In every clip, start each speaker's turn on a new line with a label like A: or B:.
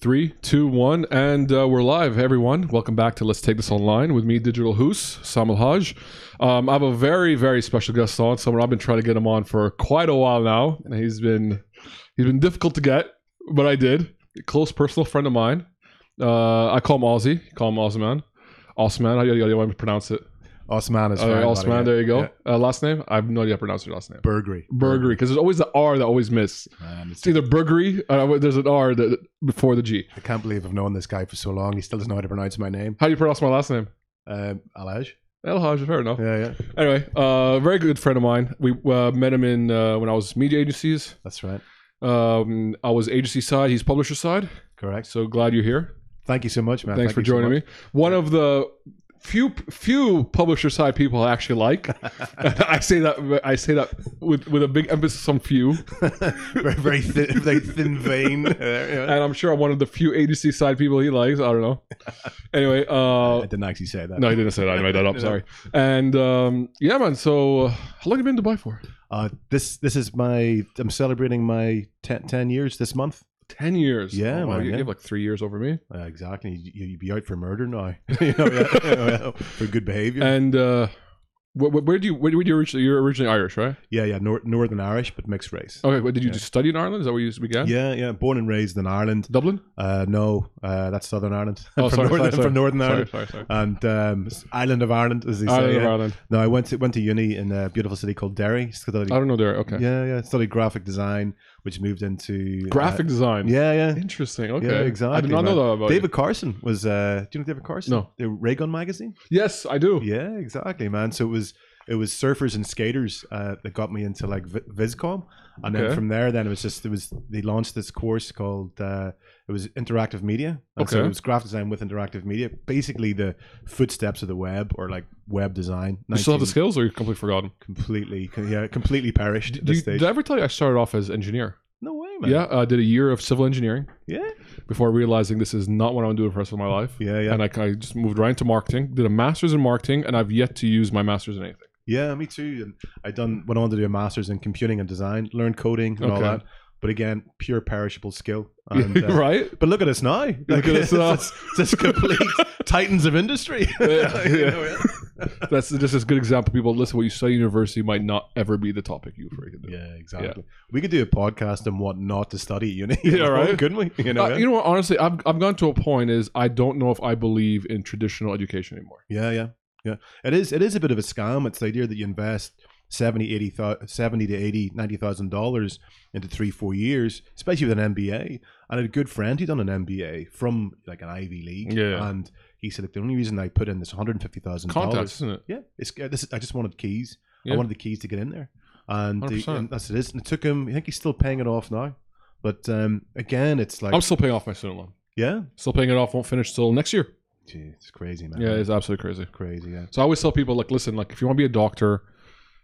A: Three, two, one, and uh, we're live, everyone. Welcome back to Let's Take This Online with me, Digital Hoos, Samal Haj. Um, I have a very, very special guest on, someone I've been trying to get him on for quite a while now, and he's been he's been difficult to get, but I did. A close personal friend of mine. Uh, I call him Aussie. Call him Ozman. Osman, how do you, how do you want me to pronounce it?
B: Osman is
A: Uh,
B: fine,
A: Osman,
B: buddy.
A: there you go.
B: Yeah.
A: Uh, last name? I have no idea how to pronounce your last name.
B: Burgery.
A: Burgery, because there's always the R that I always miss.
B: Man, it's-
A: It's either burgery, uh, there's an R that, before the G.
B: I can't believe I've known this guy for so long. He still doesn't know how to pronounce my name.
A: How do you pronounce my last name?
B: Um, Alaj.
A: El Haj, fair enough.
B: Yeah, yeah.
A: Anyway, uh, very good friend of mine. We uh, met him in uh, when I was media agencies.
B: That's right.
A: Um, I was agency side, he's publisher side.
B: Correct.
A: So glad you're here.
B: Thank you so much, man.
A: Thanks for joining me. One of the few few publisher side people I actually like. I say that I say that with with a big emphasis on few.
B: me. very, very thin, very thin vein. Uh, yeah.
A: And I'm sure I'm one of the few agency side people he likes. I don't know. Anyway, uh,
B: I didn't actually say that.
A: no, he didn't say that. I made that up. Sorry. And um, yeah, man. So uh, how long have you been in Dubai for?
B: Uh, this, this is my. I'm celebrating my ten, 10 years this month.
A: Ten years.
B: Yeah,
A: Oh, wow,
B: man,
A: you, you
B: yeah.
A: have like three years over me.
B: Uh, exactly. You, you'd be out for murder now. you know, yeah, yeah, for good behavior.
A: And uh, where, where do you where, where do you originally you're originally Irish, right?
B: yeah, yeah. Nor- Northern Irish, but mixed race.
A: Okay. What, did you
B: Yeah.
A: just study in Ireland? Is that where you began?
B: Yeah, yeah. Born and raised in Ireland.
A: Dublin.
B: Uh, no, uh, that's Southern Ireland.
A: Oh,
B: I'm from
A: sorry,
B: Northern,
A: sorry,
B: I'm from Northern
A: Sorry,
B: Ireland
A: sorry, sorry.
B: and um, Island of Ireland, as they say.
A: Ireland,
B: Uh, yeah.
A: Ireland.
B: No, I went to went to uni in a beautiful city called Derry. Studied,
A: I don't know there. Oh, Okay.
B: Yeah, yeah. Studied graphic design, which moved into uh,
A: Graphic design.
B: yeah, yeah.
A: Interesting. Okay.
B: Yeah, exactly.
A: I did not
B: man.
A: know that about
B: David Carson was. Uh, do you know David Carson?
A: No.
B: The Raygun magazine.
A: you. Yes, I do.
B: Yeah, exactly, man. So it was it was surfers and skaters uh, that got me into like vi- Viscom, and
A: Okay.
B: then from there, then it was just it was they launched this course called uh, it was interactive media. And so
A: Okay.
B: it was graphic design with interactive media, basically the footsteps of the web or like web design.
A: You still have the
B: 19
A: skills, or you completely forgotten?
B: completely, yeah, completely perished at
A: Do
B: this
A: you-
B: stage.
A: did I ever tell you I started off as engineer?
B: no way, man.
A: Yeah, I did a year of civil engineering
B: yeah,
A: before realizing this is not what I want to do for the rest of my life.
B: yeah, yeah,
A: And I, I just moved right into marketing. Did a master's in marketing, and I've yet to use my master's in anything.
B: yeah. Me too. And I done went on to do a master's in computing and design, learned coding and all
A: Okay.
B: that. But again, pure perishable skill. And, uh,
A: right?
B: But look at us now.
A: at us
B: Like, it's
A: now.
B: just- it's just complete titans of industry.
A: Yeah,
B: You
A: yeah.
B: know, yeah.
A: That's just as good example. People listen. What you study at university might not ever be the topic you freaking do. Uh,
B: Yeah, exactly. We could do a podcast on what not to study at uni.
A: Yeah, right.
B: Couldn't we? You know,
A: Uh,
B: yeah.
A: you know what? Honestly, I've I've gone to a point is I don't know if I believe in traditional education anymore.
B: yeah, yeah, yeah. It is. It is a bit of a scam. It's the idea that you invest 70, 80, thou- 70 to 80, 90,000 dollars into three, four years, especially with an MBA. And I had a good friend who done an MBA from like an Ivy League.
A: Yeah.
B: And he said, like, the only reason I put in this one hundred and fifty thousand
A: Contacts,
B: dollars
A: isn't it?
B: Yeah, it's uh, this. Is, I just wanted keys.
A: Yeah.
B: I wanted the keys to get in there, and, he-
A: 100%.
B: and that's it. Is and it took him. I think he's still paying it off now, but um, again, it's like
A: I'm still paying off my student loan.
B: yeah,
A: Still paying it off. Won't finish till next year.
B: Gee, it's crazy, man.
A: Yeah, it's absolutely crazy.
B: crazy. Yeah,
A: So I always tell people like, listen, like if you want to be a doctor,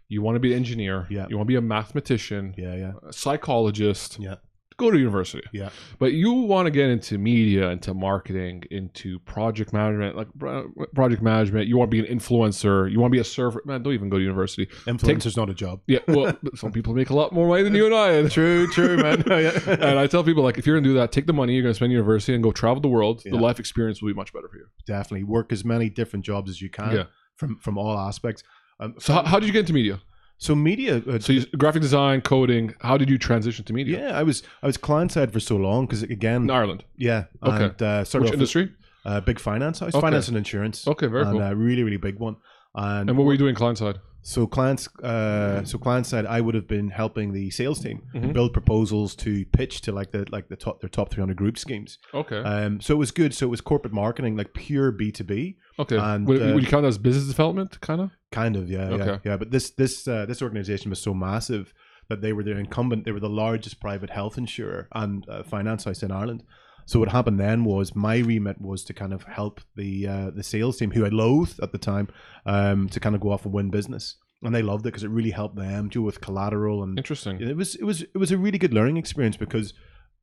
A: you want to be an engineer,
B: Yeah.
A: you want to be a mathematician,
B: yeah, yeah.
A: a psychologist,
B: Yeah.
A: go to university.
B: Yeah.
A: But you want to get into media, into marketing, into project management, like pro- project management. You want to be an influencer. You want to be a surfer. Man, don't even go to university.
B: Influencer's not a job.
A: Yeah. Well, some people make a lot more money than you and I. did.
B: True, true, man.
A: And I tell people like, if you're gonna do that, take the money you're gonna spend in university and go travel the world. The
B: Yeah.
A: life experience will be much better for you.
B: Definitely work as many different jobs as you can
A: Yeah.
B: from from all aspects. Um,
A: So, how, how did you get into media?
B: so media. Uh,
A: So, you, graphic design, coding. How did you transition to media?
B: yeah, I was I was client side for so long because again,
A: In Ireland.
B: yeah,
A: Okay.
B: and uh,
A: Which
B: started off with,
A: industry?
B: uh, big finance. I was
A: Okay.
B: finance and insurance.
A: Okay, very
B: and
A: cool.
B: a really really big one. And,
A: and what were you doing client side?
B: so clients, uh, so client side, I would have been helping the sales team
A: Mhm.
B: build proposals to pitch to like the like the top their top three hundred group schemes.
A: Okay.
B: Um, so it was good. So it was corporate marketing, like pure B two B,
A: okay.
B: and,
A: would,
B: uh,
A: would you count that as business development, kind of?
B: kind of. Yeah, yeah,
A: Okay.
B: yeah. But this this uh, this organization was so massive that they were their incumbent. They were the largest private health insurer and uh, finance house in Ireland. So what happened then was my remit was to kind of help the uh, the sales team, who I loathed at the time, um, to kind of go off and win business, and they loved it because it really helped them deal with collateral and
A: Interesting.
B: it was it was it was a really good learning experience because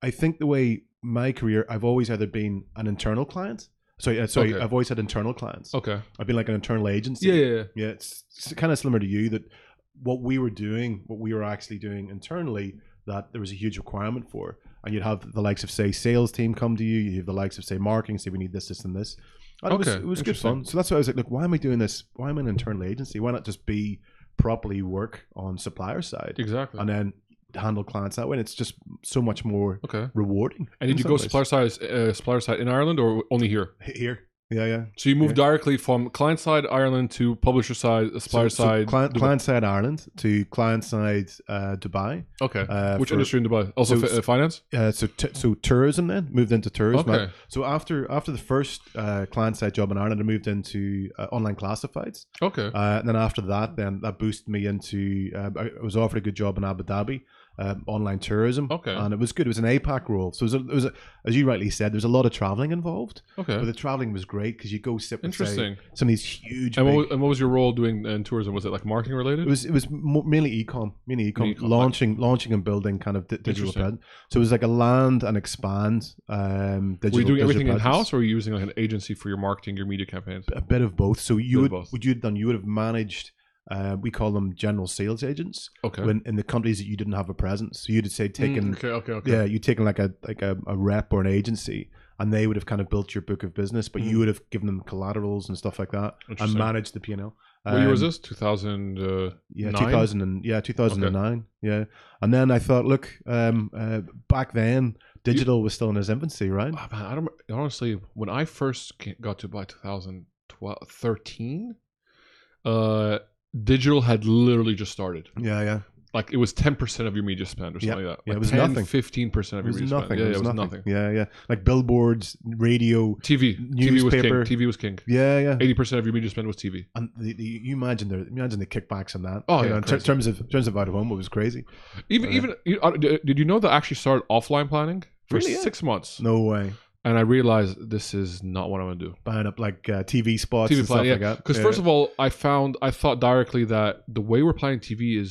B: I think the way my career, I've always either been an internal client. Sorry, uh, sorry,
A: Okay.
B: I've always had internal clients.
A: Okay.
B: I've been like an internal agency.
A: Yeah, yeah, yeah.
B: Yeah, it's, kind of similar to you that what we were doing, what we were actually doing internally, that there was a huge requirement for. and you'd have the likes of say sales team come to you. You have the likes of say marketing. Say we need this, this, and this. And it was,
A: Okay,
B: it was good
A: interesting.
B: fun. So that's why I was like, look, why am I doing this? Why am I an internal agency? Why not just be properly work on supplier side
A: Exactly.
B: and then handle clients that way? And it's just so much more
A: Okay.
B: rewarding.
A: And
B: in
A: did you
B: some
A: go
B: ways.
A: supplier side, uh, supplier side in Ireland or only here?
B: here? Yeah, yeah.
A: So you moved directly from client side Ireland to publisher side, uh, supplier
B: So- so
A: side.
B: client,
A: Dubai.
B: client side Ireland to client side uh, Dubai.
A: okay.
B: Uh,
A: Which
B: for-
A: industry in Dubai? Also
B: so-
A: fi- uh, finance.
B: Uh, so t- so tourism then moved into tourism.
A: Okay.
B: So after after the first uh, client side job in Ireland, I moved into uh, online classifieds.
A: Okay.
B: Uh, and then after that, then that boosted me into. Uh, I was offered a good job in Abu Dhabi, um, online tourism.
A: Okay.
B: And it was good. It was an APAC role, so it was, a, it was a, as you rightly said, there was a lot of traveling involved.
A: okay.
B: But the traveling was great because you go sit with say,
A: Interesting.
B: some of these huge.
A: And what,
B: big-
A: was, and what was your role doing in tourism? Was it like marketing related?
B: It was it was mo- mainly ecom, mainly ecom,
A: Mainly ecom,
B: launching launching and building kind of di- digital
A: Interesting.
B: brand. So it was like a land and expand um, digital.
A: were you doing
B: digital
A: everything in
B: presence.
A: house, or were you using like an agency for your marketing, your media campaigns?
B: A bit of both. So you
A: of
B: would
A: both.
B: what you'd done you would have managed. Uh, we call them general sales agents
A: Okay.
B: when in the countries that you didn't have a presence. So you'd have say
A: Mm,
B: taken
A: okay. Okay. Okay.
B: yeah you'd taken like a like a, a rep or an agency. And they would have kind of built your book of business, but you would have given them collaterals and stuff like that, and
A: Mm. Interesting.
B: managed the P and L.
A: what year was this? Two thousand. Uh,
B: Yeah,
A: Nine?
B: 2000 and yeah, 2009. Yeah. And then I thought, look, um, uh, back then digital was still in its infancy, right?
A: oh, man, I don't honestly. When I first ca- got to Dubai, 2012, 13, uh, digital had literally just started.
B: Yeah, yeah.
A: Like it was ten percent of your media spend or something like that.
B: yeah,
A: Like
B: it was nothing.
A: Fifteen percent
B: It
A: of your
B: was
A: media
B: nothing.
A: spend. Yeah,
B: it was, nothing. Yeah, yeah. Like billboards, radio.
A: TV, TV was king.
B: Newspaper.
A: TV was king.
B: Yeah, yeah.
A: Eighty percent of your media spend was TV.
B: And the, the, you imagine the imagine the kickbacks on that.
A: Oh,
B: You
A: yeah,
B: know, in ter-
A: crazy.
B: terms of in terms of out of home, it was crazy.
A: Even
B: Yeah.
A: even you- uh, d- did you know that I actually started offline planning for
B: Really, yeah.
A: six months,
B: No way.
A: and I realized this is not what I'm gonna do.
B: Buying up like uh, TV spots
A: TV
B: and
A: plan,
B: stuff
A: yeah.
B: like that.
A: Because first of all, I found I thought directly that the way we're playing TV is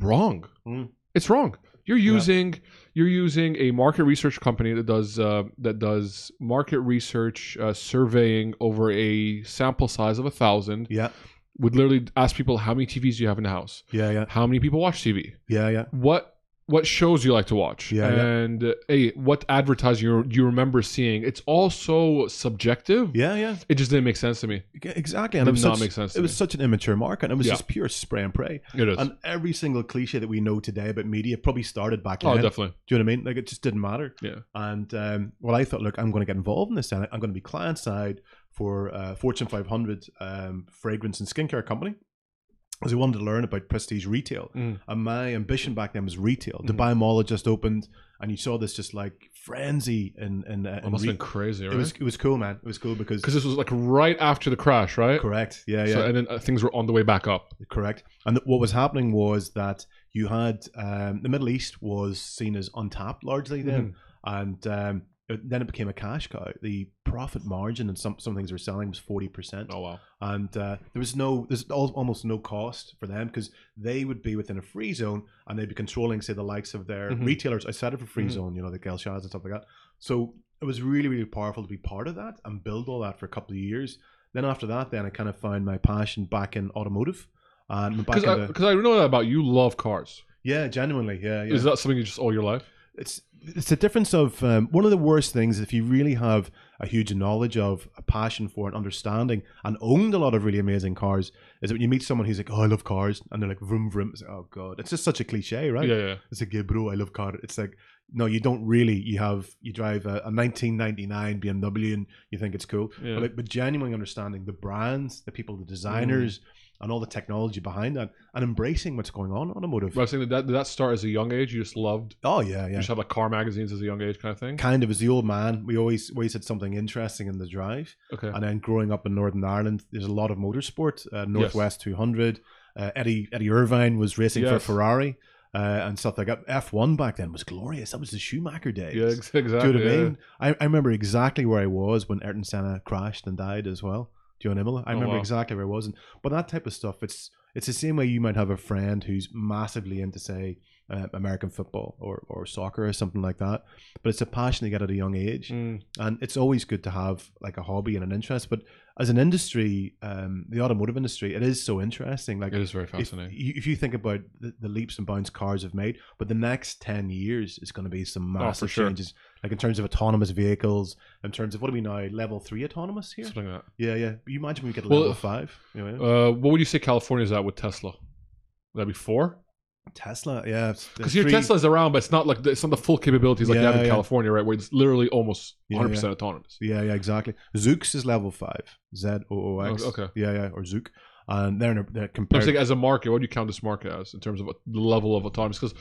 A: wrong.
B: Mm.
A: It's wrong. You're
B: Yeah.
A: using you're using a market research company that does uh, that does market research uh, surveying over a sample size of a thousand.
B: yeah,
A: Would literally ask people how many TVs do you have in the house,
B: yeah, yeah,
A: how many people watch TV,
B: yeah, yeah.
A: what what shows you like to watch,
B: Yeah, yeah.
A: and uh, hey, what advertising you, you remember seeing. It's all so subjective.
B: Yeah, yeah,
A: It just didn't make sense to me.
B: exactly. And
A: Did
B: it was
A: not
B: such,
A: make sense to
B: It was
A: me.
B: such an immature market. It was
A: Yeah.
B: just pure spray and pray.
A: It is.
B: And every single cliche that we know today about media probably started back
A: oh,
B: then.
A: definitely.
B: Do you know what I mean? Like it just didn't matter.
A: Yeah.
B: And um, well, I thought, look, I'm going to get involved in this, and I'm going to be client side for uh, Fortune 500 um, fragrance and skincare company. Because I wanted to learn about prestige retail,
A: Mm.
B: and my ambition back then was retail.
A: Mhm.
B: Dubai Mall had just opened, and you saw this just like frenzy in in. Uh,
A: It
B: in
A: must
B: re-
A: have been crazy,
B: it was
A: right?
B: it was cool, man. It was cool because
A: Because this was like right after the crash, right?
B: correct, yeah, yeah.
A: So, and then uh, things were on the way back up.
B: Correct. And th- what was happening was that you had um, the Middle East was seen as untapped largely
A: Mm-hmm.
B: then, and um, it- then it became a cash cow. The profit margin and some some things they were selling was forty percent,
A: Oh wow!
B: and uh, there was no there's al- almost no cost for them because they would be within a free zone and they'd be controlling say the likes of their
A: Mhm.
B: retailers outside of a free
A: Mhm.
B: zone, you know the Gelshads and stuff like that. So it was really really powerful to be part of that and build all that for a couple of years. Then after that, then I kind of found my passion back in automotive. And back
A: Because
B: in
A: I,
B: the,
A: 'cause I know that about you. you Love cars.
B: yeah, genuinely, yeah, yeah.
A: Is that something you just all your life?
B: it's it's the difference of um, one of the worst things if you really have a huge knowledge of a passion for and understanding and owned a lot of really amazing cars is that when you meet someone who's like, oh, I love cars, and they're like, vroom vroom. It's like, oh god, it's just such a cliche, right?
A: Yeah, yeah.
B: It's like, yeah, bro, I love car. It's like, no, you don't really. You have you drive a, a 1999 BMW and you think it's cool,
A: Yeah. Mm.
B: but like, but genuinely understanding the brands, the people, the designers, and all the technology behind that, and embracing what's going on in automotive.
A: But I was saying that, that did that start as a young age. You just loved.
B: Oh yeah,
A: You
B: yeah.
A: just have like car magazines as a young age kind of thing.
B: kind of as the old man, we always always had something interesting in the drive.
A: Okay.
B: And then growing up in Northern Ireland, there's a lot of motorsport. Uh, Northwest 200. Uh, Eddie Eddie Irvine was racing for
A: Yes.
B: Ferrari uh, and stuff like that. F1 back then was glorious. That was the Schumacher days.
A: Yeah, ex- exactly.
B: Do you know what I
A: yeah.
B: mean? I, I remember exactly where I was when Ayrton Senna crashed and died as well. Do you know Imola? I
A: Oh,
B: remember
A: wow.
B: exactly where I was. And, but that type of stuff, it's it's the same way you might have a friend who's massively into say uh, American football or, or soccer or something like that. But it's a passion they get at a young age,
A: Mm.
B: and it's always good to have like a hobby and an interest. But as an industry, um, the automotive industry, it is so interesting. Like
A: It is very
B: if,
A: fascinating.
B: you- if you think about the, the leaps and bounds cars have made, but the next 10 years is going to be some
A: Oh, for
B: massive
A: sure.
B: changes, like in terms of autonomous vehicles, in terms of what are we now, level three autonomous here?
A: Something like
B: Yeah, yeah. You imagine we get a
A: Well,
B: level five. You know,
A: that. Uh, what would you say California's at with Tesla? Would that be four?
B: Tesla, yeah. it's- the
A: Because your
B: three-
A: Tesla's around, but it's not like it's not the full capabilities like you have
B: Yeah,
A: in
B: yeah.
A: California, right? Where it's literally almost
B: Yeah,
A: 100 percent autonomous.
B: Yeah, yeah, exactly. Zoox is level five. Z O O X.
A: Oh, okay.
B: Yeah, yeah, or Zook. And they're, in a- they're
A: I'm
B: compared.
A: saying as a market, what do you count this market as in terms of the level of autonomous? Because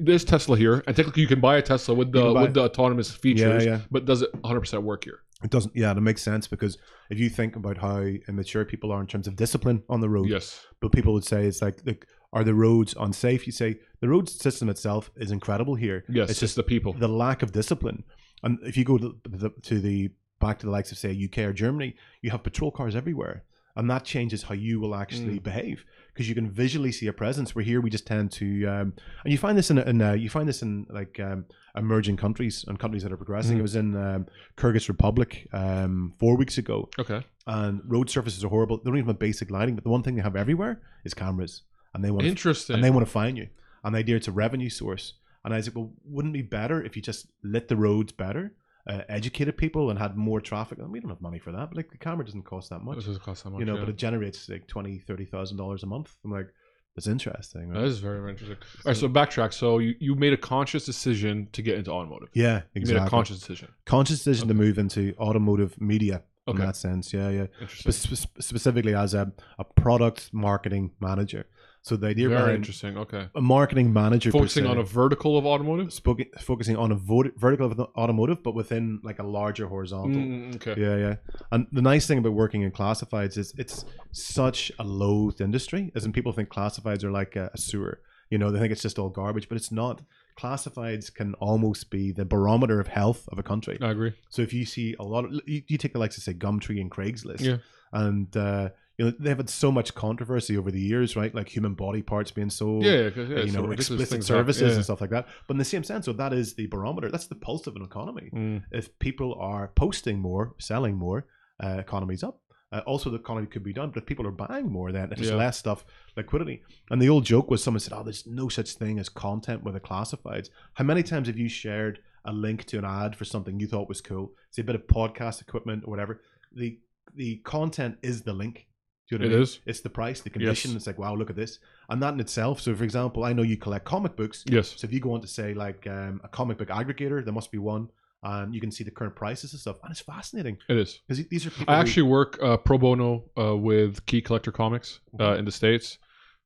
A: there's Tesla here, and technically you can buy a Tesla with
B: You
A: the
B: can buy-
A: with the autonomous features,
B: yeah.
A: but does it 100 percent work here?
B: It doesn't, yeah, that makes sense because if you think about how immature people are in terms of discipline on the road,
A: Yes,
B: but people would say it's like, look, are the roads unsafe? You say the road system itself is incredible here.
A: yes. It's
B: it's
A: just the people.
B: the lack of discipline. And if you go to the, to the back to the likes of say UK or Germany, you have patrol cars everywhere, and that changes how you will actually behave because you can visually see a presence. Where here we just tend to, um, and you find this in, in uh, you find this in like um, emerging countries and countries that are progressing.
A: Mhm.
B: It was in um, Kyrgyz Republic um, four weeks ago,
A: Okay.
B: and road surfaces are horrible. They don't even have basic lighting, but the one thing they have everywhere is cameras, and they want to
A: Interesting.
B: and they want to fine you. And the idea it's a revenue source. And I was like, well, wouldn't it be better if you just lit the roads better, uh, educated people, and had more traffic? And we don't have money for that. But like the camera doesn't cost that much,
A: This doesn't cost that much,
B: you know.
A: yeah.
B: But it generates like twenty, thirty thousand dollars a month. I'm like, that's interesting. right?
A: That is very, very interesting. All right, so backtrack. So you, you made a conscious decision to get into automotive.
B: yeah,
A: You
B: exactly.
A: made a conscious decision.
B: conscious decision to move into automotive media
A: Okay.
B: in that sense. Yeah, yeah.
A: Interesting.
B: But sp- specifically as a, a product marketing manager. So the idea
A: very
B: behind
A: interesting. Okay.
B: a marketing manager per
A: Focusing
B: se-
A: on a vertical of automotive.
B: spoke, focusing on a vo- vertical of the automotive, but within like a larger horizontal.
A: Mm, okay.
B: Yeah, yeah. And the nice thing about working in classifieds is it's such a loathed industry. As in, people think classifieds are like a, a sewer. You know, they think it's just all garbage, but it's not. Classifieds can almost be the barometer of health of a country.
A: I agree.
B: So if you see a lot of, you, you take the likes of say Gumtree and Craigslist,
A: Yeah.
B: and uh, you know they've had so much controversy over the years, right? Like human body parts being sold,
A: Yeah, yeah, 'cause, yeah,
B: you
A: it's a
B: know,
A: ridiculous
B: explicit
A: things happen.
B: services
A: Yeah.
B: and stuff like that. But in the same sense, so that is the barometer. That's the pulse of an economy.
A: Mm.
B: If people are posting more, selling more, uh, economy's up. Uh, also, the economy could be done, but if people are buying more, then there's
A: Yeah.
B: less stuff, liquidity. And the old joke was someone said, "Oh, there's no such thing as content with the classifieds." How many times have you shared a link to an ad for something you thought was cool? Say a bit of podcast equipment or whatever. The the content is the link. Do you know what
A: It
B: I mean?
A: is.
B: It's the price, the condition.
A: Yes.
B: It's like, wow, look at this, and that in itself. So, for example, I know you collect comic books.
A: Yes.
B: So if you go on to say like um, a comic book aggregator, there must be one, and you can see the current prices and stuff, and it's fascinating
A: It is.
B: because these are people.
A: I
B: who-
A: actually work uh, pro bono uh, with Key Collector Comics uh,
B: Mhm.
A: in the states,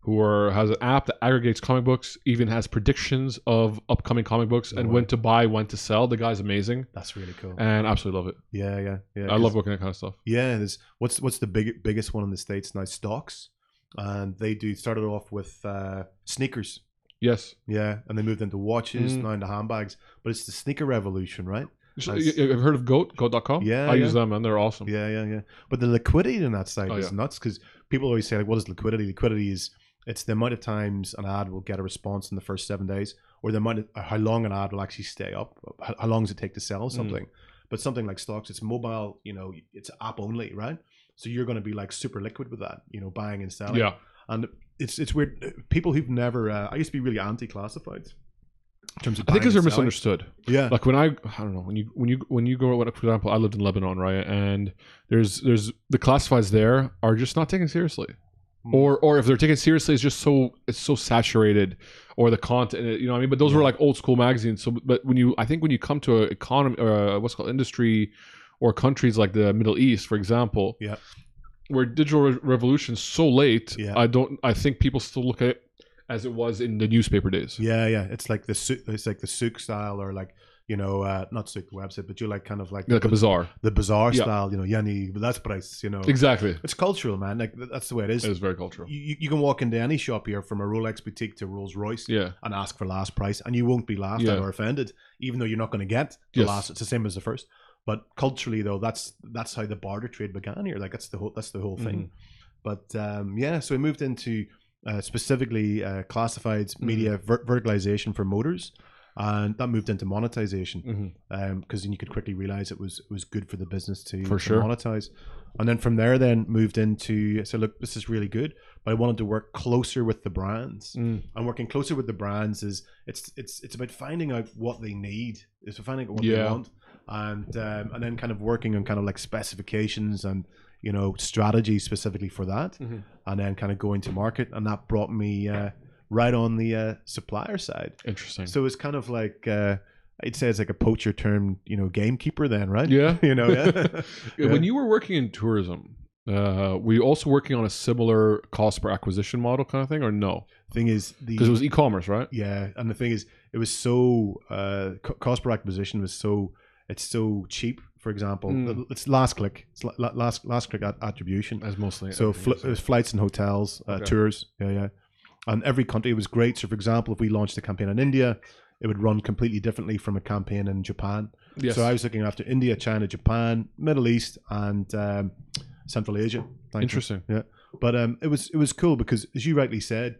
A: who are has an app that aggregates comic books, even has predictions of upcoming comic books
B: Oh,
A: and
B: wow.
A: when to buy, when to sell. The guy's amazing,
B: that's really cool.
A: and absolutely love it.
B: yeah, yeah, yeah.
A: I love working that kind of stuff.
B: Yeah, there's what's what's the big, biggest one in the states now? Stocks, and they do started off with uh, sneakers.
A: Yes,
B: Yeah, and they moved into watches,
A: Mm.
B: now into handbags. But it's the sneaker revolution, right?
A: So,
B: I
A: y-
B: s-
A: y- I've heard of Goat Goat.com.
B: Yeah,
A: I
B: yeah.
A: use them, and they're awesome.
B: Yeah, yeah, yeah. But the liquidity in that site
A: Oh,
B: is
A: yeah.
B: nuts because people always say, like, what is liquidity? Liquidity is it's the amount of times an ad will get a response in the first seven days, or the amount of uh, how long an ad will actually stay up. uh, How, how long does it take to
A: Mm.
B: sell something? But something like stocks, it's mobile. You know, it's app only, right? So you're going to be like super liquid with that. You know, buying and selling
A: yeah.
B: and it's it's weird. People who've never, uh, I used to be really anti-classified in terms of.
A: I think
B: buying
A: because they're
B: and selling.
A: misunderstood.
B: Yeah,
A: like when I, I don't know when you when you when you go for example I lived in Lebanon right and there's there's the classifieds there are just not taken seriously
B: Hmm.
A: or or if they're taken seriously it's just so it's so saturated or the content you know what I mean but those were
B: Yeah.
A: like old school magazines so but when you I think when you come to a economy or a, what's it called industry or countries like the Middle East for example
B: Yeah.
A: where digital re- revolution's so late
B: Yeah.
A: I don't I think people still look at it as it was in the newspaper days
B: yeah, yeah. It's like the su- it's like the souk style, or like you know, uh, not souk the website, but you like kind of like
A: like a
B: the,
A: bazaar
B: the bazaar
A: Yeah.
B: style. You know, yani, but that's price. You know,
A: exactly
B: it's cultural, man. Like th- that's the way it is.
A: it was very cultural
B: You, you- you can walk into any shop here, from a Rolex boutique to Rolls Royce,
A: yeah
B: and ask for last price, and you won't be laughed
A: Yeah.
B: at or offended, even though you're not going to get the
A: Yes.
B: last. It's the same as the first, but culturally though, that's that's how
A: Mm-hmm.
B: the barter trade began here. Like that's the whole that's the whole thing. But um, yeah, so we moved into uh, specifically uh, classifieds
A: Mm-hmm.
B: media ver- verticalization for motors, and that moved into monetization because
A: Mhm.
B: then you could quickly realize it was it was good for the business to,
A: For
B: to
A: sure.
B: monetize. And then from there, then moved into so look, this is really good, but I wanted to work closer with the brands.
A: Mm.
B: And working closer with the brands is it's it's it's about finding out what they need, it's finding out what they
A: Yeah.
B: want, and um, and then kind of working on kind of like specifications and you know strategy specifically for that
A: Mm-hmm.
B: and then kind of going to market and that brought me uh, right on the uh, supplier side
A: Interesting.
B: so it's kind of like uh, i'd say it's like a poacher term you know gamekeeper then right
A: yeah.
B: you know yeah
A: Yeah, When you were working in tourism, uh, were you also working on a similar cost per acquisition model kind of thing, or no?
B: thing is the
A: Because it was e-commerce, right?
B: yeah and the thing is it was so uh, co- cost per acquisition was so it's so cheap for example
A: Mm.
B: it's last click it's la- la- last last click at- attribution
A: As mostly.
B: So fl- uh,
A: everything
B: it was
A: is.
B: flights and hotels, uh,
A: Okay.
B: tours, yeah, yeah. And every country it was great. So, for example, if we launched a campaign in India, it would run completely differently from a campaign in Japan.
A: yes.
B: So I was looking after India, China, Japan, Middle East, and um, Central Asia. Thank you.
A: Interesting.
B: But um, it was it was cool because, as you rightly said,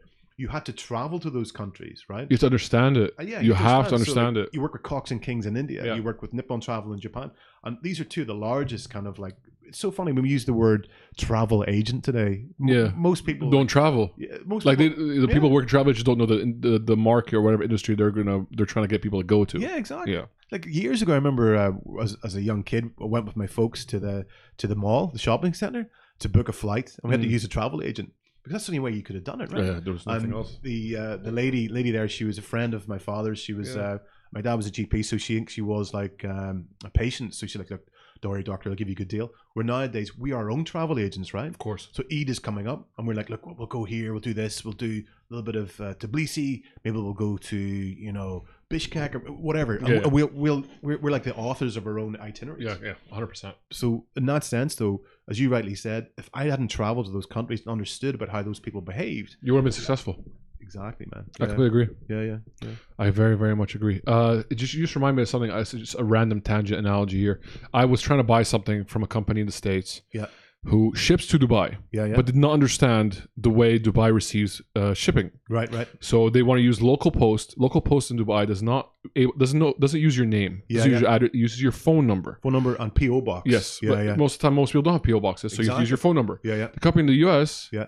B: you had to travel to those countries, right?
A: You have to understand it.
B: Uh, yeah,
A: you have to
B: So, like,
A: understand it.
B: You work with Cox and Kings in India.
A: Yeah.
B: You work with Nippon Travel in Japan, and these are two of the largest kind of like. It's so funny when we use the word travel agent today. M-
A: Yeah.
B: most people
A: Don't travel.
B: Yeah, most
A: Like they,
B: people,
A: the
B: yeah.
A: people working travel just don't know the, the the market or whatever industry they're gonna they're trying to get people to go to.
B: yeah, exactly.
A: Yeah.
B: Like years ago, I remember uh, as, as a young kid, I went with my folks to the to the mall, the shopping center, to book a flight, and we had to
A: Mm.
B: use a travel agent because that's the only way you could have done it, right?
A: Yeah, there was nothing
B: And
A: else.
B: The uh, the lady lady there, she was a friend of my father's. She was
A: Yeah.
B: uh, my dad was a GP, so she she was like um, a patient. So she like, look, don't worry, doctor, I'll give you a good deal. Where nowadays we are our own travel agents, right?
A: Of course.
B: So Eid is coming up, and we're like, look, we'll go here, we'll do this, we'll do a little bit of uh, Tbilisi, maybe we'll go to you know Bishkek or whatever. And
A: Yeah.
B: we- we'll, we'll we're, we're like the authors of our own itineraries.
A: Yeah, yeah, hundred percent.
B: So in that sense, though, as you rightly said, if I hadn't traveled to those countries and understood about how those people behaved,
A: You would have been successful.
B: exactly, man.
A: I completely agree.
B: Yeah, yeah. yeah.
A: I very, very much agree. Uh, it just, you just remind me of something. I just a random tangent analogy here. I was trying to buy something from a company in the states,
B: Yeah.
A: who ships to Dubai,
B: Yeah, yeah.
A: but did not understand the way Dubai receives uh, shipping.
B: right, right.
A: So they want to use local post. Local post in Dubai does not ab- doesn't know doesn't use your name.
B: Yeah,
A: Doesn't use
B: yeah.
A: your address, uses your phone number.
B: Phone number and PO box.
A: Yes,
B: Yeah,
A: but
B: yeah.
A: most of the time, most people don't have PO boxes, so you have to use
B: Exactly.
A: your phone number.
B: yeah, yeah.
A: The company in the U.S.
B: Yeah.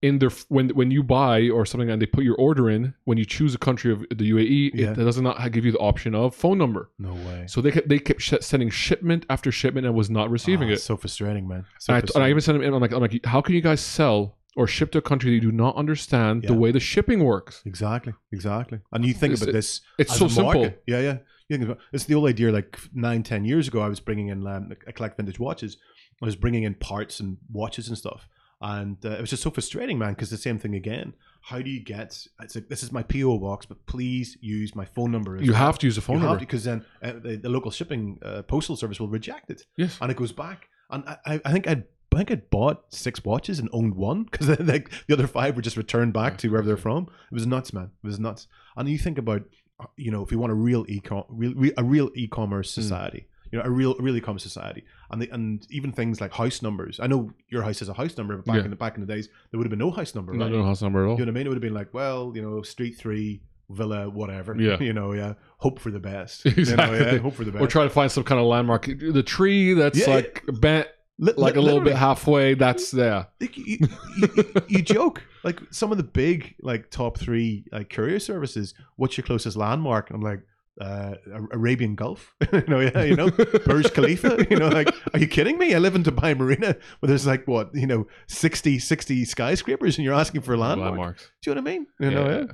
A: In their when when you buy or something and they put your order in, when you choose a country of the UAE,
B: Yeah.
A: it does not give you the option of phone number.
B: No way.
A: So they kept, they kept sh- sending shipment after shipment and was not receiving
B: Ah,
A: it.
B: So frustrating, man. So
A: And I, and I
B: frustrating.
A: even sent them in. I'm like, I'm like, how can you guys sell or ship to a country that you do not understand the
B: Yeah.
A: way the shipping works?
B: Exactly, exactly. And you think
A: It's-
B: about this.
A: It's
B: as
A: so
B: a
A: simple.
B: market. Yeah, yeah. You think about- It's the old idea. Like nine, ten years ago, I was bringing in. Um, I collect vintage watches. I was bringing in parts and watches and stuff, and uh, it was just so frustrating, man. Because the same thing again. How do you get? It's like this is my PO box, but please use my phone number. as
A: You
B: well."
A: have to use a phone
B: you
A: number.
B: because then uh, the, the local shipping uh, postal service will reject it,
A: yes.
B: and it goes back. And I- I, I think I'd. I think I'd bought six watches and owned one because like the other five were just returned back to wherever they're from. It was nuts, man. It was nuts. And you think about, uh, you know, if you want a real e real, real, a real e-commerce
A: Hmm.
B: society, you know, a real, real e-commerce society, and the, and even things like house numbers. I know your house has a house number, but back
A: Yeah.
B: in the back in the days, there would have been no house number.
A: I
B: Right?
A: don't know house number at all.
B: You know what I mean? It would have been like, well, you know, street three, villa, whatever.
A: Yeah.
B: You know, yeah. Hope for the best. You know,
A: Exactly.
B: yeah. Hope for the best.
A: Or try to find some kind of landmark. The tree that's
B: Yeah,
A: like bent
B: Li-
A: like a
B: li-
A: little
B: literally.
A: bit halfway. That's there.
B: Like, you, you, you- you joke. Like some of the big like top three like courier services. What's your closest landmark? I'm like uh, Ar- Arabian Gulf. you know, yeah, you know, Burj Khalifa. You know, like are you kidding me? I live in Dubai Marina, where there's like what you know 60, 60 skyscrapers, and you're asking for a landmark.
A: landmarks.
B: Do you know what I mean? You know, yeah.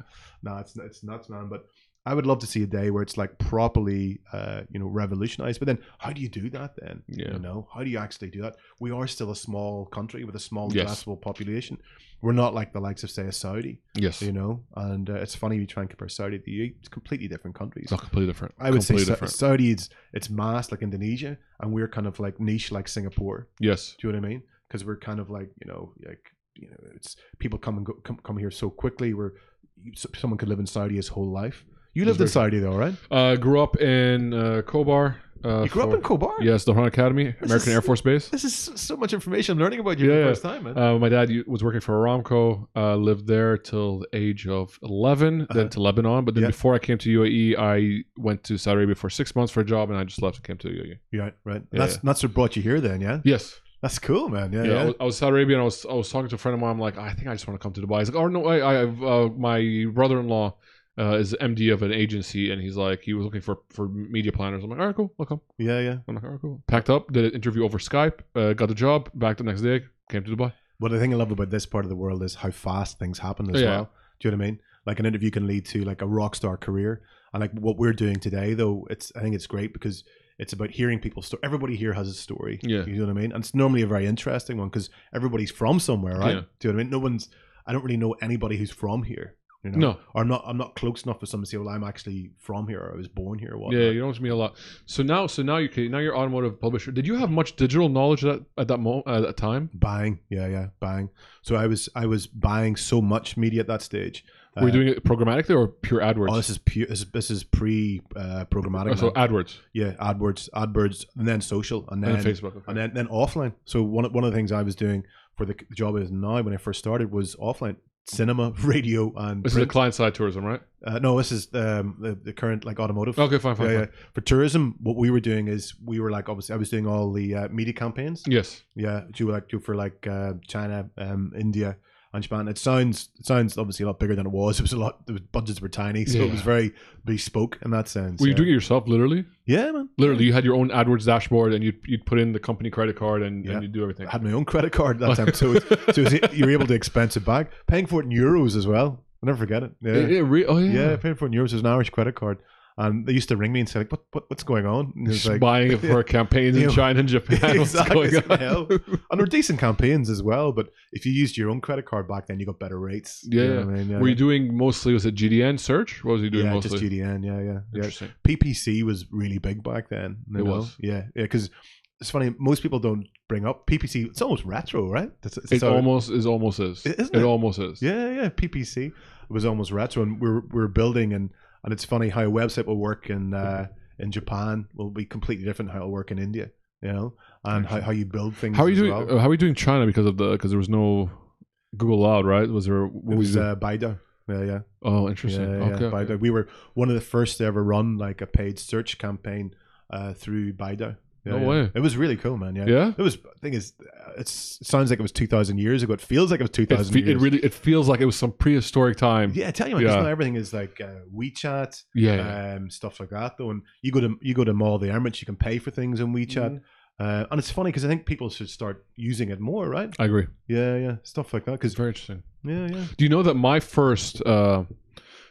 B: No, it's it's nuts, man. But I would love to see a day where it's like properly, uh, you know, revolutionized. But then, how do you do that? Then,
A: Yeah.
B: you know, how do you actually do that? We are still a small country with a small
A: Yes.
B: addressable population. We're not like the likes of say a Saudi,
A: Yes.
B: you know. And uh, it's funny we try and compare Saudi to the UAE. It's completely different countries.
A: It's not completely different.
B: I would say
A: completely
B: Sa- Saudi it's it's mass like Indonesia, and we're kind of like niche like Singapore.
A: Yes.
B: Do you know what I mean? Because we're kind of like you know like you know it's people come and go, come come here so quickly. Where you- so- someone could live in Saudi his whole life. You lived in Saudi though, right?
A: Uh, grew up in uh, Kobar. Uh,
B: You grew up
A: for-
B: in Kobar.
A: Yes, the Han Academy, American
B: is-
A: Air Force Base.
B: This is so- so much information I'm learning about you for
A: Yeah,
B: the
A: yeah.
B: first time, man.
A: Uh, my dad u- was working for Aramco, uh, lived there till the age of 11,
B: Uh-huh.
A: then to Lebanon. But then
B: Yeah.
A: before I came to UAE, I went to Saudi Arabia for six months for a job and I just left and came to UAE.
B: yeah, right.
A: yeah,
B: that's
A: yeah.
B: that's what brought you here, then. Yeah,
A: Yes.
B: that's cool, man. Yeah,
A: Yeah,
B: yeah.
A: I, was, I was Saudi Arabia and I was, I was talking to a friend of mine. I'm like, I think I just want to come to Dubai. He's like, oh, no, I, I have, uh, my brother in law uh, is MD of an agency and he's like, he was looking for, for media planners. I'm like, all right, cool. I'll come.
B: yeah, yeah.
A: I'm like, all right, cool. Packed up, did an interview over Skype, uh, got the job, back the next day, came to Dubai.
B: What I think I love about this part of the world is how fast things happen as
A: Yeah.
B: well. Do you know what I mean? Like an interview can lead to like a rock star career, and like what we're doing today, though, it's I think it's great because it's about hearing people's story. Everybody here has a story.
A: Yeah.
B: you know what I mean. And it's normally a very interesting one because everybody's from somewhere, right?
A: Yeah.
B: Do you know what I mean? No one's. I don't really know anybody who's from here. You know?
A: No,
B: Or I'm not. I'm not close enough for someone to say, "Well, I'm actually from here, or I was born here." Or whatnot.
A: Yeah, you don't meet a lot. So now, so now you can now you're automotive publisher. Did you have much digital knowledge at that at that moment at that time?
B: buying yeah yeah buying so i was i was buying so much media at that stage
A: Were
B: Uh,
A: you doing it programmatically or pure AdWords?
B: oh this is pure this, this is pre uh programmatic
A: Uh, so
B: man.
A: AdWords
B: yeah adwords adwords and then social and
A: and
B: then
A: then Facebook. okay.
B: and then, then offline so one, of- one of the things i was doing for the job is now when i first started was offline cinema radio and
A: this is the
B: print.
A: client side tourism, right?
B: uh, no this is um, the, the current like automotive
A: Okay, fine,
B: yeah,
A: fine.
B: yeah.
A: fine.
B: For tourism, what we were doing is we were like obviously I was doing all the uh, media campaigns.
A: Yes,
B: Yeah, do like do for like uh, China, um, India, and Japan. It sounds it sounds obviously a lot bigger than it was. It was a lot. The budgets were tiny, so it was
A: Yeah.
B: very bespoke in that sense.
A: were you
B: yeah.
A: doing it yourself? Literally,
B: Yeah, man.
A: literally, you had your own AdWords dashboard, and you'd you'd put in the company credit card, and,
B: Yeah.
A: and you do everything.
B: I had my own credit card at that time, so it, so it was- you were able to expense it back, paying for it in euros as well. I never forget it. Yeah,
A: It- it re- oh
B: yeah,
A: yeah,
B: paying for it in euros. It was an Irish credit card, and they used to ring me and say like, "What, what what's going on?" And it was
A: Just
B: like,
A: buying it for campaigns
B: You
A: in
B: know,
A: China and Japan. What's
B: exactly.
A: going
B: it's
A: on?
B: gonna help. and they're decent campaigns as well. But if you used your own credit card back then, you got better rates. You
A: Yeah.
B: know what I mean? yeah.
A: Were you doing mostly was it GDN search? What was you doing
B: yeah,
A: mostly?
B: just GDN. Yeah, yeah, yeah.
A: Interesting.
B: PPC was really big back then. you
A: It
B: know?
A: was.
B: Yeah, yeah. Because it's funny, most people don't bring up PPC. It's almost retro, right? That's, that's
A: It
B: how-
A: almost is almost is.
B: Isn't
A: it
B: it?
A: almost is.
B: Yeah, yeah. PPC was almost retro, and we we're we we're building, and and it's funny how a website will work in uh, in Japan will be completely different how it'll work in India. You know, and how, how you build things.
A: How are you
B: as
A: doing?
B: well.
A: uh, How are you doing China because of the because there was no Google Cloud, right? Was there? What
B: It
A: was
B: was
A: it?
B: uh, Baidu. Yeah, yeah.
A: oh, interesting.
B: Yeah, yeah,
A: okay.
B: Baidu. We were one of the first to ever run like a paid search campaign uh, through Baidu. Yeah,
A: No
B: yeah.
A: way.
B: It was really cool, man. Yeah.
A: Yeah.
B: It was. The thing is, uh, it's, it sounds like it was two thousand years ago. It feels like it was two
A: It,
B: thousand
A: fe-
B: years.
A: it really it feels like it was some prehistoric time.
B: Yeah, I tell you, man. 'cause
A: Yeah.
B: now everything is like uh, WeChat,
A: Yeah, yeah.
B: um, stuff like that. Though, and you go to you go to Mall of the Emirates, you can pay for things on WeChat. Uh, and it's funny because I think people should start using it more, right?
A: I agree.
B: Yeah, yeah, stuff like that. Because
A: It's very interesting.
B: yeah, yeah,
A: Do you know that my first? Uh,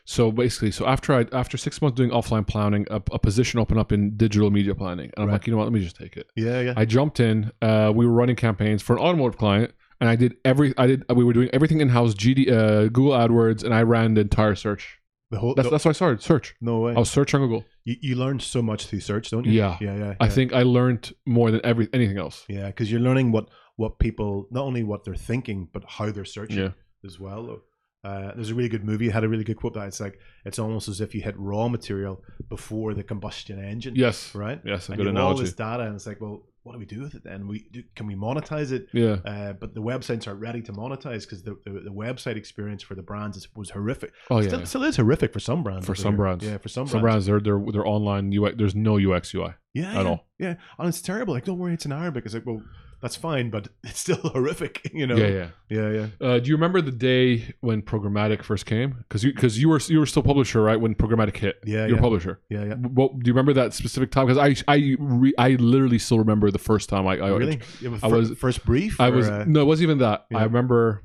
A: so basically, so after I after six months doing offline planning, a, a position opened up in digital media planning, and I'm
B: Right.
A: like, you know what? Let me just take it.
B: yeah, yeah.
A: I jumped in. Uh, we were running campaigns for an automotive client, and I did every. I did. We were doing everything in house. GD uh, Google AdWords, and I ran the entire search.
B: the whole
A: That's
B: the-
A: that's why I started search.
B: no way.
A: I was searching on Google.
B: you, you learn so much through search, don't you?
A: Yeah.
B: yeah, yeah.
A: I
B: yeah.
A: think I learned more than every anything else.
B: Yeah, because you're learning what what people not only what they're thinking but how they're searching
A: Yeah.
B: as well. Uh, there's a really good movie. It had a really good quote that it's like it's almost as if you hit raw material before the combustion engine.
A: Yes.
B: right.
A: Yes, a
B: and
A: good
B: you have all
A: analogy.
B: this data, and it's like, well, what do we do with it then? We do, can we monetize it?
A: Yeah.
B: Uh, but the websites aren't ready to monetize because the, the the website experience for the brands is, was horrific.
A: Oh yeah.
B: Still, still is horrific for some brands.
A: For
B: over
A: some
B: here.
A: brands.
B: yeah, for some,
A: Some
B: brands.
A: brands they're they're they're online UI. There's no UX UI.
B: Yeah,
A: at
B: yeah,
A: all.
B: Yeah, and it's terrible. Like, don't worry, it's in Arabic. It's like, well, that's fine, but it's still horrific. You know.
A: Yeah, yeah.
B: yeah, yeah.
A: Uh, do you remember the day when programmatic first came? Because you because you were you were still publisher right when programmatic hit.
B: Yeah,
A: You're
B: yeah.
A: publisher.
B: Yeah, yeah.
A: What, do you remember that specific time? Because I I re, I literally still remember the first time I, I
B: Really? It was
A: I
B: fir-
A: was-
B: first brief.
A: I
B: or,
A: was
B: uh,
A: no, it wasn't even that.
B: yeah.
A: I remember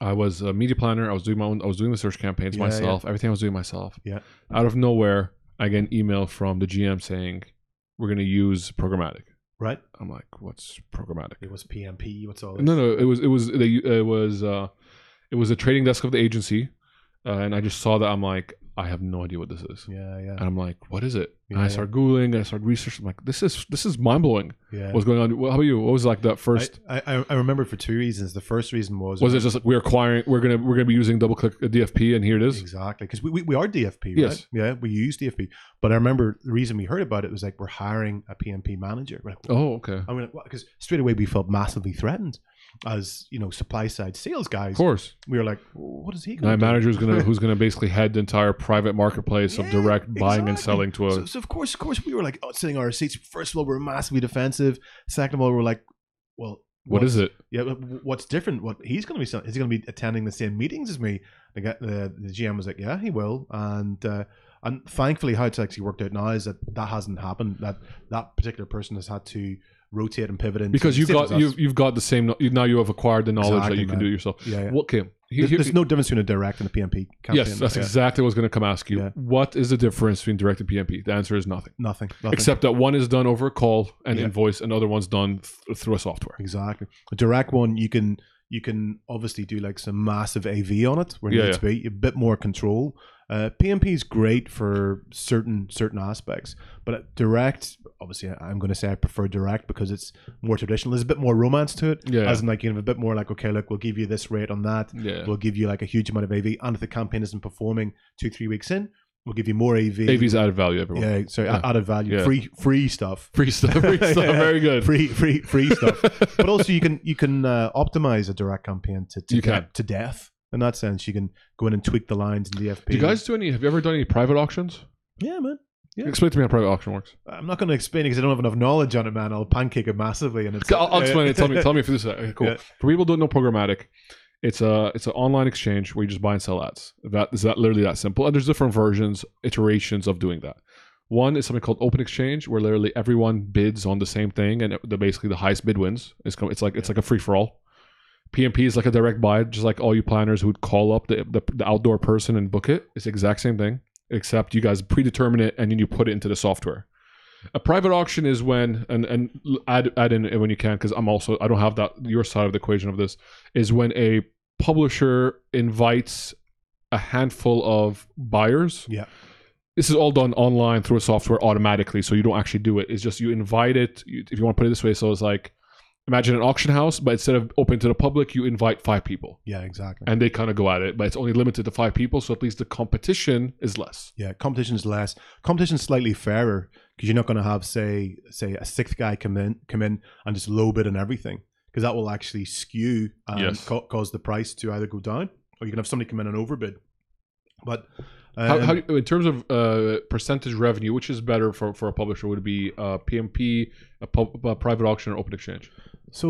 A: I was a media planner. I was doing my own. I was doing the search campaigns
B: Yeah, yeah.
A: myself. Everything I was doing myself.
B: Yeah.
A: Out of nowhere, I get an email from the GM saying, "We're going to use programmatic."
B: right.
A: I'm like, "What's programmatic?"
B: It was PMP. What's all? This?
A: No, no. It was it was they, it was uh, it was a trading desk of the agency, uh, and I just saw that. I'm like, I have no idea what this is,
B: Yeah, yeah.
A: and I'm like, what is it? And I started googling. I started researching. I'm like, this is this is mind blowing.
B: Yeah.
A: What's going on? Well, How about you? What was like that
B: I,
A: first?
B: I, I- I remember for two reasons. The first reason was
A: was it just like we're acquiring? We're gonna we're gonna be using uh, double click DFP, and here it is.
B: uh, Exactly, because we, we, we are DFP, right?
A: Yes.
B: Yeah, we use DFP. But I remember the reason we heard about it was like we're hiring a PMP manager. We're like,
A: Oh, okay.
B: I mean, because straight away we felt massively threatened as you know supply side sales
A: Of
B: guys.
A: course.
B: We were like, what is he
A: My
B: going to do?
A: manager is gonna who's gonna basically head the entire private marketplace of
B: Yeah,
A: direct buying and
B: exactly.
A: selling to a.
B: So, so of course, of course, we were like sitting on our seats. First of all, we're massively defensive. Second of all, we're like, well,
A: what is it?
B: Yeah, but w- what's different? What he's going to be? sell- Is he going to be attending the same meetings as me? The guy, the, the GM was like, yeah, he will, and uh, and thankfully, how it's actually worked out now is that that hasn't happened. That that particular person has had to rotate and pivot into
A: Because you
B: same
A: got
B: as us.
A: you've, you've got the same. kno- You, now you have acquired the knowledge that
B: Exactly,
A: you can
B: man.
A: do it yourself.
B: yeah, yeah.
A: What Kim? He-
B: There's,
A: he-
B: there's no difference between a direct and a PMP campaign.
A: yes, that's
B: Yeah.
A: exactly what I was going to come ask you.
B: Yeah.
A: What is the difference between direct and PMP? The answer is nothing,
B: nothing, nothing.
A: except that one is done over a call and
B: Yeah.
A: invoice, and the other one's done th- through a software.
B: Exactly. A direct one, you can you can obviously do like some massive AV on it where it
A: Yeah,
B: needs to be a bit more control. Uh, PMP is great for certain certain aspects, but direct, obviously, I- I'm going to say I prefer direct because it's more traditional. There's a bit more romance to it,
A: Yeah.
B: as in like you have a bit more like, okay, look, we'll give you this rate on that,
A: Yeah.
B: we'll give you like a huge amount of AV, and if the campaign isn't performing two three weeks in, we'll give you more AV.
A: AV's added value, everyone.
B: yeah, sorry,
A: Yeah.
B: added value,
A: Yeah.
B: free free stuff,
A: Free stuff. Free stuff.
B: Yeah.
A: Very good.
B: free free free stuff but also you can you can uh, optimize a direct campaign to to,
A: You
B: get-
A: can.
B: to death. In that sense, you can go in and tweak the lines in DFP.
A: do you guys do any? Have you ever done any private auctions?
B: Yeah, man. Yeah.
A: Explain to me how private auction works.
B: I'm not going to explain it because I don't have enough knowledge on it, man. I'll pancake it massively, and it's.
A: I'll, I'll explain it. Tell me. Tell me if this is okay, cool.
B: Yeah.
A: For people who don't know programmatic, it's a it's an online exchange where you just buy and sell ads. That is that literally that simple. And there's different versions, iterations of doing that. One is something called open exchange, where literally everyone bids on the same thing, and it- the, basically the highest bid wins. It's com- it's like it's like a free for all. PMP is like a direct buy, just like all you planners who'd call up the, the, the outdoor person and book it. It's the exact same thing, except you guys predetermine it and then you put it into the software. A private auction is when and and l- add add in when you can because I'm also I don't have that your side of the equation of this is when a publisher invites a handful of buyers.
B: Yeah.
A: This is all done online through a software automatically, so you don't actually do it. It's just you invite it. You, if you want to put it this way, so it's like imagine an auction house, but instead of open to the public, you invite five people,
B: Yeah, exactly.
A: and they kind of go at it. But it's only limited to five people, so at least the competition is less.
B: Yeah, competition's less. Competition's slightly fairer because you're not going to have say say a sixth guy come in come in and just low bid on everything because that will actually skew and
A: Yes.
B: ca- cause the price to either go down or you can have somebody come in and overbid. But
A: How,
B: um,
A: how, in terms of uh, percentage revenue, which is better for, for a publisher, would it be uh, PMP, a, pub, a private auction, or open exchange?
B: So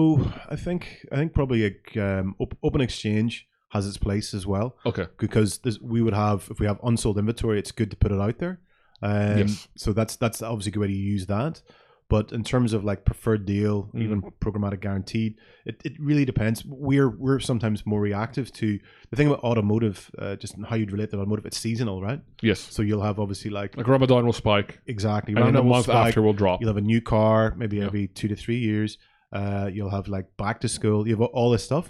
B: I think I think probably like, um, op- open exchange has its place as well
A: Okay,
B: because there's, we would have if we have unsold inventory, it's good to put it out there. Um,
A: Yes.
B: So that's that's obviously a good way to use that. But in terms of like preferred deal,
A: Mm-hmm.
B: even programmatic guaranteed, it, it really depends. We're we're sometimes more reactive to the thing about automotive, uh, just how you'd relate to automotive. It's seasonal, right?
A: yes.
B: So you'll have obviously like,
A: Like Ramadan will spike,
B: exactly.
A: and then the
B: Ramadan will
A: month
B: spike,
A: after will drop.
B: You'll have a new car, maybe
A: Yeah.
B: every two to three years. Uh, you'll have like back to school. You have all this stuff,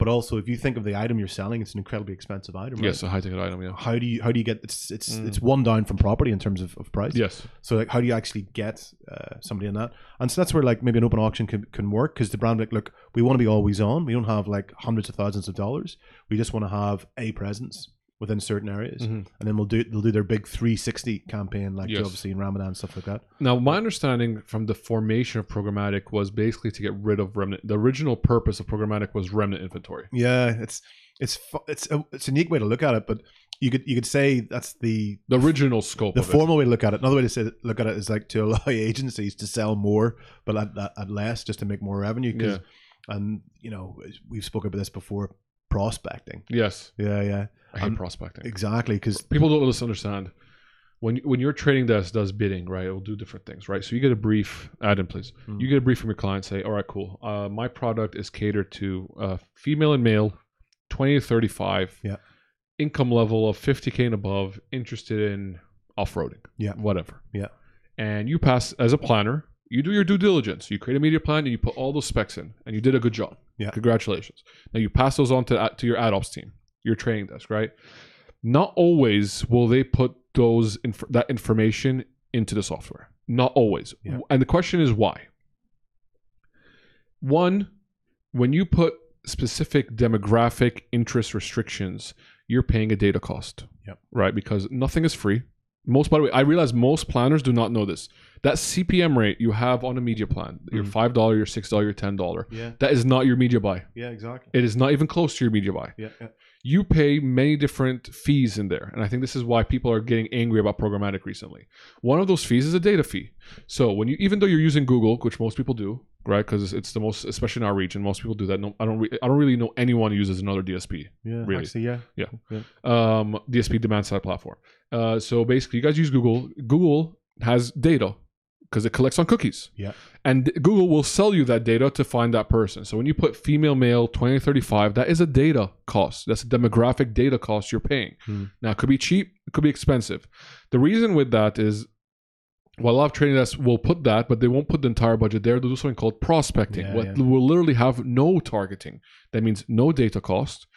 B: but also if you think of the item you're selling, it's an incredibly expensive item. Right?
A: Yes, a high ticket item. Yeah.
B: How do you how do you get it's it's
A: Mm.
B: it's one down from property in terms of, of price.
A: Yes.
B: So like, how do you actually get uh, somebody in that? And so that's where like maybe an open auction can, can work because the brand like look, we want to be always on. We don't have like hundreds of thousands of dollars. We just want to have a presence within certain areas,
A: Mhm.
B: and then we'll do they'll do their big 360 campaign like
A: Yes.
B: obviously in Ramadan and stuff like that.
A: Now, my understanding from the formation of programmatic was basically to get rid of remnant. The original purpose of programmatic was remnant inventory.
B: Yeah, it's it's fu- it's a, it's a unique way to look at it, but you could you could say that's the
A: The original scope
B: the
A: of
B: formal way to look at it. Another way to say look at it is like to allow agencies to sell more, but at, at, at less, just to make more revenue. 'cause- And you know we've spoken about this before. Prospecting.
A: it. Yes,
B: Yeah, yeah,
A: I hate
B: Um,
A: prospecting.
B: exactly. Because
A: people don't just understand when when your trading desk does bidding, right? It will do different things, right? So you get a brief ad in place.
B: Mm.
A: You get a brief from your client, say, "All right, cool. Uh, my product is catered to uh, female and male, twenty to thirty-five,
B: Yeah.
A: income level of fifty k and above, interested in off-roading,
B: Yeah.
A: whatever,
B: Yeah.
A: And you pass as a planner. You do your due diligence. You create a media plan and you put all those specs in, and you did a good job.
B: Yeah.
A: Congratulations. Now you pass those on to to your ad ops team, your trading desk, right? not always will they put those inf- that information into the software. Not always.
B: Yeah.
A: And the question is why? One, when you put specific demographic interest restrictions, you're paying a data cost.
B: Yep.
A: Right? Because nothing is free. Most, by the way, I realize most planners do not know this. That CPM rate you have on a media plan, your
B: Mhm.
A: $5, your $6, your $10,
B: Yeah,
A: that is not your media buy.
B: yeah, exactly.
A: It is not even close to your media buy
B: Yeah, yeah.
A: you pay many different fees in there. And I think this is why people are getting angry about programmatic recently. One of those fees is a data fee. So when you, even though you're using Google, which most people do, right? Because it's the most, especially in our region, most people do that. No, I don't, re- I don't really know anyone who uses another DSP,
B: yeah
A: Really.
B: Actually, yeah.
A: um, DSP demand side platform. Uh, so basically, you guys use Google. Google has data because it collects on cookies.
B: Yeah.
A: And Google will sell you that data to find that person. So when you put female male 2035, that is a data cost. That's a demographic data cost you're paying.
B: Hmm.
A: Now, it could be cheap, it could be expensive. The reason with that is well, a lot of trading desks will put that, but they won't put the entire budget there. They'll do something called prospecting,
B: Yeah,
A: what
B: yeah.
A: will literally have no targeting. That means no data cost.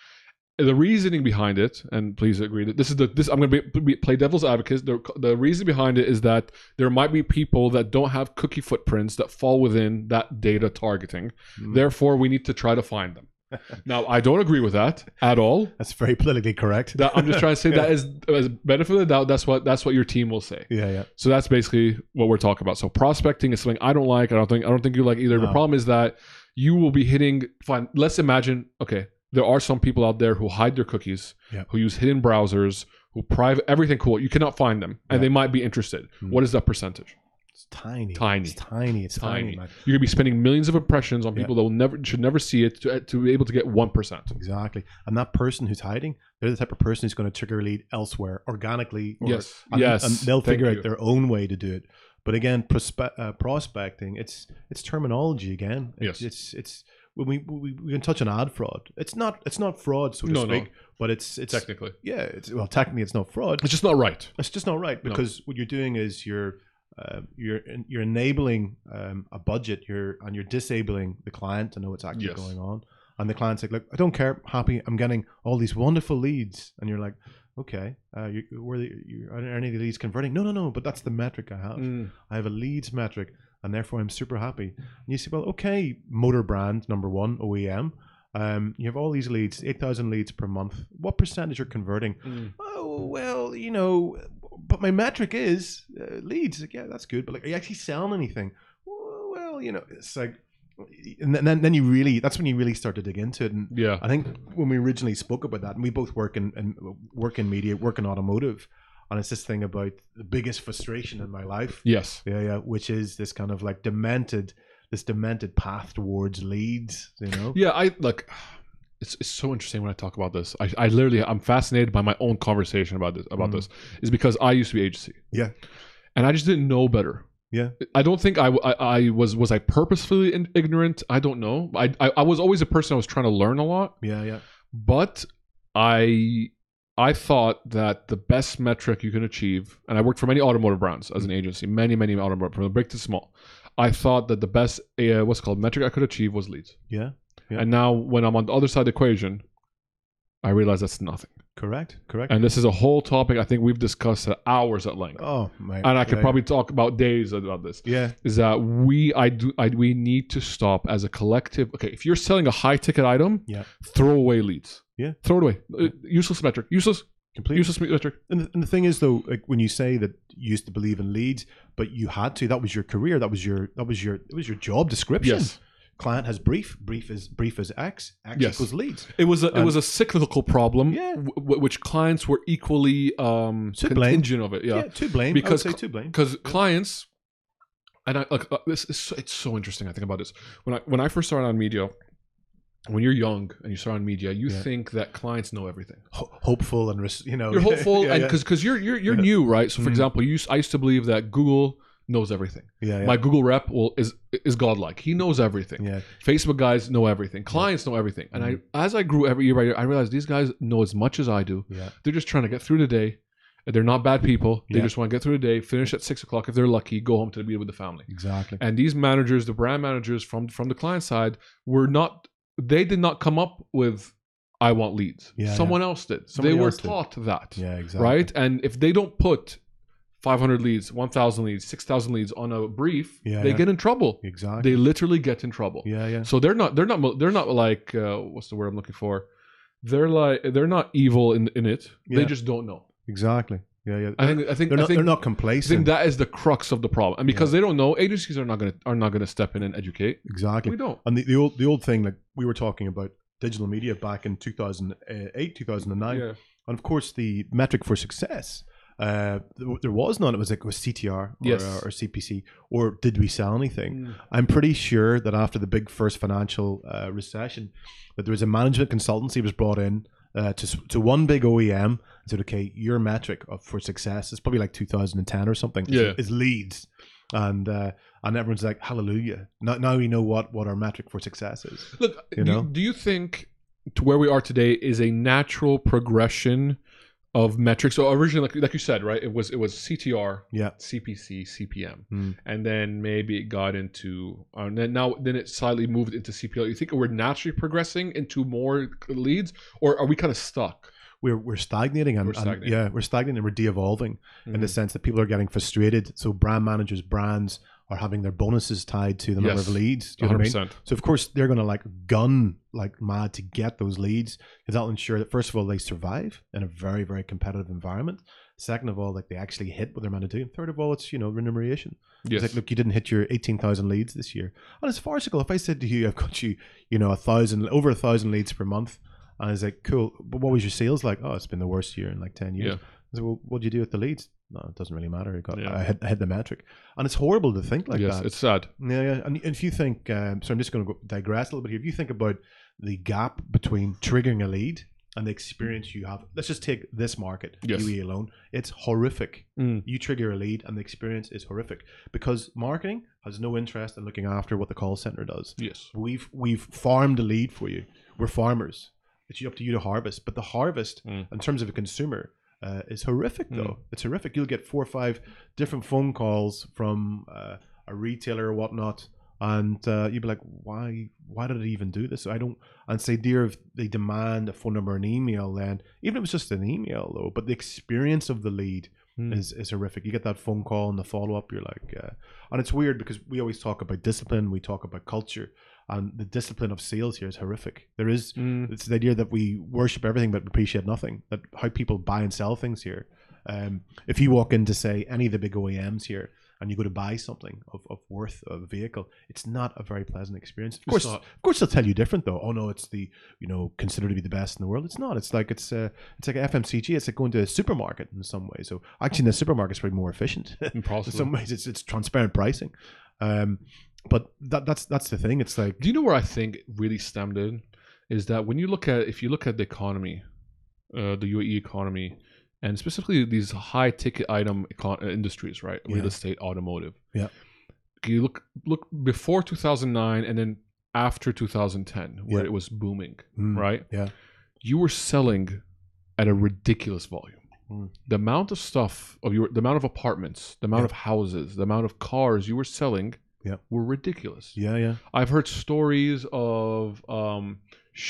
A: The reasoning behind it, and please agree that this is the this I'm going to be, be- play devil's advocate. The, the reason behind it is that there might be people that don't have cookie footprints that fall within that data targeting.
B: Mm.
A: Therefore, we need to try to find them. now, I don't agree with that at all.
B: That's very politically correct.
A: That, I'm just trying to say that is as benefit of the doubt. That's what that's what your team will say.
B: yeah, yeah.
A: So that's basically what we're talking about. So prospecting is something I don't like. I don't think I don't think you like either. The
B: No.
A: problem is that you will be hitting. Fine. Let's imagine. Okay, there are some people out there who hide their cookies,
B: Yeah.
A: who use hidden browsers, who private everything. Cool. You cannot find them, and
B: Yeah.
A: they might be interested.
B: Hmm.
A: What is that percentage?
B: It's tiny.
A: Tiny.
B: It's tiny. It's tiny.
A: Tiny.
B: man.
A: You're gonna be spending millions of impressions on
B: Yeah.
A: people that will never should never see it to, uh, to be able to get one percent.
B: Exactly. And that person who's hiding, they're the type of person who's going to trigger a lead elsewhere organically. Or,
A: Yes.
B: And,
A: Yes.
B: And they'll
A: Thank
B: figure
A: you.
B: out their own way to do it. But again, prospe- uh, prospecting, it's it's terminology again.
A: Yes.
B: It's, It's it's when we, we we can touch on ad fraud. It's not it's not fraud so to
A: No, no.
B: speak, but it's it's
A: Technically,
B: yeah. It's, well, technically, it's not fraud.
A: it's just not right.
B: It's just not right
A: No.
B: because what you're doing is you're uh, you're you're enabling um, a budget. You're and you're disabling the client to know what's actually
A: Yes.
B: going on. And the client's like, look, I don't care. happy. I'm getting all these wonderful leads, and you're like, okay, uh, you, were the, you, are any of the leads converting? No, no, no. But that's the metric I have.
A: Mm.
B: I have a leads metric, and therefore I'm super happy. And you say, well, okay, motor brand number one OEM. Um, you have all these leads, eight thousand leads per month. What percentage are converting?
A: mm.
B: oh well you know but my metric is uh, leads like, yeah that's good but like are you actually selling anything well you know it's like and then- then then you really that's when you really start to dig into it and
A: Yeah.
B: i think when we originally spoke about that and we both work in, in work in media work in automotive and it's this thing about the biggest frustration in my life
A: Yes.
B: yeah yeah which is this kind of like demented this demented path towards leads you know
A: Yeah, I look. It's, it's so interesting when I talk about this. I, I literally I'm fascinated by my own conversation about this about
B: Mm.
A: this is because I used to be agency.
B: Yeah.
A: and I just didn't know better.
B: Yeah.
A: I don't think I I, I was was I purposefully in, ignorant. I don't know. I, I I was always a person I was trying to learn a lot,
B: yeah yeah
A: but I I thought that the best metric you can achieve, and I worked for many automotive brands as an agency, many many automotive from the big to small. I thought that the best uh, what's called metric I could achieve was leads.
B: yeah Yeah.
A: And now when I'm on the other side of the equation, I realize that's nothing.
B: correct correct
A: And this is a whole topic I think we've discussed at hours at length.
B: oh my
A: And I could
B: yeah, yeah.
A: probably talk about days about this.
B: yeah
A: Is that we I do I, we need to stop as a collective. Okay, if you're selling a high ticket item,
B: Yeah.
A: throw away leads.
B: Yeah.
A: throw it away. Uh, useless metric. Useless.
B: completely
A: Useless metric.
B: And the, and the thing is, though, like when you say that you used to believe in leads, but you had to, that was your career, that was your, that was your, it was your job description.
A: Yes,
B: Client has brief, brief is brief as X, X
A: Yes.
B: equals leads.
A: it was a, it
B: And-
A: was a cyclical problem.
B: Uh, Yeah.
A: w- w- which clients were equally um,
B: To blame.
A: contingent of it.
B: Yeah,
A: Yeah,
B: to blame.
A: Because
B: Because I
A: cl-
B: would say to blame.
A: because clients and I like uh, this is so, it's so interesting. I think about this when I when I first started on media. When you're young and you start on media, you
B: Yeah.
A: think that clients know everything.
B: Ho- hopeful and res- you know
A: You're hopeful,
B: yeah,
A: and
B: yeah.
A: because you're you're you're
B: Yeah.
A: new, right? So, for
B: Mhm.
A: example, you used, I used to believe that Google knows everything.
B: yeah, yeah,
A: My Google rep will is is godlike. He knows everything.
B: yeah, Mm-hmm.
A: Facebook guys know everything. Clients know everything. And I as I grew every year by year, I realized these guys know as much as I do.
B: yeah,
A: They're just trying to get through the day. They're not bad people. They
B: Yeah.
A: just want to get through the day, finish at six o'clock if they're lucky, go home to be with the family.
B: exactly.
A: And these managers, the brand managers from from the client side, were not. They did not come up with "I want leads."
B: Yeah,
A: Someone else did.
B: Somebody
A: they were
B: else did.
A: taught that,
B: Yeah, exactly.
A: right? And if they don't put 500 leads, 1,000 leads, 6,000 leads on a brief,
B: Yeah,
A: they
B: yeah.
A: get in trouble.
B: Exactly.
A: They literally get in trouble.
B: yeah, yeah.
A: So they're not they're not mo- they're not like uh, what's the word I'm looking for? They're like they're not evil in in it. They
B: Yeah.
A: just don't know.
B: Exactly. Yeah, yeah.
A: I think I think
B: they're
A: I
B: not
A: think,
B: they're not
A: I think
B: complacent.
A: that is the crux of the problem. And because they don't know, agencies are not going to are not going to step in and educate.
B: exactly.
A: We don't.
B: And the, the old the old thing like we were talking about digital media back in eh, 2008, 2009.
A: Yeah.
B: And of course, the metric for success, uh, th- there was none. It was like it was CTR or, uh,
A: Yes.
B: or, CPC or did we sell anything?
A: Mm.
B: I'm pretty sure that after the big first financial uh, recession, that there was a management consultancy was brought in uh, to s- to one big OEM and said, "Okay, your metric of, for success is probably like 2010 or something. is-
A: Yeah.
B: is, leads." And uh, and everyone's like, "Hallelujah! Now, now we know what what our metric for success is."
A: Look,
B: You
A: do,
B: know?
A: do you think to where we are today is a natural progression of metrics? So originally, like, like you said, right? It was it was CTR,
B: Yeah.
A: CPC, CPM,
B: Mm.
A: and then maybe it got into uh, and then now then it slightly moved into CPL. You think we're naturally progressing into more leads, or are we kind of stuck?
B: We're we're stagnating and,
A: We're
B: and-
A: stagnating.
B: yeah, we're stagnating and we're de-evolving.
A: Mm.
B: in the sense that people are getting frustrated. So brand managers, brands are having their bonuses tied to the number
A: Yes.
B: of leads. Do you know
A: Mm-hmm. hundred
B: what I mean?
A: percent.
B: So of course they're going to like gun like mad to get those leads because that'll ensure that first of all they survive in a very very competitive environment. Second of all, like they actually hit what they're meant to do. And third of all, it's you know remuneration.
A: Yes.
B: It's like, look, you didn't hit your eighteen thousand leads this year, and it's farcical. If I said to you, I've got you, you know, a thousand over a thousand leads per month, and I was like, cool, but what was your sales like? Oh, it's been the worst year in like ten years.
A: Yeah.
B: I said, well, what do you do with the leads? No, it doesn't really matter. I got,
A: Yeah.
B: I, hit, I hit the metric, and it's horrible to think like
A: yes,
B: that.
A: it's sad.
B: Yeah, yeah. And if you think, um, so I'm just going to digress a little bit here. If you think about the gap between triggering a lead and the experience you have, let's just take this market,
A: Yes.
B: UE alone. It's horrific.
A: Mm.
B: You trigger a lead and the experience is horrific because marketing has no interest in looking after what the call center does.
A: Yes.
B: We've we've farmed a lead for you. We're farmers. It's up to you to harvest. But the harvest,
A: Mm.
B: in terms of a consumer, uh, is horrific. Though
A: Mm.
B: it's horrific. You'll get four or five different phone calls from uh, a retailer or whatnot, and uh, you'll be like, "Why? Why did I even do this? I don't." And say, "Dear, if they demand a phone number and email, then even if it was just an email, though, but the experience of the lead."
A: Mm.
B: is, is horrific. You get that phone call and the follow up. You're like, uh, and it's weird because we always talk about discipline, we talk about culture, and the discipline of sales here is horrific. There is
A: Mm.
B: it's the idea that we worship everything but appreciate nothing. That how people buy and sell things here. Um, if you walk into say any of the big OEMs here and you go to buy something of, of worth of a vehicle, it's not a very pleasant experience. Of course,
A: not.
B: of course, they'll tell you different though. Oh no, it's the you know considered to be the best in the world. It's not. It's like it's uh, it's like FMCG. It's like going to a supermarket in some way. So actually, in the supermarket's probably more efficient. in
A: Impossible.
B: some ways, it's it's transparent pricing. Um, but that that's that's the thing. It's like
A: Do you know where I think it really stemmed in? Is that when you look at if you look at the economy, uh, the UAE economy, and specifically these high ticket item econ- uh, industries, right? Real
B: Yeah.
A: estate, automotive.
B: Yeah.
A: You look look before 2009 and then after 2010, where
B: Yeah.
A: it was booming,
B: mm,
A: right?
B: yeah.
A: You were selling at a ridiculous volume.
B: Mm.
A: The amount of stuff of your the amount of apartments, the amount
B: Yeah.
A: of houses, the amount of cars you were selling
B: Yeah.
A: were ridiculous.
B: Yeah, yeah,
A: I've heard stories of um,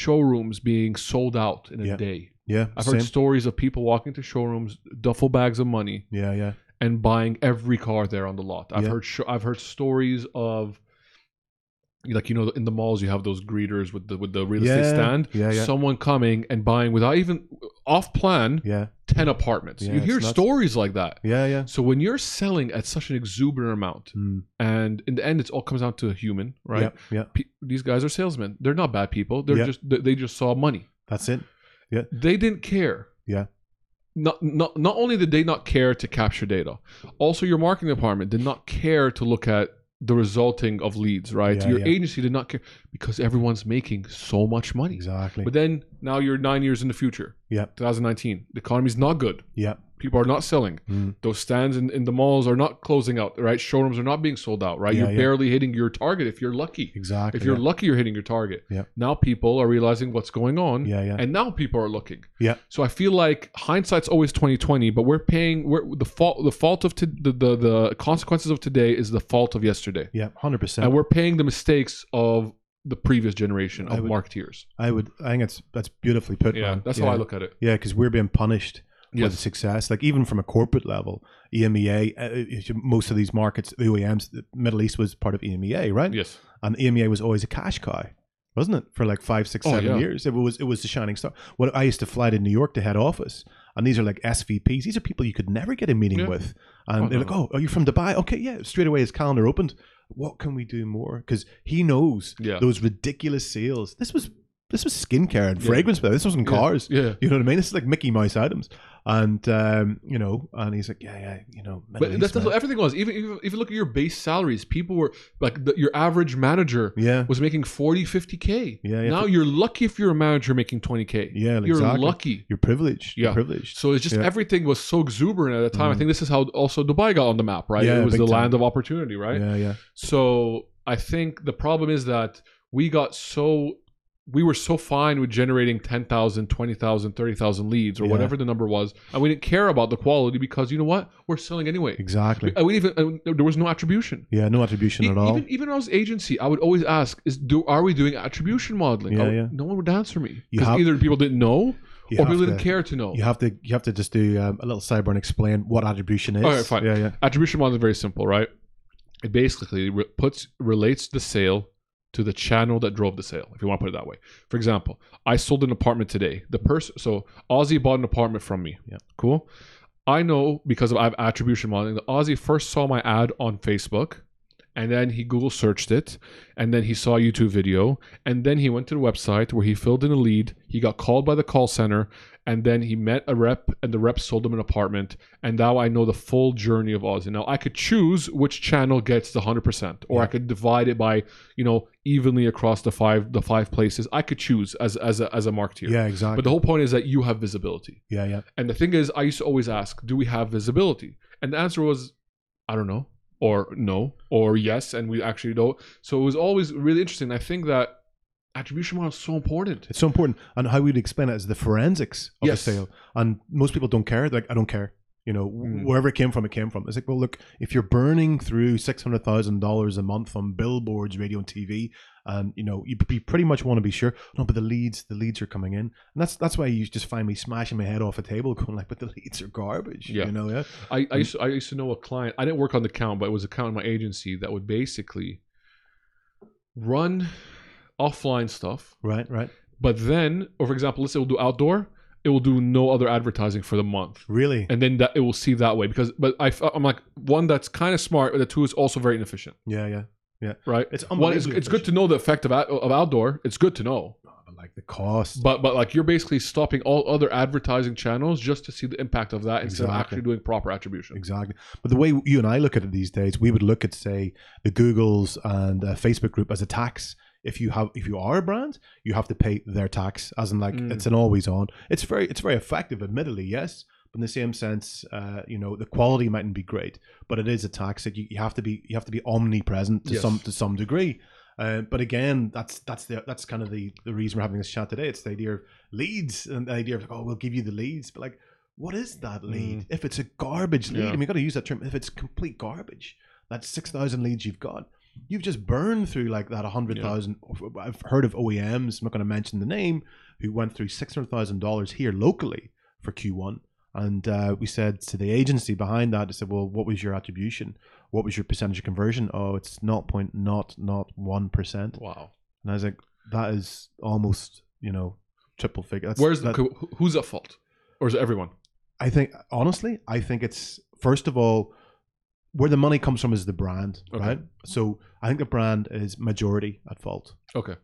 A: showrooms being sold out in a
B: Yeah.
A: day.
B: yeah.
A: I've
B: same.
A: heard stories of people walking to showrooms, duffel bags of money,
B: Yeah, yeah,
A: and buying every car there on the lot. I've
B: Yeah.
A: heard sho I've heard stories of like you know in the malls you have those greeters with the with the real estate
B: Yeah,
A: stand.
B: yeah, yeah.
A: Someone coming and buying without even off plan
B: yeah,
A: ten apartments.
B: Yeah,
A: you
B: it's
A: hear
B: nuts.
A: stories like that.
B: yeah, yeah.
A: So when you're selling at such an exuberant amount,
B: Mm,
A: and in the end, it all comes down to a human, right?
B: Yeah, yeah.
A: pe- these guys are salesmen. They're not bad people. They're
B: Yeah.
A: just they- they just saw money.
B: That's it.
A: They didn't care.
B: Yeah.
A: Not not not only did they not care to capture data, also your marketing department did not care to look at the resulting of leads. Right.
B: Yeah,
A: your
B: yeah.
A: agency did not care because everyone's making so much money.
B: Exactly.
A: But then now you're nine years in the future.
B: Yeah.
A: 2019. The economy's not good.
B: yeah.
A: People are not selling.
B: Mm.
A: Those stands in, in the malls are not closing out, right? Showrooms are not being sold out, right?
B: Yeah,
A: you're
B: yeah.
A: barely hitting your target if you're lucky.
B: Exactly.
A: If you're
B: yeah.
A: lucky, you're hitting your target.
B: Yeah.
A: Now people are realizing what's going on,
B: yeah, yeah,
A: and now people are looking.
B: Yeah.
A: So I feel like hindsight's always twenty twenty, but we're paying. We're the fault. The fault of to, the, the the consequences of today is the fault of yesterday,
B: yeah, hundred
A: and
B: percent.
A: we're paying the mistakes of the previous generation
B: I
A: of
B: would-
A: marketeers.
B: I would. I think it's that's beautifully put.
A: Yeah,
B: man.
A: that's
B: yeah.
A: how I look at it.
B: Yeah, because we're being punished with success. Like even from a corporate level, EMEA, uh, if you- most of these markets, the OEMs, the Middle East was part of E EMEA, right?
A: Yes.
B: and EMEA was always a cash cow, wasn't it? For like five, six,
A: Oh,
B: seven
A: yeah.
B: years, it was it was the shining star. What I used to fly to New York to head office, and these are like SVPs. These are people you could never get a meeting
A: Yeah.
B: with, and
A: Oh,
B: they're
A: no.
B: like, "Oh, are you from Dubai? Okay, yeah." Straight away, his calendar opened. What can we do more? Because he knows
A: Yeah.
B: those ridiculous sales. This was this was skincare and
A: Yeah.
B: fragrance, but this wasn't
A: Yeah.
B: cars.
A: Yeah.
B: You know what I mean? This is like Mickey Mouse items, and um, you know, and he's like, "Yeah, yeah, you know." Middle
A: But
B: East,
A: that's, that's
B: man."
A: what everything was. Even, even if you look at your base salaries, people were like the, your average manager
B: yeah,
A: was making 40, 50K.
B: Yeah, yeah.
A: Now you're lucky if you're a manager making 20K.
B: Yeah,
A: You're
B: exactly.
A: lucky.
B: you're privileged.
A: Yeah.
B: You're privileged.
A: So it's just
B: Yeah. Mm-hmm.
A: everything was so exuberant at the time. I think this is how also Dubai got on the map, right?
B: Yeah,
A: it was the
B: big time.
A: land of opportunity, right?
B: Yeah, yeah.
A: So I think the problem is that we got so we were so fine with generating 10,000, 20,000, 30,000 leads or
B: Yeah.
A: whatever the number was, and we didn't care about the quality because you know what? We're selling anyway.
B: Exactly.
A: I would even and there was no attribution.
B: Yeah, no attribution
A: uh, E-
B: at all.
A: Even even when I was agency, I would always ask: Is do are we doing attribution modeling?
B: Yeah,
A: I would-
B: yeah.
A: No one would answer me
B: You
A: because
B: have-
A: either people didn't know
B: You
A: or
B: have
A: people didn't
B: to-
A: care to know.
B: You have to you have to just do um, a little sidebar and explain what attribution is.
A: All right, fine.
B: Yeah, yeah.
A: Attribution model is very simple, right? It basically re- puts relates the sale to the channel that drove the sale, if you want to put it that way. For example, I sold an apartment today. The person, so Aussie bought an apartment from me.
B: Yeah.
A: Cool. I know because of, I have attribution modeling. that Aussie first saw my ad on Facebook, and then he Google searched it, and then he saw a YouTube video, and then he went to the website where he filled in a lead. He got called by the call center, and then he met a rep, and the rep sold him an apartment. And now I know the full journey of Aussie. Now I could choose which channel gets the hundred percent, or I
B: Yeah.
A: could divide it by you know evenly across the five the five places. I could choose as as a, as a marketeer.
B: Yeah,
A: But
B: exactly.
A: the whole point is that you have visibility.
B: yeah, yeah.
A: And the thing is, I used to always ask, do we have visibility? And the answer was, I don't know, or no, or yes, and we actually don't. So it was always really interesting. I think that attribution model is so important.
B: It's so important. And how we'd explain it is the forensics of
A: Yes.
B: a sale. And most people don't care. They're like, I don't care. You know, wh-
A: Mm.
B: wherever it came from, it came from. It's like, well, look, if you're burning through six hundred thousand dollars a month on billboards, radio, and TV, and you know, you, p- you pretty much want to be sure. No, but the leads, the leads are coming in, and that's that's why you just find me smashing my head off a table, going like, but the leads are garbage.
A: Yeah.
B: You know, yeah.
A: I, I used to, I used to know a client. I didn't work on the account, but it was a account in my agency that would basically run offline stuff.
B: Right, right.
A: But then, or for example, let's say we'll do outdoor. It will do no other advertising for the month.
B: Really.
A: And then that it will see that way because, but I, I'm like one that's kind of smart, but the two is also very inefficient,
B: Yeah, yeah.
A: right?
B: It's
A: Well, it's, it's good to know the effect of, out, of outdoor. It's good to know,
B: but like the cost.
A: but but like you're basically stopping all other advertising channels just to see the impact of that instead of
B: Exactly.
A: actually doing proper attribution.
B: Exactly. But the way you and I look at it these days, we would look at say the Google's and uh, Facebook group as a tax. If you have, if you are a brand, you have to pay their tax. As in, like
A: Mm.
B: it's an always on. It's very, it's very effective. Admittedly, yes. But in the same sense, uh, you know, the quality mightn't be great, but it is a tax that you, you have to be, you have to be omnipresent to
A: Yes.
B: some to some degree. Uh, but again, that's that's the that's kind of the the reason we're having this chat today. It's the idea of leads and the idea of oh, we'll give you the leads, but like, what is that lead? If it's a garbage lead,
A: Yeah.
B: I mean, you got to use that term. If it's complete garbage, that's six thousand leads you've got. You've just burned through like that hundred thousand. I've heard of OEMs. I'm not going to mention the name who went through six hundred thousand dollars here locally for Q1. And uh, we said to the agency behind that, I said, well, what was your attribution? What was your percentage of conversion? Oh, it's 0.001%. And
A: Wow.
B: I was like, that is almost, you know, triple figure. That's,
A: Where's
B: that,
A: the, who's at fault, or is it everyone?
B: I think, honestly, I think it's, first of all, where the money comes from is the brand,
A: Okay.
B: right? So I think the brand is majority at fault.
A: Okay.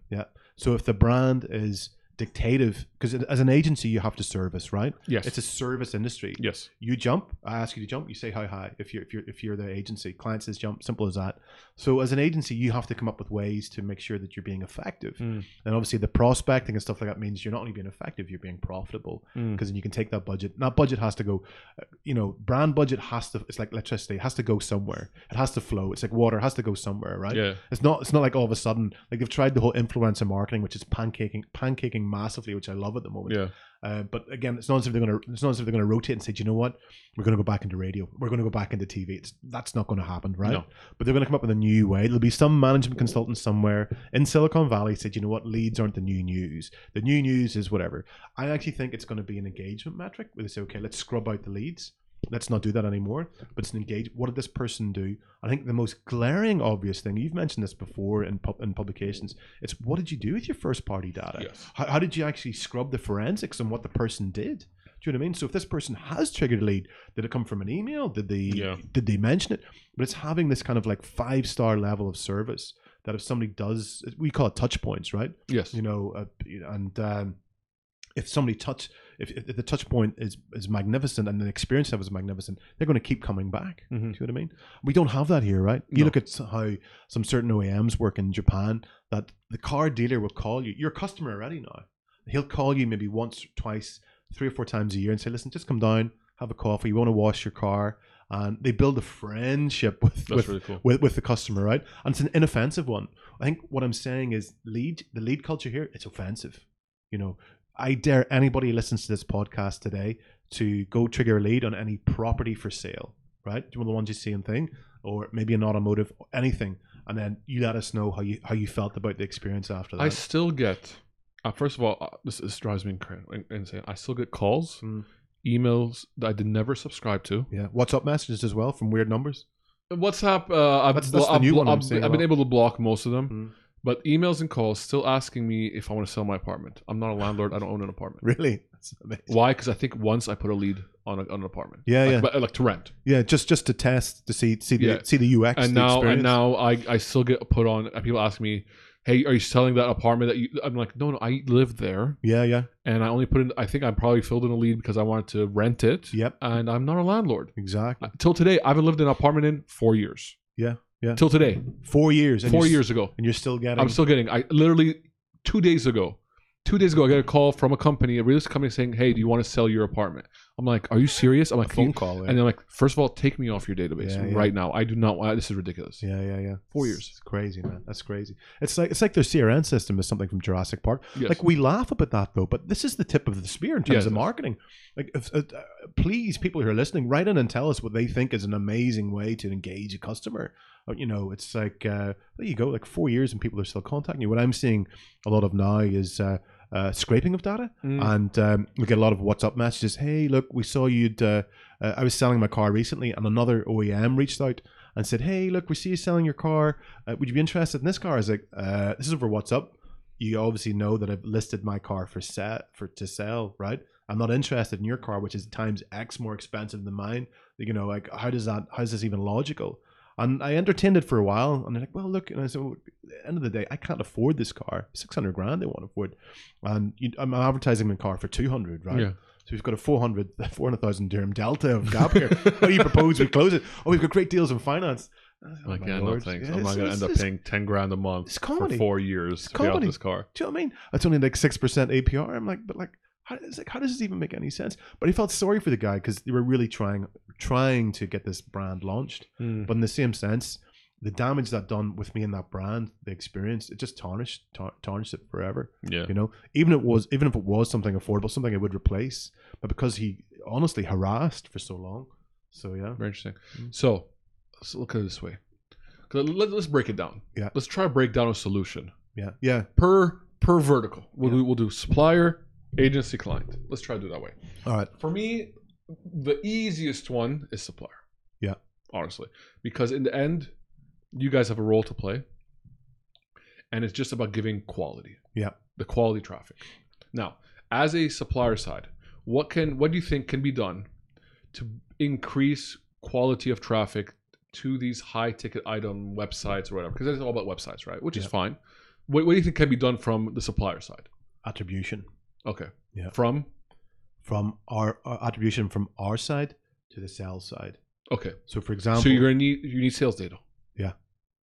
B: So if the brand is dictative, because as an agency, you have to service, right?
A: Yes.
B: It's a service industry.
A: yes.
B: you jump i ask you to jump you say how high if you're if you're if you're the agency client says jump simple as that so as an agency you have to come up with ways to make sure that you're being effective
A: Mm.
B: and obviously the prospecting and stuff like that means you're not only being effective you're being profitable because then you can take that budget and that budget has to go uh, you know brand budget has to it's like electricity it has to go somewhere it has to flow it's like water it has to go somewhere right
A: Yeah.
B: it's not it's not like all of a sudden like they've tried the whole influencer marketing which is pancaking pancaking growing massively, which I love at the moment.
A: Yeah.
B: Uh, but again, it's not as if they're going to. It's not as if they're going to rotate and say, Do you know what, we're going to go back into radio. We're going to go back into TV. It's, that's not going to happen, right?
A: No.
B: But they're going to come up with a new way. There'll be some management consultant somewhere in Silicon Valley said, You know what, leads aren't the new news. The new news is whatever. I actually think it's going to be an engagement metric where they say, Okay, let's scrub out the leads. Let's not do that anymore. But it's an engage. What did this person do? I think the most glaring, obvious thing you've mentioned this before in pub- in publications. It's what did you do with your first party data?
A: Yes.
B: How, how did you actually scrub the forensics on what the person did? Do you know what I mean? So if this person has triggered a lead, did it come from an email? Did they
A: Yeah.
B: did they mention it? But it's having this kind of like five star level of service that if somebody does, we call it touch points, right?
A: Yes.
B: You know, uh, you know, and um, if somebody touch, if, if the touch point is is magnificent and the experience of it is magnificent, they're going to keep coming back.
A: Mhm.
B: Do you know what I mean? We don't have that here, right? You
A: No.
B: look at how some certain OEMs work in Japan that the car dealer will call you. You're a customer already now. He'll call you maybe once, twice, three or four times a year and say, "Listen, just come down, have a coffee. You want to wash your car." And they build a friendship with
A: That's
B: with,
A: really cool.
B: with with the customer, right? And it's an inoffensive one. I think what I'm saying is lead the lead culture here. It's offensive. You know, I dare anybody who listens to this podcast today to go trigger a lead on any property for sale, right? One of the ones you see in thing, or maybe an automotive, anything, and then you let us know how you how you felt about the experience after that.
A: I still get. Uh, first of all, uh, this, this drives me incra- in- insane. I still get calls,
B: Mm.
A: emails that I did never subscribe to.
B: yeah, WhatsApp messages as well from weird numbers.
A: WhatsApp. Uh, I've,
B: That's- that's
A: blo-
B: the
A: I've,
B: new
A: blo-
B: one I'm
A: I've-
B: seeing a
A: I've been
B: lot.
A: able to block most of them,
B: Mm.
A: but emails and calls still asking me if I want to sell my apartment. I'm not a landlord. I don't own an apartment.
B: Really? That's amazing.
A: Why? Because I think once I put a lead on, a, on an apartment.
B: Yeah,
A: like,
B: yeah.
A: But, uh, like to rent.
B: Yeah, just just to test to see see the
A: Yeah.
B: see the UX
A: and
B: the
A: now
B: experience.
A: and now I, I still get put on. uh, People ask me, "Hey, are you selling that apartment that you?" I'm like, "No, no, I live there,
B: yeah, yeah,
A: and I only put in. I think I probably filled in a lead because I wanted to rent it.
B: yep,
A: and I'm not a landlord.
B: exactly.
A: Uh, Till today, I haven't lived in an apartment in four years.
B: Yeah, yeah.
A: Till today,
B: Four years, and
A: four
B: you're s-
A: years ago,
B: and you're still getting.
A: I'm still getting. I literally two days ago, two days ago, I got a call from a company, a real estate company, saying, "Hey, do you want to sell your apartment?" I'm like, "Are you serious?" I'm
B: a
A: like,
B: phone call. Yeah.
A: and they're like, first of all, take me off your database
B: Yeah, yeah.
A: right now. I do not. want This is ridiculous.
B: yeah, yeah, yeah.
A: Four years.
B: It's crazy, man. That's crazy. It's like it's like their CRN system is something from Jurassic Park.
A: Yes.
B: Like we laugh about that though, but this is the tip of the spear in terms
A: Yes,
B: of
A: yes.
B: marketing. Like, if, uh, uh, please, people who are listening, write in and tell us what they think is an amazing way to engage a customer. Uh, You know, it's like uh, there you go, like four years and people are still contacting you. What I'm seeing a lot of now is uh, uh, scraping of data.
A: Mm.
B: and um, we get a lot of WhatsApp messages. Hey, look, we saw you'd. Uh, uh, I was selling my car recently, and another OEM reached out and said, "Hey, look, we see you selling your car. Uh, would you be interested in this car?" I was like, uh, "This is over WhatsApp. You obviously know that I've listed my car for set for to sell, right? I'm not interested in your car, which is times X more expensive than mine. You know, like how does that? How is this even logical?" And I entertained it for a while, and they're like, "Well, look," and I said, well, at the end of the day, I can't afford this car. Six hundred grand, they won't afford, and you, I'm advertising my car for two hundred, right?
A: Yeah.
B: So we've got a 400 400,000 dirham delta of gap here. How do you propose we close it? Oh, we've got great deals in finance. Oh,
A: Like,
B: my
A: yeah, no
B: lord.
A: thanks.
B: Yeah,
A: I'm
B: it's-
A: not gonna end
B: it's-
A: up
B: it's-
A: paying ten grand a month
B: it's
A: for
B: comedy.
A: four years to pay off
B: comedy.
A: this car.
B: Do you know what I mean? That's only like 6% APR. I'm like, but like, how, it's like, how does this even make any sense? But I felt sorry for the guy because they were really trying, trying to get this brand launched. But in the same sense, the damage that done with me and that brand, the experience, it just tarnished, tar- tarnished it forever.
A: Yeah,
B: You know, even it was even if it was something affordable, something I would replace, but because he honestly harassed for so long, so yeah,
A: very interesting.
B: Mm.
A: So let's look at it this way. 'Cause Let, us break it down.
B: Yeah.
A: Let's try to break down a solution
B: yeah, yeah.
A: per per vertical. We'll,
B: Yeah.
A: do, we'll do supplier, agency, client. Let's try to do it that way.
B: All right,
A: For me, the easiest one is supplier.
B: Yeah.
A: Honestly, because in the end, you guys have a role to play, and it's just about giving quality.
B: Yeah.
A: The quality traffic. Now, as a supplier side, what can what do you think can be done to increase quality of traffic to these high ticket item websites or whatever? Because it's all about websites, right? Which is
B: Yeah.
A: fine. What, what do you think can be done from the supplier side?
B: attribution
A: Okay.
B: Yeah.
A: From
B: from our, our attribution from our side to the sales side.
A: okay.
B: So, for example,
A: So you're gonna need you need sales data.
B: Yeah.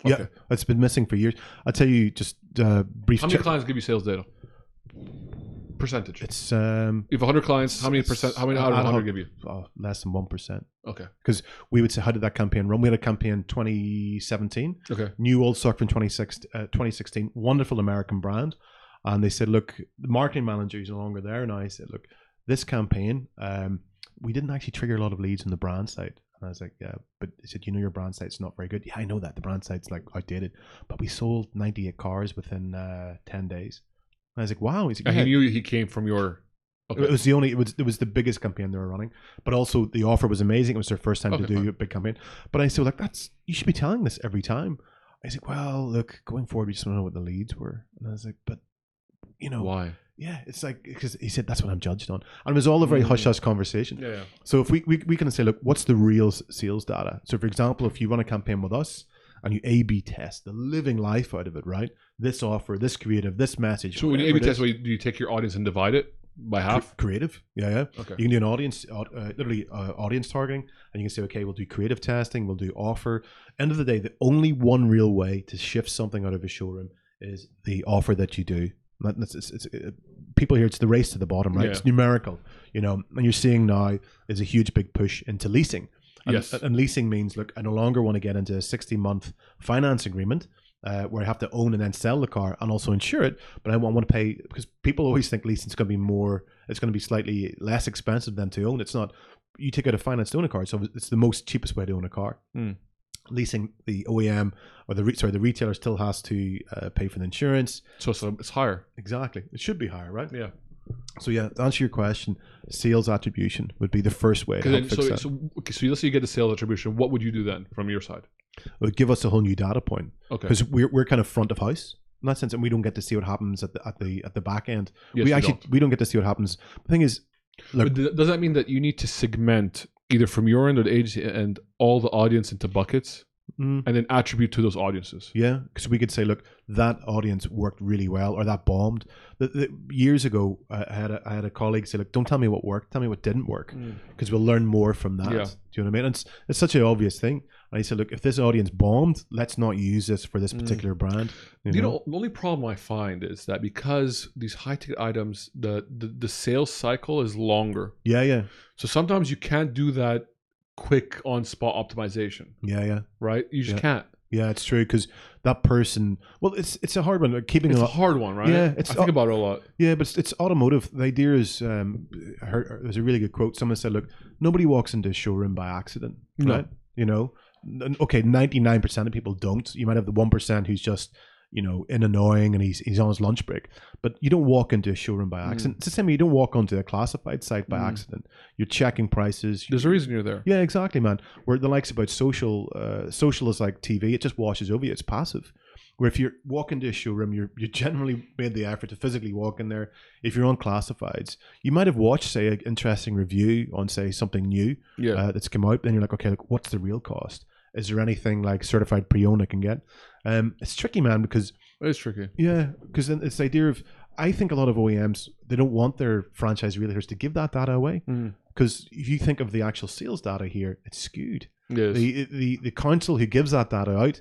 A: Okay.
B: yeah, it's been missing for years. I'll tell you just uh, brief.
A: How many
B: check-
A: clients give you sales data? Percentage. If
B: It's um
A: you have 100 clients, how many percent? How many out of
B: Ad hoc.
A: 100 give you?
B: oh, less than one percent.
A: Okay.
B: We would say, how did that campaign run? We had a campaign 2017.
A: Okay.
B: new old stock from 26, uh, 2016 wonderful american brand And they said, look, the marketing manager is no longer there now. He said, look, this campaign, um, we didn't actually trigger a lot of leads on the brand side. And I was like, yeah, but he said, you know, your brand site's not very good. Yeah, I know that. The brand site's like outdated, but we sold 98 cars within uh, 10 days. And I was like, wow. He's like,
A: And he
B: "Yeah."
A: knew he came from your.
B: It was the only. It was it was the biggest campaign they were running, but also the offer was amazing. It was their first time
A: Okay,
B: to do a big campaign. But I said, like, that's you should be telling this every time. I said, well, look, going forward, we just want to know what the leads were. And I was like, but you know,
A: Why?
B: yeah, it's like because he said that's what I'm judged on, and it was all a very
A: Mm.
B: hush hush conversation.
A: Yeah. yeah.
B: So if we, we we can say, look, what's the real s- sales data? So for example, if you run a campaign with us and you A/B test the living life out of it, right? This offer, this creative, this message.
A: So when you A/B
B: whatever it is.
A: test, what you- do you take your audience and divide it by
B: Cre-
A: half?
B: creative, yeah, yeah.
A: Okay.
B: You can do an audience, au- uh, literally uh, audience targeting, and you can say, okay, we'll do creative testing, we'll do offer. End of the day, the only one real way to shift something out of a showroom is the offer that you do. Not- It's, it's, it's, uh, people here, it's the race to the bottom, right?
A: Yeah.
B: It's numerical, you know. And you're seeing now is a huge big push into leasing. And,
A: Yes.
B: and leasing means look, I no longer want to get into a 60 month finance agreement. Uh, where I have to own and then sell the car and also insure it, but I want, want to pay because people always think leasing's going to be more, it's going to be slightly less expensive than to own. It's not. You take out a finance to own a car, so it's the most cheapest way to own a car.
A: Hmm.
B: Leasing the OEM or the re- sorry the retailer still has to uh, pay for the insurance.
A: So, so it's higher.
B: Exactly, it should be higher, right?
A: Yeah.
B: So yeah, to answer your question, sales attribution would be the first way to
A: Because
B: help
A: then,
B: fix
A: so,
B: that.
A: so, okay, so let's say you get the sales attribution. What would you do then from your side?
B: it would give us a whole new data point
A: Okay.
B: because we're, we're kind of front of house in that sense, and we don't get to see what happens at the at the at the back end.
A: Yes,
B: we
A: you
B: actually
A: don't.
B: we don't get to see what happens. The thing is, look,
A: But th- does that mean that you need to segment either from your end or the agency and all the audience into buckets
B: mm,
A: and then attribute to those audiences?
B: Yeah, because we could say, look, that audience worked really well, or that bombed. The, the, years ago, I I had a, I had a colleague say, look, don't tell me what worked, tell me what didn't work, because we'll learn more from that.
A: Yeah.
B: Do you know what I mean? And it's, it's such an obvious thing. And I said, look, if this audience bombed, let's not use this for this
A: Mm.
B: particular brand. You,
A: You
B: know?
A: know, the only problem I find is that because these high ticket items, the, the the sales cycle is longer.
B: Yeah, yeah,
A: So sometimes you can't do that quick on spot optimization,
B: yeah, yeah,
A: right? You just
B: Yeah.
A: can't.
B: yeah. It's true because that person. Well, it's it's a hard one. Like, keeping
A: It's
B: a
A: a
B: lot,
A: hard one, right?
B: Yeah, it's-
A: I think about it a lot.
B: Yeah, but it's, it's automotive. The idea is, um, I heard, there's a really good quote. Someone said, "Look, nobody walks into a showroom by accident,
A: No.
B: right? You know, N- okay, ninety nine percent of people don't. You might have the one percent who's just, you know, in annoying and he's he's on his lunch break. But you don't walk into a showroom by
A: Mm.
B: accident. It's the same way you don't walk onto a classified site by
A: Mm.
B: accident. You're checking prices.
A: There's a reason you're there.
B: yeah, exactly, man. Where the likes about social, uh, social is like TV; it just washes over you. It's passive. Where if you walk into a showroom, you're you generally made the effort to physically walk in there. If you're on classifieds, you might have watched, say, an interesting review on, say, something new
A: Yeah.
B: uh, that's come out. Then you're like, okay, look, what's the real cost? Is there anything like certified pre-owned I can get? Um, it's tricky, man, because
A: it's tricky.
B: yeah, because then it's the idea of I think a lot of OEMs they don't want their franchise realtors to give that data away
A: Mm.
B: because if you think of the actual sales data here, it's skewed.
A: Yes.
B: The, the the council who gives that data out,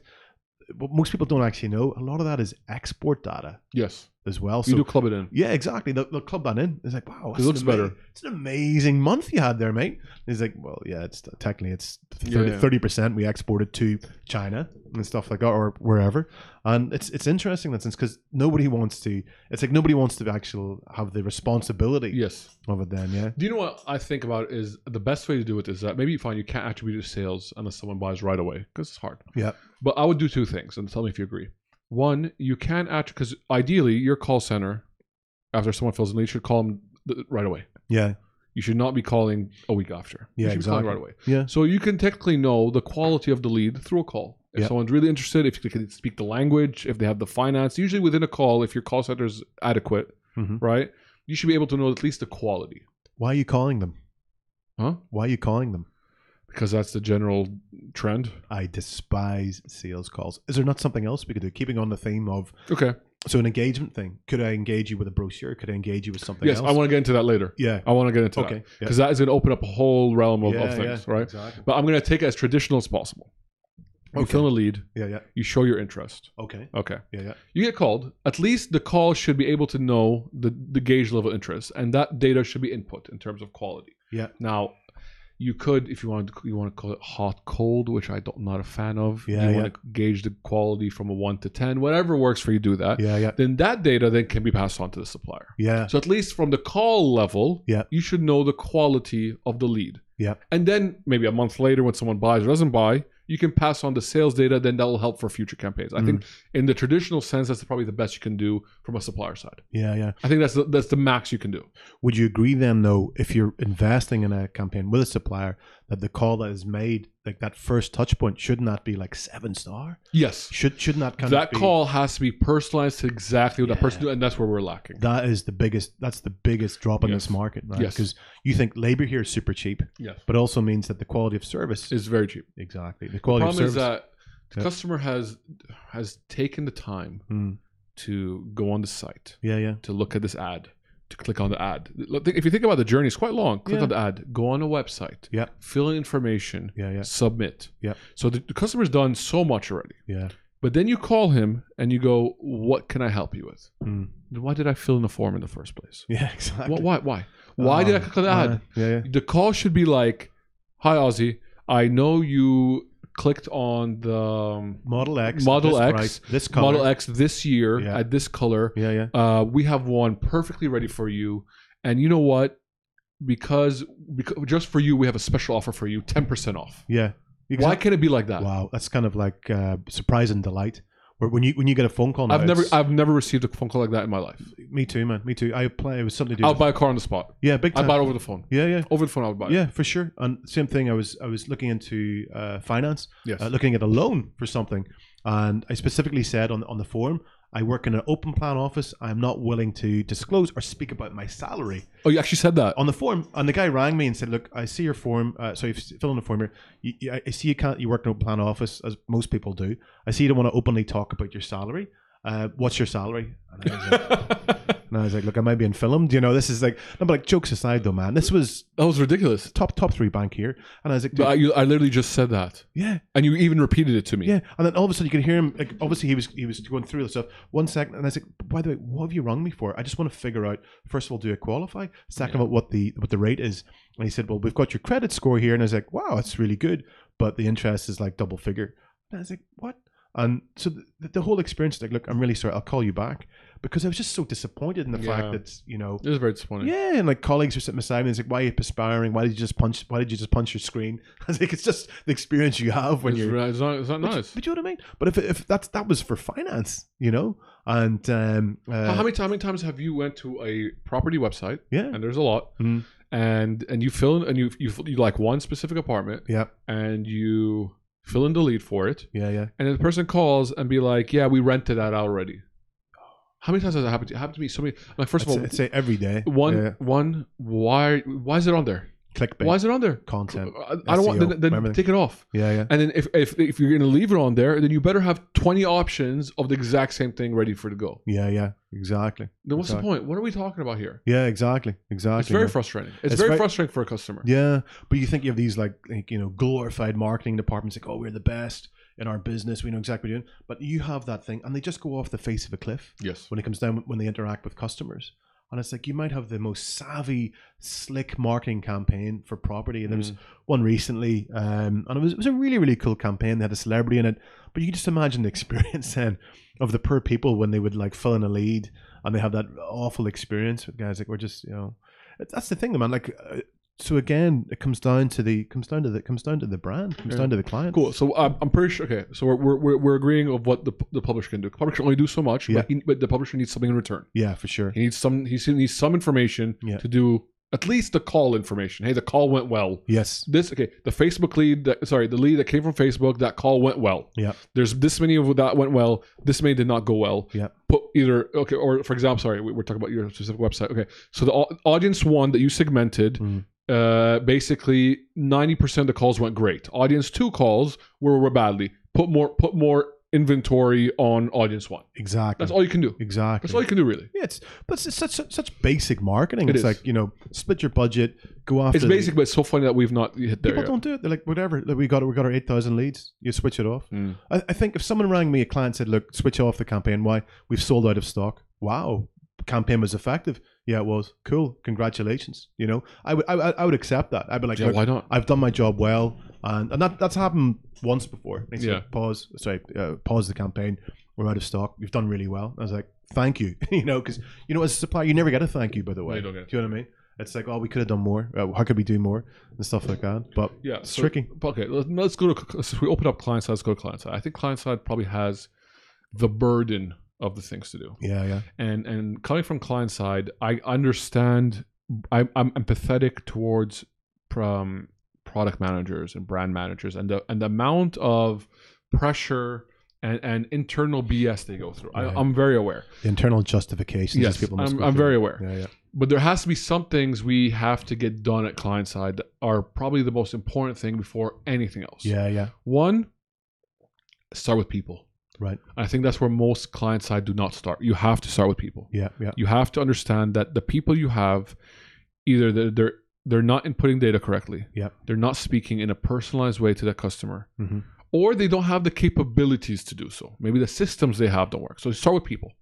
B: what most people don't actually know, a lot of that is export data
A: yes.
B: as well.
A: You
B: So
A: do club it in.
B: yeah, exactly. They'll, they'll club that in. It's like wow, that's
A: looks
B: an
A: better.
B: ama- It's an amazing month you had there, mate. He's like, well, yeah, it's technically it's
A: Yeah, yeah.
B: 30 percent we exported to China and stuff like that or wherever. And it's it's interesting in that sense because nobody wants to. It's like nobody wants to actually have the responsibility
A: Yes.
B: of it. Then yeah.
A: Do you know what I think about is the best way to do it is that maybe you find you can't attribute to sales unless someone buys right away because it's hard.
B: Yeah.
A: But I would do two things and tell me if you agree. One, you can attribute because ideally your call center, after someone fills in lead, you should call them th- right away.
B: Yeah.
A: You should not be calling a week after. You
B: Yeah,
A: should be calling
B: exactly.
A: right away.
B: Yeah.
A: So you can technically know the quality of the lead through a call. If
B: Yeah.
A: someone's really interested, if they can speak the language, if they have the finance, usually within a call, if your call center is adequate,
B: Mhm.
A: right, you should be able to know at least the quality.
B: Why are you calling them?
A: Huh?
B: Why are you calling them?
A: because that's the general trend.
B: I despise sales calls. Is there not something else we could do? Keeping on the theme of
A: Okay.
B: so an engagement thing. Could I engage you with a brochure? Could I engage you with something
A: yes,
B: else?
A: I want to get into that later.
B: Yeah.
A: I want to get into okay.
B: Okay. Yeah.
A: because that is going to open up a whole realm of, of
B: Yeah,
A: things,
B: yeah,
A: right?
B: Exactly.
A: But I'm going to take it as traditional as possible. You
B: Okay.
A: fill in a lead.
B: Yeah. Yeah.
A: You show your interest.
B: Okay.
A: Okay.
B: Yeah. Yeah.
A: You get called. At least the call should be able to know the, the gauge level interest, and that data should be input in terms of quality.
B: Yeah.
A: Now, you could, if you want, to, you want to call it hot cold, which I don't, am not a fan of.
B: Yeah,
A: you
B: yeah.
A: want to gauge the quality from a one to ten, whatever works for you. Do that.
B: Yeah, yeah,
A: Then that data then can be passed on to the supplier.
B: yeah,
A: So at least from the call level,
B: Yeah.
A: you should know the quality of the lead.
B: Yeah.
A: And then maybe a month later when someone buys or doesn't buy, you can pass on the sales data, then that will help for future campaigns. I
B: Mm.
A: think in the traditional sense, that's probably the best you can do from a supplier side.
B: yeah, yeah.
A: I think that's the, that's the max you can do.
B: Would you agree then, though, if you're investing in a campaign with a supplier, that the call that is made, like that first touch point, should not be like seven star?
A: Yes.
B: Should should not kind
A: That
B: of be,
A: call has to be personalized to exactly what that person do, and that's where we're lacking.
B: That is the biggest. That's the biggest drop in
A: Yes.
B: this market, right?
A: Yes.
B: Because you think labor here is super cheap,
A: Yes.
B: but also means that the quality of service
A: It's very cheap.
B: exactly the
A: The
B: quality of
A: problem is
B: service.
A: that the
B: Yeah.
A: customer has has taken the time
B: Mm.
A: to go on the site.
B: Yeah, yeah,
A: to look at this ad, to click on the ad. Look, think- If you think about the journey, it's quite long. Click
B: Yeah.
A: on the ad, go on a website,
B: Yeah.
A: fill in information,
B: yeah, yeah,
A: submit.
B: Yeah.
A: So the, the customer's done so much already.
B: yeah.
A: But then you call him and you go, "What can I help you with?
B: Mm.
A: Why did I fill in the form in the first place?
B: Yeah, exactly.
A: What, why? Why? Why did I click on the ad?
B: Uh, yeah, yeah,
A: The call should be like, "Hi, Ozzy. I know you clicked on the um,
B: Model X,
A: Model
B: this
A: X,
B: price, this color.
A: Model X this year
B: Yeah.
A: at this color.
B: Yeah, yeah,
A: uh, we have one perfectly ready for you. And you know what? Because, because just for you, we have a special offer for you, ten percent off.
B: yeah.
A: Why can it be like that?
B: Wow, that's kind of like uh, surprise and delight. Where when you when you get a phone call, now,
A: I've never
B: it's-
A: I've never received a phone call like that in my life.
B: me too, man. Me too. I play. It was something to do.
A: I'll
B: with-
A: buy a car on the spot.
B: yeah, big
A: I
B: time.
A: buy it over the phone.
B: yeah, yeah,
A: Over the phone, I would buy. It.
B: yeah, for sure. And same thing. I was I was looking into uh, finance,
A: Yes.
B: uh, looking at a loan for something, and I specifically said on on the form, I work in an open plan office. I'm not willing to disclose or speak about my salary.
A: oh, you actually said that.
B: on the form, and the guy rang me and said, "Look, I see your form. Uh, so you fill in the form here. You, you, I see you can't. You work in an open plan office, as most people do. I see you don't want to openly talk about your salary. Uh, what's your salary?" And I, was like,
A: that
B: and I was like, "Look, am I being filmed? You know, this is like." No, but like jokes aside, though, man, this was
A: was ridiculous.
B: top top three bank here, and I was like,
A: But I,
B: dude,
A: you, I literally just said that,
B: "Yeah,
A: and you even repeated it to me.
B: yeah." And then all of a sudden, you could hear him. Like, obviously, he was he was going through the stuff. One second, and I was like, "By the way, what have you rung me for? I just want to figure out. First of all, do I qualify? Second of all, what the what the rate is." And he said, "Well, we've got your credit score here," and I was like, "Wow, it's really good, but the interest is like double figure." And I was like, "What?" And so the, the whole experience, like, look, I'm really sorry. I'll call you back because I was just so disappointed in the
A: Yeah.
B: fact that you know
A: It was very disappointing.
B: yeah, and like colleagues are sitting beside me. And it's like, why are you perspiring? Why did you just punch? Why did you just punch your screen? I was like, it's just the experience you have when
A: it's,
B: you're.
A: re- it's not, it's not
B: But,
A: nice.
B: but you know what I mean. But if if that's that was for finance, you know, and um, uh,
A: how, how many, how many times have you went to a property website?
B: yeah,
A: And there's a lot.
B: Mhm.
A: And and you fill in, and you, you you like one specific apartment,
B: yeah,
A: and you fill in the lead for it,
B: yeah, yeah,
A: and then the person calls and be like, "Yeah, we rented that out already." How many times has that happened to you? It happened to me so many. Like, first
B: I'd
A: of all,
B: say, I'd say every day.
A: one,
B: yeah.
A: one, why, why is it on there?
B: clickbait
A: Why is it on there?
B: content.
A: I, I don't want.
B: SEO,
A: Then, then
B: E remember?
A: take it off.
B: Yeah, yeah,
A: And then if, if if you're gonna leave it on there, then you better have 20 options of the exact same thing ready for the go.
B: yeah, yeah. Exactly.
A: Then what's
B: Exactly.
A: the point? What are we talking about here?
B: Yeah, exactly, exactly.
A: It's very
B: man.
A: frustrating. It's,
B: It's
A: very
B: very-
A: frustrating for a customer.
B: Yeah, but you think you have these like, like you know glorified marketing departments like oh we're the best in our business we know exactly what we're doing but you have that thing and they just go off the face of a cliff
A: Yes.
B: when it comes down when they interact with customers and it's like you might have the most savvy slick marketing campaign for property and there was one recently um, and it was, it was a really really cool campaign they had a celebrity in it but you can just imagine the experience then of the poor people when they would like fill in a lead and they have that awful experience with guys like we're just you know that's the thing man like uh, so again it comes down to the comes down to the comes down to the brand comes
A: Yeah.
B: down to the client
A: Cool. So um, I'm, I'm pretty sure. Okay. So we're, we're, we're, we're agreeing of what the, the publisher can do. The publisher can only do so much,
B: Yeah.
A: but, he, but the publisher needs something in return.
B: yeah for sure
A: He needs some. He still needs some information
B: Yeah.
A: to do at least the call information. Hey, the call went well.
B: yes
A: This okay. The Facebook lead. That, sorry, the lead that came from Facebook. That call went well.
B: Yeah.
A: There's this many of that went well. This many did not go well.
B: Yeah.
A: Put either okay or for example, sorry, we, we're talking about your specific website. Okay. So the au- audience one that you segmented.
B: Mm.
A: Uh, basically, ninety percent of the calls went great. Audience two calls were, were badly. Put more, put more inventory on audience one.
B: exactly
A: That's all you can do.
B: exactly
A: That's all you can do, really.
B: Yeah, it's but it's such such basic marketing.
A: It
B: it's
A: is.
B: like you know, split your budget, go after.
A: It's
B: the-
A: basic, but it's so funny that we've not hit there.
B: People
A: yet.
B: don't do it. They're like, whatever. Like, we got we got our eight thousand leads. You switch it off.
A: Mm.
B: I, I think if someone rang me, a client said, "Look, switch off the campaign. Why? We've sold out of stock. Wow, campaign was effective. Yeah, it was cool. Congratulations. You know, I would I, I I would accept that. I'd be like,
A: Yeah,
B: "Look,
A: why not?
B: I've done my job well, and and that, that's happened once before. They said,
A: Yeah.
B: Pause. Sorry. Uh, pause the campaign. We're out of stock. You've done really well. I was like, thank you. you know, because you know, as a supplier, you never get a thank you. By the way,
A: you don't get it.
B: do you know what I mean? It's like, oh, we could have done more. Uh, how could we do more and stuff like that? But
A: Yeah,
B: it's
A: so-
B: tricky.
A: Okay, let- let's go to so we open up client side. Let's go to client side. I think client side probably has the burden of the things to do.
B: Yeah, yeah,
A: and and coming from client side, I understand. I, I'm empathetic towards um, product managers and brand managers, and the and the amount of pressure and, and internal BS they go through. I,
B: Yeah.
A: I'm very aware,
B: the internal justifications.
A: Yes,
B: these people must
A: I'm-
B: go
A: I'm
B: through.
A: very aware.
B: Yeah, yeah.
A: but there has to be some things we have to get done at client side that are probably the most important thing before anything else.
B: Yeah, yeah.
A: One, start with people.
B: Right.
A: I think that's where most client side do not start. You have to start with people.
B: Yeah, yeah.
A: You have to understand that the people you have, either they're they're, they're not inputting data correctly,
B: Yep.
A: they're not speaking in a personalized way to that customer,
B: Mhm.
A: or they don't have the capabilities to do so. Maybe the systems they have don't work. So start with people.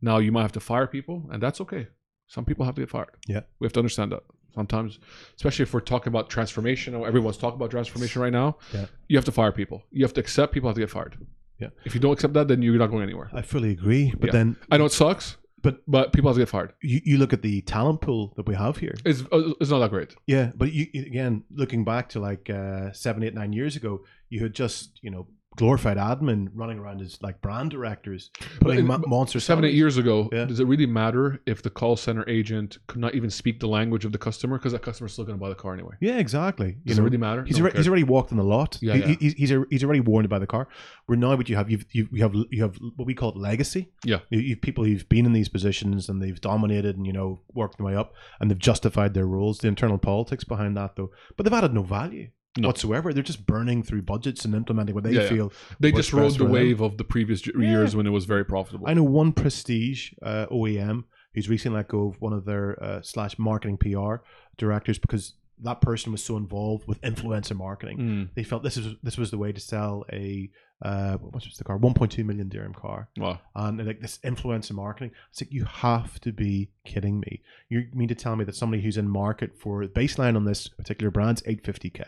A: Now you might have to fire people, and that's okay. Some people have to get fired.
B: Yeah.
A: we have to understand that sometimes, especially if we're talking about transformation. or Everyone's talking about transformation right now.
B: Yeah.
A: you have to fire people. You have to accept people have to get fired.
B: Yeah.
A: If you don't accept that, then you're not going anywhere.
B: I fully agree. But
A: Yeah.
B: then
A: I know it sucks,
B: But-
A: but people have to get fired.
B: you, you look at the talent pool that we have here.
A: It's uh, it's not that great.
B: Yeah, but you you- again looking back to like uh, seven, eight, nine years ago, you had just you know glorified admin running around as like brand directors, putting
A: in-
B: mo- monster
A: Seven eight
B: salaries.
A: years ago,
B: Yeah.
A: does it really matter if the call center agent could not even speak the language of the customer because that customer's still going to buy the car anyway?
B: Yeah, exactly. You
A: Does
B: know,
A: it really matter?
B: he's
A: No one
B: already, he's
A: cares.
B: already walked in the lot.
A: Yeah,
B: he,
A: yeah.
B: he- He's he's, al- he's already warned by the car. We're now what you have. You've, you've you have you have what we call it legacy.
A: Yeah.
B: you, you've people who've been in these positions and they've dominated and you know worked their way up and they've justified their roles. The internal politics behind that though, but they've added no value.
A: No.
B: Whatsoever, they're just burning through budgets and implementing what they
A: Yeah, yeah.
B: feel
A: they
B: what's
A: just rode
B: best
A: the
B: for them.
A: wave of the previous ju-
B: Yeah.
A: years when it was very profitable.
B: I know one prestige uh, OEM who's recently let go of one of their uh, slash marketing PR directors because that person was so involved with influencer marketing.
A: Mm,
B: They felt this is this was the way to sell a uh, what was the car? One point two million dirham car,
A: wow.
B: um, and they're like this influencer marketing. It's like you have to be kidding me. You mean to tell me that somebody who's in market for baseline on this particular brand's eight fifty k?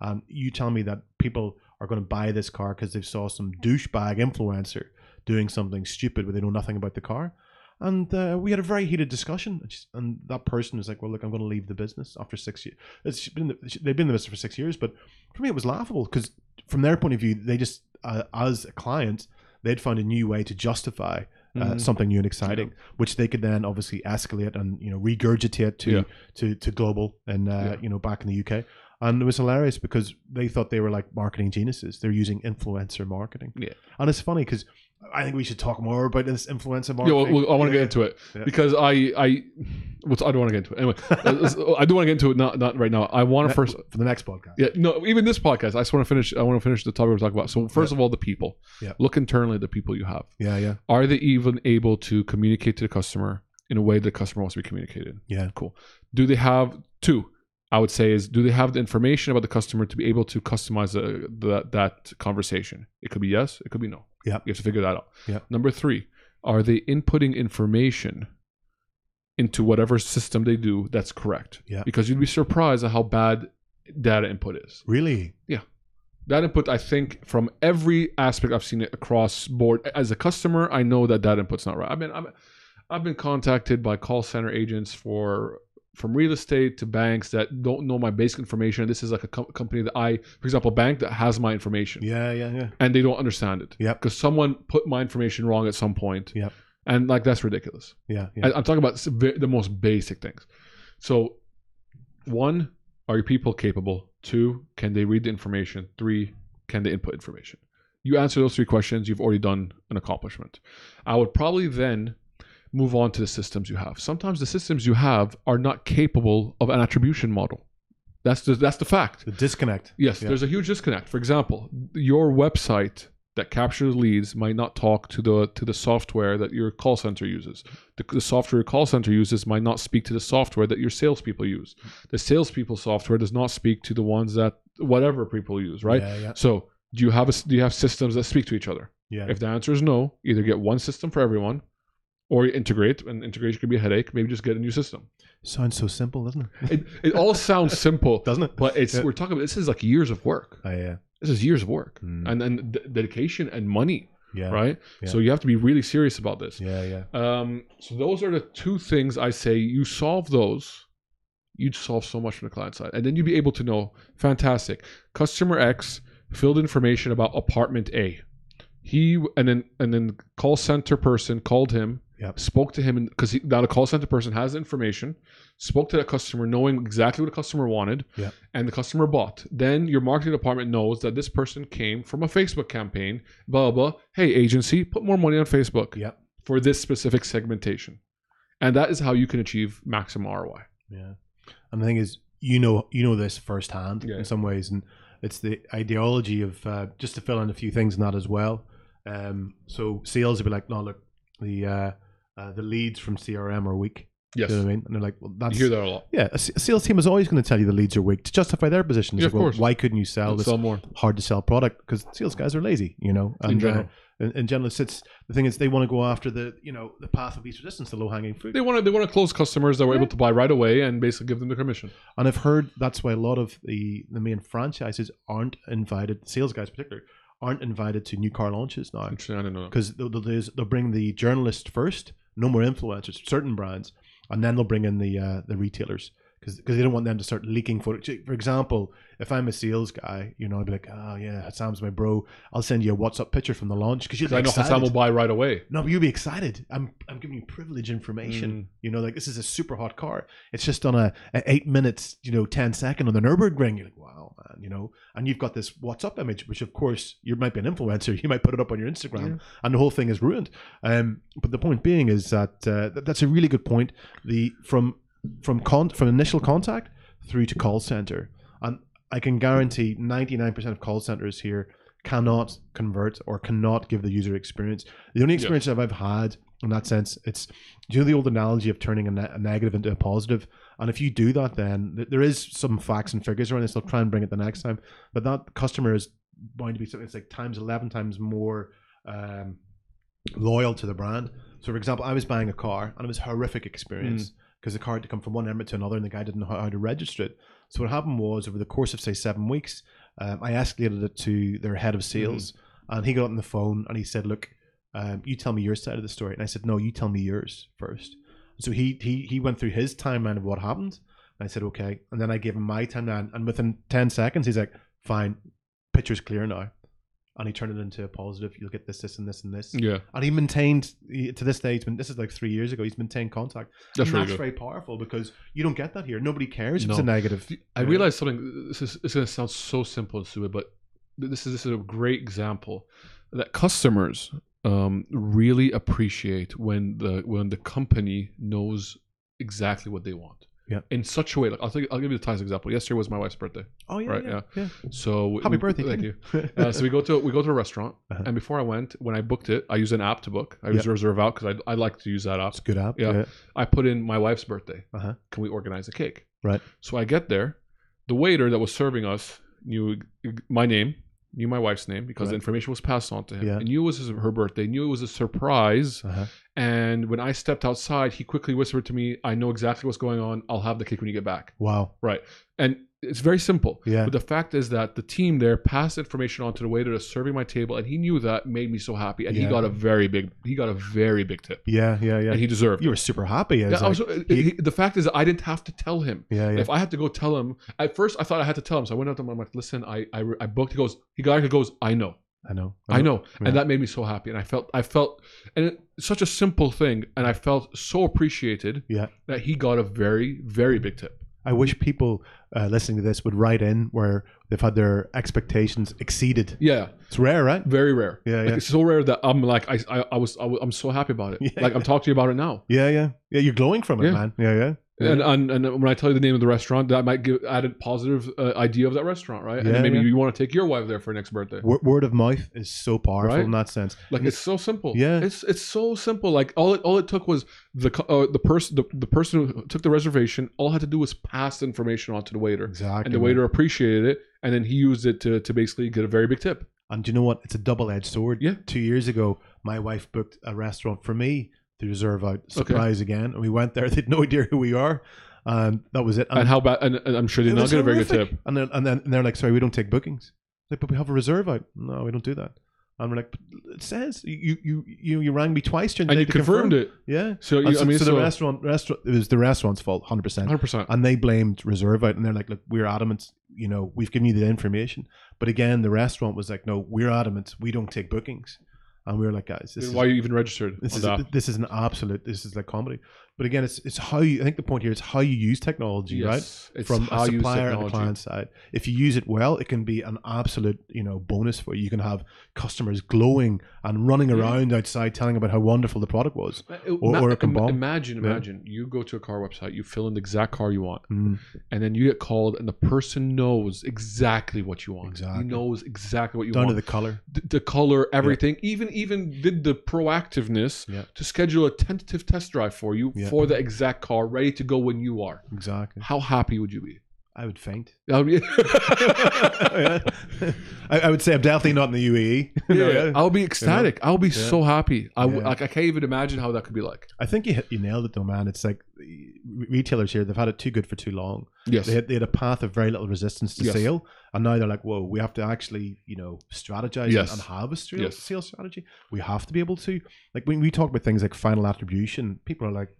B: Um, you tell me that people are going to buy this car because they saw some douchebag influencer doing something stupid where they know nothing about the car. And uh, we had a very heated discussion, and she's- and that person was like, "Well, look, I'm going to leave the business after six years. It's been they've been in the business for six years, but for me, it was laughable because from their point of view, they just uh, as a client, they'd found a new way to justify uh,
A: Mhm.
B: something new and exciting, which they could then obviously escalate and you know regurgitate to
A: Yeah.
B: to to global and uh,
A: Yeah.
B: you know back in the UK. And it was hilarious because they thought they were like marketing geniuses. They're using influencer marketing.
A: Yeah.
B: and it's funny because I think we should talk more about this influencer
A: Yeah, well,
B: marketing.
A: well, I want to
B: Yeah.
A: get into it
B: Yeah.
A: because I I well, I don't want to get into it anyway. uh, I do want to get into it not not right now. I want to
B: That-
A: first
B: for the next podcast.
A: Yeah, no, even this podcast, I just want to finish. I want to finish the topic we're talking about. So first of all, the people.
B: Yeah.
A: Look internally at the people you have.
B: yeah, yeah,
A: Are they even able to communicate to the customer in a way the customer wants to be communicated?
B: yeah.
A: Cool. Do they have two? I would say is do they have the information about the customer to be able to customize the, the, that conversation? It could be yes, it could be no.
B: Yeah.
A: you have to figure that out.
B: Yeah.
A: Number three, are they inputting information into whatever system they do that's correct?
B: Yeah.
A: because you'd be surprised at how bad data input is
B: Really?
A: that input i think from every aspect i've seen it across board as a customer i know that that input's not right i've been I'm, i've been contacted by call center agents for from real estate to banks that don't know my basic information this is like a com- company that i for example a bank that has my information
B: Yeah, yeah, yeah.
A: and they don't understand it
B: Yep.
A: because someone put my information wrong at some point
B: Yep.
A: and like that's ridiculous
B: Yeah, yeah.
A: I, I'm talking about s- ve- the most basic things. So, one, are your people capable? Two, can they read the information? Three, can they input information? You answer those three questions, you've already done an accomplishment. I would probably then move on to the systems you have. Sometimes the systems you have are not capable of an attribution model. That's the, that's the fact.
B: the disconnect.
A: Yes,
B: Yeah.
A: there's a huge disconnect. For example, your website that captures leads might not talk to the to the software that your call center uses. The, the software your call center uses might not speak to the software that your salespeople use. The salespeople software does not speak to the ones that whatever people use, right?
B: Yeah, yeah,
A: So, do you have a, s- do you have systems that speak to each other?
B: yeah.
A: If the answer is no, either get one system for everyone, or you integrate, and integration could be a headache. Maybe just get a new system.
B: Sounds so simple, doesn't it?
A: It, it all sounds simple,
B: Doesn't it?
A: but it's
B: Yeah.
A: we're talking. about This is like years of work.
B: Oh, yeah.
A: This is years of work,
B: Mm.
A: and and d- dedication and money,
B: Yeah.
A: right?
B: Yeah.
A: So you have to be really serious about this.
B: Yeah, yeah.
A: Um, so those are the two things I say. You solve those, you'd solve so much from the client side, and then you'd be able to know. Fantastic. Customer X filled information about apartment A. He and then and then call center person called him,
B: Yep.
A: spoke to him, because now the call center person has the information, spoke to that customer, knowing exactly what the customer wanted,
B: Yep.
A: and the customer bought. Then your marketing department knows that this person came from a Facebook campaign. Blah blah. blah. Hey agency, put more money on Facebook
B: Yep.
A: for this specific segmentation. And that is how you can achieve maximum ROI.
B: Yeah. And the thing is, you know, you know this firsthand
A: Yeah.
B: in some ways, and it's the ideology of uh, just to fill in a few things in that as well. Um, so sales would be like, no, look, the uh, uh, the leads from CRM are weak.
A: Yes.
B: Do you know what I mean? And they're like, well,
A: You
B: that's
A: hear that a lot.
B: yeah. A s- a sales team is always going to tell you the leads are weak to justify their position. It's
A: Yeah,
B: like,
A: of
B: well,
A: course.
B: Why couldn't you sell
A: Let's
B: this
A: sell more.
B: hard to sell product? Because sales guys are lazy, you know. And,
A: In general.
B: uh, in, in general, it's, it's the thing is they want to go after the you know the path of least resistance, the low hanging fruit.
A: They want to they want to close customers that were able to buy right away and basically give them the commission.
B: And I've heard that's why a lot of the, the main franchises aren't invited, sales guys particularly, aren't invited to new car launches now.
A: Interesting, I didn't know that.
B: Because they'll, they'll, do- they'll bring the journalist first, no more influencers, certain brands, and then they'll bring in the uh, the retailers. Because they don't want them to start leaking photos. For example, if I'm a sales guy, you know, I'd be like, oh, yeah, Sam's my bro. I'll send you a WhatsApp picture from the launch because you'd be
A: I know
B: excited.
A: Hassan will buy right away.
B: No, but you'll be excited. I'm I'm giving you privilege information.
A: Mm.
B: You know, like this is a super hot car. It's just on a, a eight minutes, you know, 10 second on the Nurburgring. You're like, wow, man, you know, and you've got this WhatsApp image, which of course you might be an influencer. You might put it up on your Instagram, and the whole thing is ruined. Um, but the point being is that uh, th- that's a really good point. The from from con- from initial contact through to call center, and I can guarantee 99% of call centers here cannot convert or cannot give the user experience. The only experience that I've had in that sense, it's do you know the old analogy of turning a, ne- a negative into a positive? And if you do that, then th- there is some facts and figures around this. I'll try and bring it the next time. But that customer is bound to be something. It's like times eleven times more um, loyal to the brand. So, for example, I was buying a car and it was a horrific experience because the car had to come from one emirate to another, and the guy didn't know how how to register it. So, what happened was over the course of say seven weeks, um, I escalated it to their head of sales,
A: Mm.
B: and he got on the phone and he said, "Look, um, you tell me your side of the story," and I said, "No, you tell me yours first. So he he he went through his timeline of what happened. And I said, "Okay," and then I gave him my timeline, and within ten seconds, he's like, "Fine, picture's clear now," and he turned it into a positive. You'll get this, this, and this, and this.
A: Yeah.
B: And he maintained he- to this day. It's been, this is like three years ago. He's maintained contact.
A: That's
B: and
A: really
B: that's
A: good.
B: very powerful because you don't get that here. Nobody cares if it's a
A: No.
B: negative.
A: I realized something. This is, it's going to sound so simple and stupid, but th- this is this is a great example that customers um, really appreciate when the when the company knows exactly what they want.
B: Yeah.
A: In such a way, like I'll, take, I'll give you the Thais example. Yesterday was my wife's birthday.
B: Oh yeah,
A: Right,
B: yeah, yeah.
A: So we-
B: Happy birthday!
A: Thank you. uh, so we go to we go to a restaurant,
B: Uh-huh.
A: and before I went, when I booked it, I used an app to book. I used Reserve Out because I, I like to use that app.
B: it's a good app.
A: Yeah. I put in my wife's birthday.
B: Uh-huh.
A: Can we organize a cake?
B: Right.
A: So I get there, the waiter that was serving us knew my name, knew my wife's name because the
B: Right.
A: information was passed on to him.
B: Yeah.
A: And knew it was his, her birthday. Knew it was a surprise.
B: Uh-huh.
A: And when I stepped outside, he quickly whispered to me, "I know exactly what's going on. I'll have the cake when you get back."
B: Wow.
A: And it's very simple.
B: Yeah.
A: But the fact is that the team there passed information on to the waiter that's serving my table, and he knew that made me so happy. And he
B: Yeah.
A: got a very big, he got a very big tip,
B: Yeah, yeah, yeah.
A: and he deserved. it.
B: you were super happy. I
A: Yeah,
B: was
A: I
B: like,
A: was- uh, he- the fact is, that I didn't have to tell him.
B: yeah, yeah.
A: If I had to go tell him, at first I thought I had to tell him, so I went up to him. I'm like, "Listen, I I, I booked." He goes, he got he goes, "I know,
B: I know.
A: I know,"
B: Uh-huh. Yeah.
A: and that made me so happy. And I felt, I felt, and it, such a simple thing, and I felt so appreciated.
B: Yeah.
A: that he got a very very big tip.
B: I wish people uh, listening to this would write in where they've had their expectations exceeded.
A: Yeah,
B: It's rare, right?
A: very rare.
B: Yeah,
A: Like,
B: yeah.
A: It's so rare that I'm like I I, I was I, am so happy about it.
B: Yeah.
A: Like I'm talking to you about it now.
B: Yeah, yeah. Yeah, you're glowing from it,
A: Yeah.
B: man. Yeah, yeah. Yeah.
A: And, and and when I tell you the name of the restaurant, that might give add a positive uh, idea of that restaurant, right? and
B: Yeah,
A: then maybe
B: yeah.
A: you want to take your wife there for her next birthday.
B: Wor- word of mouth is so powerful
A: Right.
B: in that sense.
A: Like it's so simple.
B: Yeah.
A: it's it's so simple. Like all it all it took was the co- uh, the person the, the person who took the reservation. All it had to do was pass the information on to the waiter,
B: Exactly.
A: and the
B: man.
A: waiter appreciated it, and then he used it to to basically get a very big tip.
B: And do you know what? It's a double edged sword.
A: Yeah.
B: Two years ago, my wife booked a restaurant for me to reserve out. Surprise again. And we went there. They had no idea who we are. And that was it.
A: And how bad? And, and I'm sure they
B: Um, it
A: did not
B: was
A: get a very good
B: horrific.
A: tip.
B: And then, and then and they're like, sorry, we don't take bookings. Like, but we have a reserve out. No, we don't do that. And we're like, but it says you you you you rang me twice during the
A: And
B: day
A: you
B: to
A: confirmed
B: confirm.
A: it.
B: Yeah.
A: So,
B: And
A: you,
B: so,
A: I mean,
B: so
A: so,
B: the restaurant restaurant it was the restaurant's fault, hundred percent.
A: 100%.
B: And they blamed Reserve Out, and they're like, "Look, we're adamant. You know, we've given you the information." But again, the restaurant was like, "No, we're adamant. We don't take bookings." And we were like, "Guys, this
A: Then
B: is
A: why you even registered?
B: this
A: on
B: is
A: that?
B: this is an absolute. This is like comedy." But again, it's it's how you. I think the point here is how you use technology, right?
A: Yes, It's
B: From
A: how
B: a
A: you use
B: supplier and a
A: technology.
B: client side. If you use it well, it can be an absolute you know bonus for you. You can have customers glowing and running
A: Mm-hmm.
B: around outside telling about how wonderful the product was.
A: Uh,
B: Or-
A: Ma-
B: or it can
A: im-
B: bomb.
A: Imagine,
B: Yeah.
A: imagine you go to a car website, you fill in the exact car you want,
B: Mm.
A: and then you get called, and the person knows exactly what you want.
B: Exactly.
A: He knows exactly what you
B: Down to
A: want.
B: the color.
A: the, the color, everything. Even even did the proactiveness
B: Yeah.
A: to schedule a tentative test drive for you
B: Yeah.
A: for the exact car, ready to go when you are.
B: Exactly.
A: How happy would you be?
B: I would faint.
A: That would be-
B: Yeah. I, I would say I'm definitely not in the UAE. No,
A: Yeah,
B: yeah.
A: I'll be ecstatic. I'll be so happy. I w-
B: Yeah.
A: like I can't even imagine how that could be like.
B: I think you hit, you nailed it though, man. It's like re- retailers here they've had it too good for too long.
A: Yes.
B: They had, they had a path of very little resistance to
A: Yes.
B: sale, and now they're like, whoa, we have to actually you know strategize
A: Yes.
B: and have a stra-
A: Yes.
B: sales strategy. We have to be able to like when we talk about things like final attribution, people are like,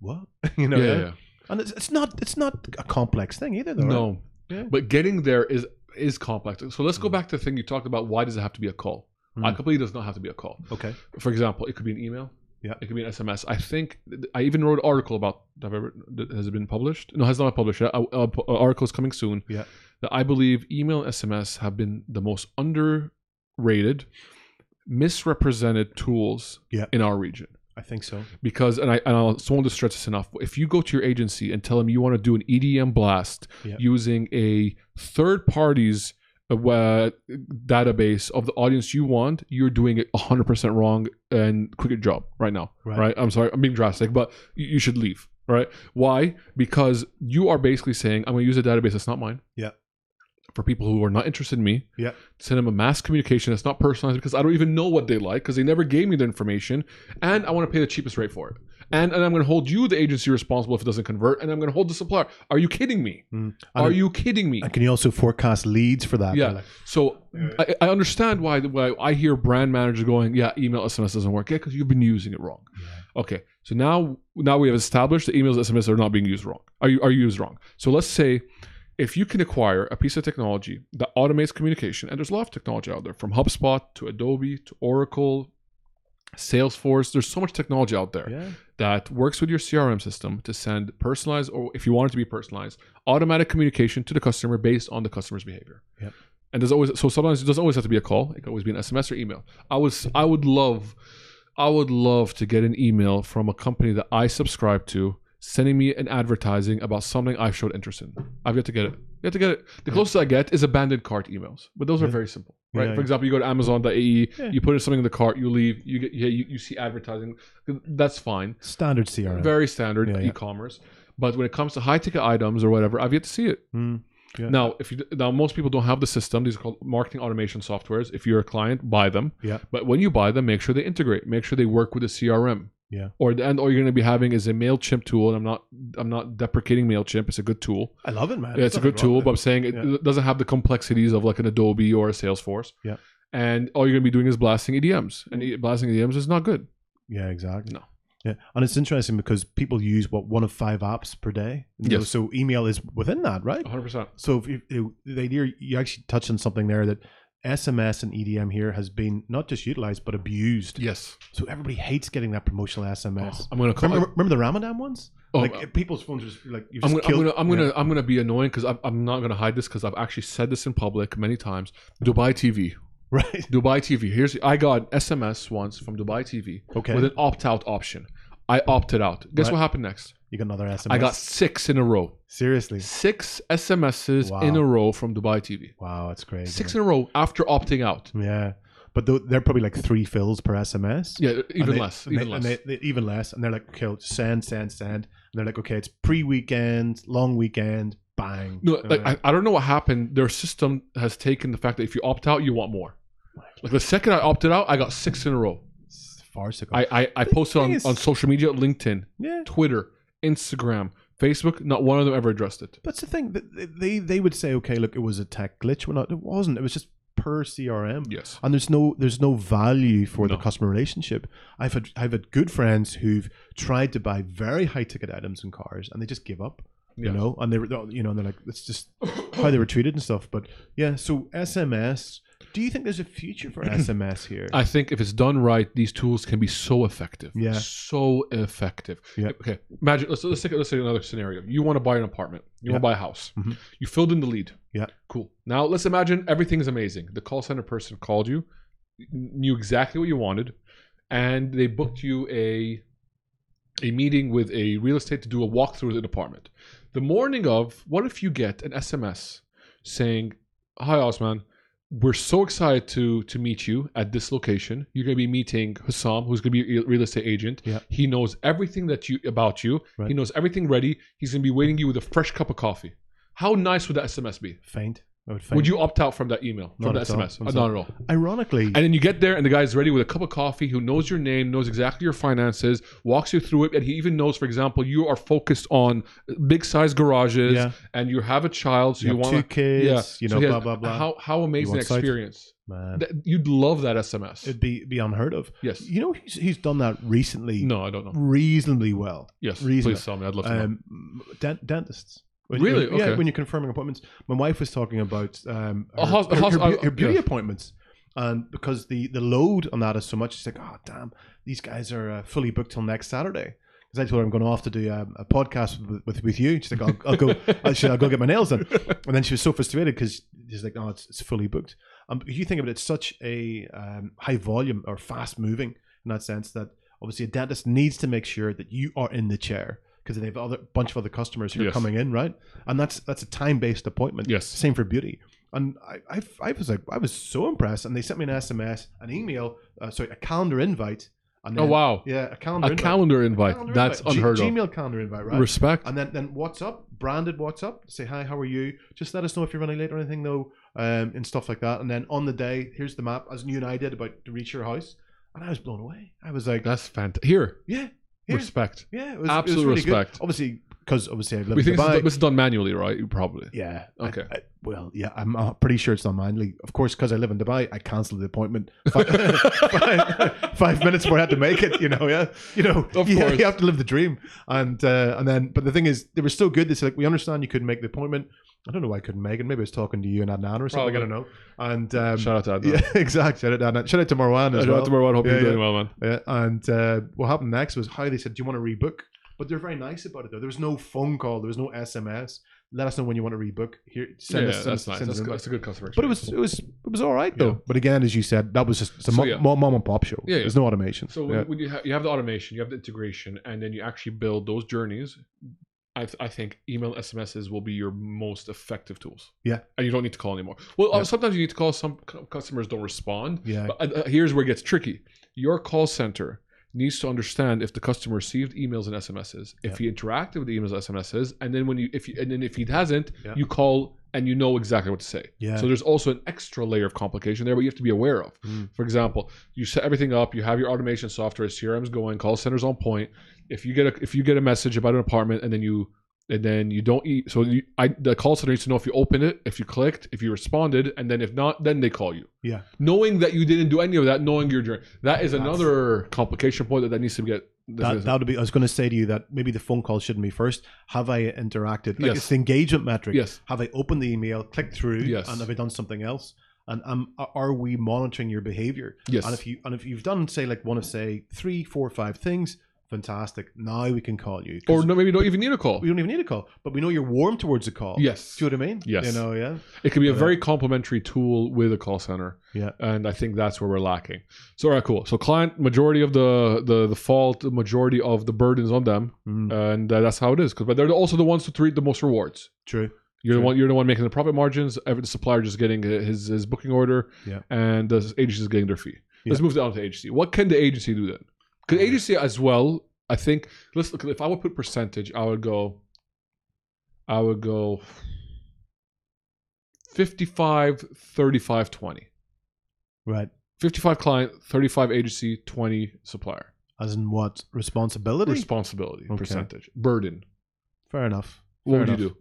B: what you know,
A: yeah,
B: yeah.
A: yeah.
B: and it's, it's not it's not a complex thing either though. right?
A: No.
B: Yeah.
A: But getting there is is complex. So let's go
B: Mm.
A: back to the thing you talked about. Why does it have to be a call?
B: Mm.
A: I completely does not have to be a call.
B: okay,
A: For example, it could be an email.
B: Yeah.
A: It could be an SMS. I think I even wrote an article about that I've ever, that has it been published. No, has not published. yet. A, a, a article is coming soon.
B: Yeah.
A: That I believe email and SMS have been the most underrated, misrepresented tools
B: Yeah.
A: in our region
B: I think so.
A: because and I and I'll, so I want to stress this enough. If you go to your agency and tell them you want to do an EDM blast
B: Yeah.
A: using a third party's uh, wa- database of the audience you want, you're doing it 100% wrong and quit your job right now.
B: Right.
A: Right. I'm sorry, I'm being drastic, but you, you should leave. Right? Why? Because you are basically saying I'm going to use a database that's not mine.
B: Yeah.
A: For people who are not interested in me,
B: Yeah.
A: send them a mass communication that's not personalized because I don't even know what they like because they never gave me the information and I want to pay the cheapest rate for it. And, and I'm going to hold you, the agency, responsible if it doesn't convert, and I'm going to hold the supplier. Are you kidding me?
B: Mm.
A: Are you kidding me?
B: And can you also forecast leads for that?
A: Yeah.
B: Like,
A: So I, I understand why why I hear brand managers going, yeah, email SMS doesn't work, yeah, because you've been using it wrong. Okay, so now now we have established that emails SMS are not being used wrong. Are you are used wrong? So let's say if you can acquire a piece of technology that automates communication, and there's a lot of technology out there, from HubSpot to Adobe to Oracle, Salesforce, there's so much technology out there
B: yeah.
A: that works with your CRM system to send personalized, or if you want it to be personalized, automatic communication to the customer based on the customer's behavior.
B: Yep.
A: And there's always so sometimes it doesn't always have to be a call. It can always be an SMS or email. I was I would love, I would love to get an email from a company that I subscribe to sending me an advertising about something I've showed interest in. I've yet to get it. You have to get it. The closest I get is abandoned cart emails, but those are
B: Yeah.
A: very simple, right?
B: Yeah,
A: For
B: yeah.
A: example, you go to Amazon.ae,
B: Yeah.
A: E, you put in something in the cart, you leave, you get yeah, you, you see advertising. That's fine
B: Standard CRM.
A: very standard
B: Yeah, yeah.
A: e-commerce. But when it comes to high ticket items or whatever, I've yet to see it.
B: Mm. Yeah.
A: Now, if you now most people don't have the system. These are called marketing automation softwares. If you're a client, buy them.
B: Yeah.
A: But when you buy them, make sure they integrate. Make sure they work with the CRM.
B: Yeah.
A: Or the and all you're going to be having is a Mailchimp tool. And I'm not I'm not deprecating Mailchimp. It's a good tool.
B: I love it, man.
A: Yeah, it's a
B: There's
A: good
B: nothing
A: tool,
B: wrong
A: but I'm
B: with
A: saying it
B: Yeah.
A: doesn't have the complexities of like an Adobe or a Salesforce.
B: Yeah.
A: And all you're going to be doing is blasting EDMs, and e- blasting EDMs is not good.
B: it. yeah, exactly.
A: No.
B: Yeah, and it's interesting because people use what one of five apps per day. You know,
A: Yes.
B: So email is within that, right?
A: 100. percent
B: So if you, you- the idea you actually touched on something there that SMS and EDM here has been not just utilized but abused.
A: Yes. Oh,
B: So everybody hates getting that promotional SMS.
A: I'm going to call.
B: remember, remember the Ramadan ones?
A: Oh,
B: like if people's phones are just, like you
A: I'm
B: just
A: gonna, I'm
B: killed.
A: gonna, I'm
B: Yeah.
A: gonna, I'm gonna be annoying because I'm, I'm not gonna hide this because I've actually said this in public many times. Dubai TV,
B: right.
A: Dubai TV. Here's I got SMS once from Dubai TV
B: Okay,
A: with an opt-out option. I opted out. Guess
B: Right.
A: what happened next?
B: you got another SMS.
A: I got six in a row.
B: seriously.
A: Six SMSs
B: Wow.
A: in a row from Dubai TV.
B: Wow, that's crazy.
A: Six in a row after opting out.
B: Yeah, but tho- they're probably like three fills per SMS.
A: Yeah,
B: And
A: even
B: they-
A: less.
B: and
A: Even
B: they-
A: less.
B: and they- they- even less. And they're like, okay, just send, send, send. And they're like, okay, it's pre-weekend, long weekend, bang.
A: No,
B: You know
A: like
B: what I
A: I, I don't know what happened. Their system has taken the fact that if you opt out, you want more. Like the second I opted out, I got six in a row.
B: mean? farce ago.
A: I, I, I posted on,
B: thing is-
A: on social media, LinkedIn,
B: yeah.
A: Twitter, Instagram, Facebook. Not one of them ever addressed it.
B: But it's the thing that they- they they would say, okay, look, it was a tech glitch. Well, not it wasn't. It was just per CRM.
A: Yes.
B: And there's no there's no value for
A: No.
B: the customer relationship. I've had I've had good friends who've tried to buy very high ticket items and cars, and they just give up. You
A: Yes.
B: know, and they were they're- you know, and they're like, that's just how they were treated and stuff. But yeah, so SMS. Do you think there's a future for SMS here?
A: I think if it's done right, these tools can be so effective.
B: Yeah.
A: So effective.
B: Yeah.
A: Okay. Imagine. Let's let's take let's take another scenario. You want to buy an apartment. You want to buy a house.
B: Mhm.
A: You filled in the lead.
B: Yeah.
A: Cool. Now let's imagine everything's amazing. The call center person called you, knew exactly what you wanted, and they booked you a a meeting with a real estate to do a walkthrough of the department. The morning of, what if you get an SMS saying, "Hi Osman, we're so excited to to meet you at this location. You're going to be meeting Hassam, who's going to be your real estate agent.
B: Yeah.
A: He knows everything that you about you.
B: Right.
A: He knows everything ready. He's going to be waiting you with a fresh cup of coffee. How nice would that SMS be?
B: faint. I would faint.
A: Would you opt out from that email from
B: Not
A: the
B: at all.
A: SMS? Uh,
B: Not at
A: Not at all.
B: Ironically,
A: And then you get there, and the guy's ready with a cup of coffee, who knows your name, knows exactly your finances, walks you through it, and he even knows, for example, you are focused on big size garages,
B: Yeah.
A: and you have a child, so
B: you,
A: you,
B: have
A: want
B: two kids. You know,
A: he
B: blah
A: has-
B: blah blah.
A: How how amazing
B: want
A: an
B: sight?
A: experience!
B: Man,
A: That- you'd love that SMS.
B: it'd be be unheard of.
A: yes.
B: You know, he's, he's done that recently,
A: no, I don't know.
B: reasonably well.
A: Yes.
B: reason-
A: Please tell me. I'd love to know.
B: Um, dent- dentists. When
A: Really?
B: you- yeah,
A: Okay.
B: when you're confirming appointments. My wife was talking about um, her,
A: A hos- a
B: her-
A: hos-
B: her beau-
A: uh,
B: her beauty
A: yeah.
B: appointments. And because the, the load on that is so much, she's like, oh, damn, these guys are uh, fully booked till next Saturday. Because I told her I'm going off to do um, a podcast with, with, with you. She's like, I'll, I'll go I should, I'll go get my nails done. And then she was so frustrated because she's like, oh, it's, it's fully booked. Um, if you think of it, it's such a um, high volume or fast moving in that sense that obviously a dentist needs to make sure that you are in the chair because they have other bunch of other customers who are
A: Yes.
B: coming in, right? And that's that's a time based appointment.
A: Yes.
B: Same for beauty. And I, I, I was like, I was so impressed. And they sent me an SMS, an email, uh, sorry, a calendar invite. And
A: oh
B: then-
A: wow.
B: Yeah, a calendar
A: A
B: invite.
A: calendar invite.
B: Calendar
A: That's
B: invite. G-
A: unheard of.
B: Gmail calendar invite, right?
A: Respect.
B: And then, then WhatsApp, branded WhatsApp, say, hi, how are you? Just let us know if you're running late or anything, though, um, and stuff like that. And then on the day, here's the map, as you and I did about to reach your house. And I was blown away. I was like,
A: That's fantastic. Here.
B: yeah, Here.
A: Respect.
B: yeah, it was,
A: Absolute
B: it was really
A: respect.
B: Good. Obviously, because obviously I live
A: We
B: in
A: think this
B: Dubai.
A: is, this is done manually, right? Probably.
B: yeah.
A: Okay.
B: I- I- well, yeah, I'm uh, pretty sure it's not manually. Of course, because I live in Dubai, I cancelled the appointment five, five, five minutes before I had to make it. You know, yeah, you know,
A: Of
B: you,
A: course.
B: you have to live the dream. And uh, and then, but the thing is, they were still good. They said like, we understand you couldn't make the appointment. I don't know why I couldn't make it. Maybe I was talking to you and Adnan or something. I don't know. And um,
A: Shout out to Adnan.
B: yeah, exactly. Shout out, to Adnan. Shout out to Marwan as
A: Shout out
B: well.
A: to Marwan. Hope
B: Yeah,
A: you're
B: yeah.
A: doing well, man.
B: Yeah, and uh, what happened next was how they said, "Do you want to rebook?" But they're very nice about it though. There was no phone call. There was no SMS. Let us know when you want to rebook. Here, send
A: yeah,
B: us.
A: that's
B: send us-
A: nice.
B: send us
A: That's,
B: an
A: that's a good customer.
B: but it was
A: experience.
B: it was it was all right
A: Yeah.
B: though. But again, as you said, that was just it's a
A: So,
B: mom,
A: yeah.
B: mom, mom and pop show.
A: Yeah, yeah.
B: There's no automation.
A: So when,
B: yeah.
A: when you have you have the automation, you have the integration, and then you actually build those journeys. I, th- I think email SMSs will be your most effective tools.
B: Yeah.
A: and you don't need to call anymore. Well, uh
B: Yeah.
A: sometimes you need to call. Some cu- customers don't respond.
B: yeah.
A: But uh, uh, here's where it gets tricky. Your call center needs to understand if the customer received emails and SMSs, if
B: Yeah.
A: he interacted with the emails and SMSs, and then when you if you, and then if he hasn't,
B: Yeah.
A: you call and you know exactly what to say.
B: Yeah.
A: So there's also an extra layer of complication there, but you have to be aware of.
B: Mm.
A: For example, you set everything up, you have your automation software, CRM's going, call centers on point. If you get a if you get a message about an apartment and then you and then you don't eat, so you, I, the call center needs to know if you opened it, if you clicked, if you responded, and then if not, then they call you.
B: Yeah.
A: Knowing that you didn't do any of that, knowing your journey, that is
B: That's-
A: another complication point that, that needs to get.
B: That, that would be. I was going to say to you that maybe the phone call shouldn't be first. Have I interacted? Like
A: Yes.
B: it's the engagement metric.
A: yes.
B: Have I opened the email, clicked through,
A: Yes.
B: and have I done something else? And um, are we monitoring your behavior?
A: Yes.
B: And if you and if you've done say like one of say three, four, five things, fantastic. Now we can call you. 'Cause
A: or no, maybe you don't even need a call.
B: we don't even need a call, but we know you're warm towards a call.
A: Yes.
B: Do you know what I mean?
A: Yes.
B: You know, yeah.
A: It can be a
B: Yeah.
A: very complementary tool with a call center.
B: Yeah.
A: And I think that's where we're lacking. So all right, cool. So client majority of the the the fault, the majority of the burden is on them,
B: Mm,
A: and uh, that's how it is. 'Cause- but they're also the ones who treat the most rewards.
B: true.
A: You're the
B: Sure.
A: one. You're the one making the profit margins. Every, the supplier just getting his his booking order,
B: Yeah.
A: and the agency is getting their fee. Let's move down to agency. What can the agency do then? Because
B: Yeah.
A: agency as well, I think. Let's look. If I would put percentage, I would go. I would go. 55 35 20
B: Right.
A: 55 client, 35 agency, 20 supplier.
B: As in what responsibility?
A: Responsibility
B: Okay.
A: percentage burden.
B: Fair enough.
A: What
B: Fair
A: would you
B: enough.
A: do?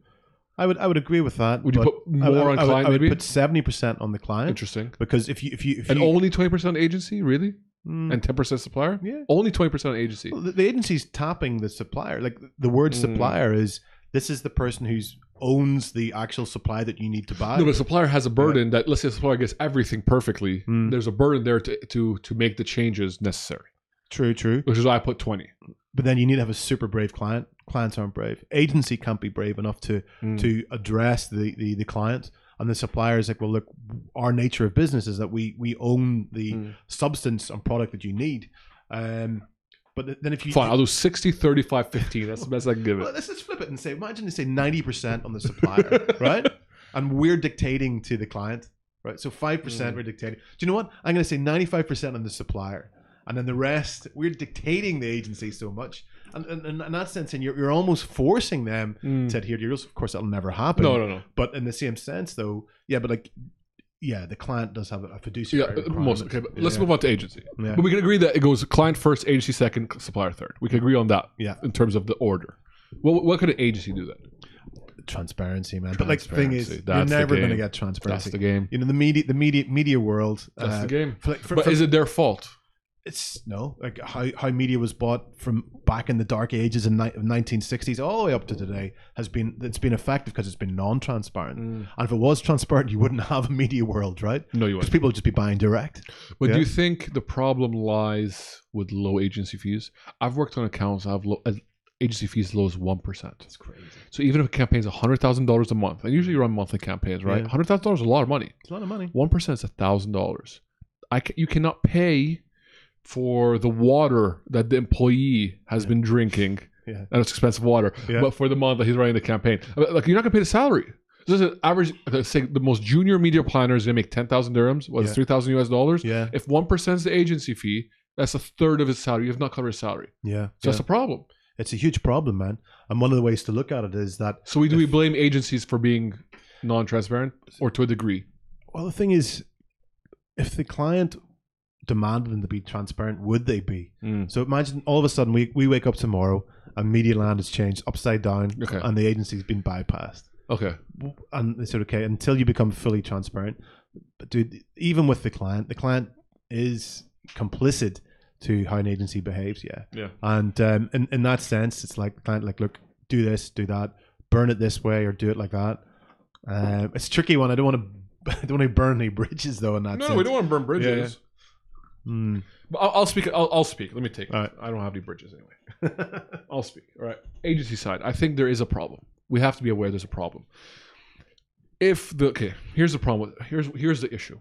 B: I would I would agree with that.
A: Would you
B: but
A: put
B: I would-
A: more on
B: I would-
A: client?
B: I would
A: maybe
B: put seventy percent on the client
A: interesting.
B: because if you if you if
A: And
B: you,
A: only 20% agency, really?
B: Mm,
A: And 10% supplier?
B: yeah.
A: Only 20% agency.
B: Well, the, the agency's tapping the supplier. Like the word
A: Mm.
B: supplier is this is the person who's owns the actual supply that you need to buy.
A: No, but a supplier has a burden that let's say the supplier gets everything perfectly.
B: Mm.
A: There's a burden there to, to to make the changes necessary,
B: true, true.
A: which is why I put twenty.
B: But then you need to have a super brave client. Clients aren't brave. Agency can't be brave enough to
A: Mm.
B: to address the, the the client. And the supplier is like, well, look, our nature of business is that we we own the
A: Mm.
B: substance and product that you need. Um, but th- then if you
A: Fine, I'll do 60, 35, 15. That's the best I can give
B: Well,
A: it.
B: let's just flip it and say, imagine they say ninety percent on the supplier, right? And we're dictating to the client, right? So five percent
A: Mm.
B: we're dictating. Do you know what? I'm going to say ninety-five percent on the supplier, and then the rest we're dictating the agency so much. And, and, and in that sense, and you're, you're almost forcing them
A: Mm.
B: to adhere to your rules. Of course, that'll never happen.
A: No, no, no.
B: But in the same sense, though, yeah, but like, yeah, the client does have a fiduciary.
A: Yeah, uh, most. Okay, but let's move on to agency.
B: on. Yeah.
A: But we can agree that it goes client first, agency second, supplier third. We can agree on that.
B: Yeah.
A: In terms of the order, what what could an agency do then?
B: Transparency, man. But like, the thing is,
A: Transparency.
B: you're
A: That's the
B: never going to
A: game.
B: get
A: That's
B: transparency.
A: the game.
B: you know, the media, the media, media world.
A: That's
B: uh,
A: the game.
B: for like- for-
A: But
B: for-
A: is it their fault?
B: it's no like how how media was bought from back in the dark ages and nineteen sixties all the way up to today has been it's been effective because it's been non-transparent.
A: Mm.
B: And if it was transparent, you wouldn't have a media world, right?
A: No, you
B: Because
A: wouldn't.
B: people would just be buying direct.
A: But
B: Yeah.
A: do you think the problem lies with low agency fees? I've worked on accounts that have low, uh, agency fees as low as one percent.
B: It's crazy.
A: So even if a campaign's hundred thousand dollars a month, and usually you run monthly campaigns, right?
B: Yeah.
A: Hundred thousand dollars is a lot of money.
B: It's a lot of money.
A: One percent is thousand dollars. I ca- you cannot pay for the water that the employee has been drinking.
B: Yeah.
A: and it's expensive water.
B: Yeah.
A: But for the month that he's running the campaign, like you're not gonna pay the salary. So this is an average. Let's say the most junior media planner is gonna make ten thousand dirhams. What is
B: Yeah.
A: three thousand US dollars?
B: Yeah,
A: If one percent is the agency fee, that's a third of his salary. You've not covered his salary.
B: yeah.
A: So that's a problem.
B: It's a huge problem, man. And one of the ways to look at it is that
A: So we do we blame agencies for being non-transparent or to a degree?
B: Well, the thing is, if the client demanded them to be transparent, would they be?
A: Mm.
B: So imagine all of a sudden we, we wake up tomorrow and media land has changed upside down
A: Okay.
B: and the agency's been bypassed.
A: Okay.
B: And they said, okay, until you become fully transparent. But dude, even with the client, the client is complicit to how an agency behaves, yeah.
A: Yeah.
B: And um, in, in that sense, it's like the client, like, look, do this, do that, burn it this way or do it like that. Um, it's a tricky one. I don't want to. I don't want to burn any bridges though. In that
A: No,
B: sense,
A: no, we don't want to burn bridges.
B: Yeah, yeah. Mm.
A: But I'll, I'll speak. I'll, I'll speak. Let me take. it.
B: All right.
A: I don't have any bridges anyway. I'll speak. All right. Agency side, I think there is a problem. We have to be aware there's a problem. If the okay, here's the problem. With, here's here's the issue.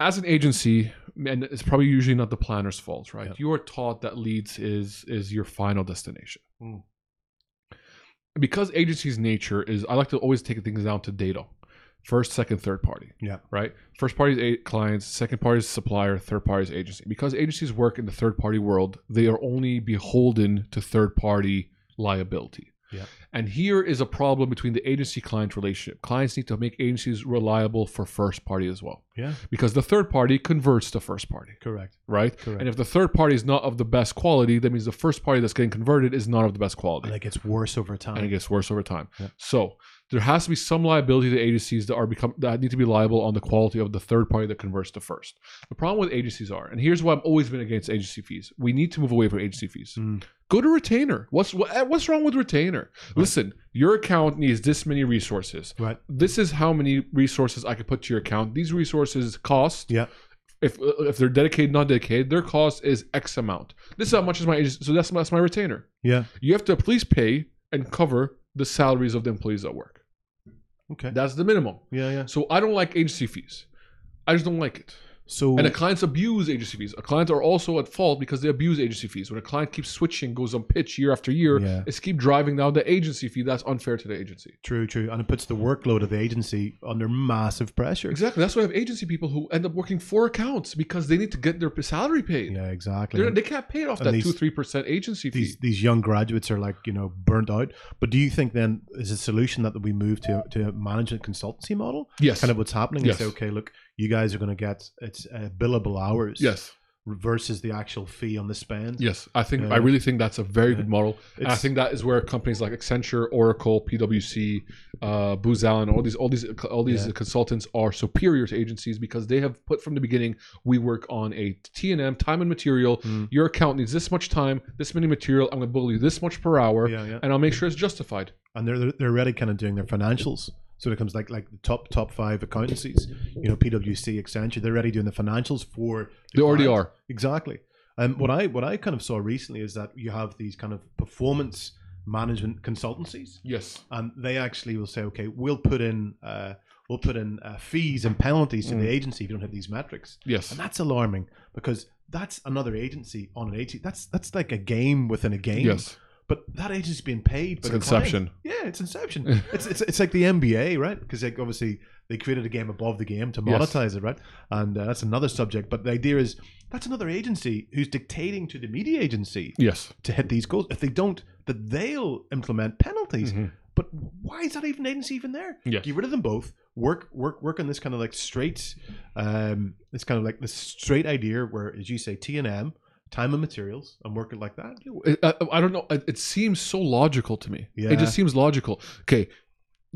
A: As an agency, and it's probably usually not the planner's fault, right?
B: Yeah.
A: You are taught that leads is is your final destination.
B: Mm.
A: Because agency's nature is, I like to always take things down to data. First, second, third party right? First party is a- clients, second party is supplier, third party is agency. Because agencies work in the third party world, they are only beholden to third party liability.
B: Yeah.
A: And here is a problem between the agency client relationship. Clients need to make agencies reliable for first party as well,
B: Yeah,
A: because the third party converts to first party,
B: correct.
A: right?
B: Correct.
A: And if the third party is not of the best quality, that means the first party that's getting converted is not of the best quality
B: And it gets worse over time.
A: and it gets worse over time.
B: Yeah.
A: So there has to be some liability to agencies that are become that need to be liable on the quality of the third party that converts to first. The problem with agencies are, and here's why I've always been against agency fees. We need to move away from agency fees.
B: Mm.
A: Go to retainer. What's what, what's wrong with retainer? Listen, your account needs this many resources.
B: Right.
A: This is how many resources I could put to your account. These resources cost
B: Yeah.
A: if if they're dedicated, not dedicated, their cost is X amount. This is how much is my agency. So that's that's my retainer
B: Yeah.
A: you have to please pay and cover the salaries of the employees that work.
B: Okay.
A: That's the minimum.
B: yeah. Yeah.
A: So I don't like agency fees. I just don't like it.
B: So
A: And the clients abuse agency fees. A client are also at fault because they abuse agency fees. When a client keeps switching, goes on pitch year after year,
B: Yeah.
A: it's keep driving down the agency fee. That's unfair to the agency.
B: true, true, and it puts the workload of the agency under massive pressure.
A: Exactly. That's why I have agency people who end up working four accounts because they need to get their salary paid.
B: Yeah, exactly.
A: They're- They can't pay off
B: And
A: that
B: these-
A: two three percent agency fee.
B: these these young graduates are like you know burnt out. But do you think then is a solution that we move to to a management consultancy model?
A: yes.
B: Kind of what's happening
A: Yes.
B: is okay. Look, you guys are going to get it's uh, billable hours
A: Yes.
B: versus the actual fee on the spend.
A: Yes. I think
B: Yeah.
A: I really think that's a very good
B: Yeah.
A: model. And I
B: It's-
A: think that is where companies like Accenture, Oracle, PwC, uh, Booz Allen, all these, all these, all these
B: Yeah.
A: consultants are superior to agencies because they have put from the beginning, we work on a T and M, time and material.
B: Mm.
A: Your account needs this much time, this many material. I'm going to bill you this much per hour,
B: yeah, yeah.
A: and I'll make sure it's justified.
B: and they're they're already kind of doing their financials. So it comes like like the top top five accountancies, you know, PwC, Accenture, they're already doing the financials for the
A: They already
B: client.
A: are.
B: Exactly. Um, what I what I kind of saw recently is that you have these kind of performance management consultancies,
A: Yes.
B: and they actually will say, okay, we'll put in uh, we'll put in uh, fees and penalties
A: Mm.
B: to the agency if you don't hit these metrics,
A: Yes.
B: and that's alarming because that's another agency on an agency. That's that's like a game within a game.
A: Yes.
B: But that agency's being paid.
A: It's
B: by the client.
A: conception.
B: Yeah, it's Inception. it's, it's it's like the NBA, right? Because like obviously they created a game above the game to
A: Yes.
B: monetize it, right? And uh, that's another subject. But the idea is that's another agency who's dictating to the media agency
A: Yes.
B: to hit these goals. If they don't, that they'll implement penalties.
A: Mhm.
B: But why is that even agency even there?
A: Yeah.
B: Get rid of them both. Work work work on this kind of like straight, um, this kind of like this straight idea where, as you say, T and M, time and materials, and work it like that.
A: I, I- I don't know. It, it seems so logical to me. It
B: Yeah.
A: just seems logical. Okay.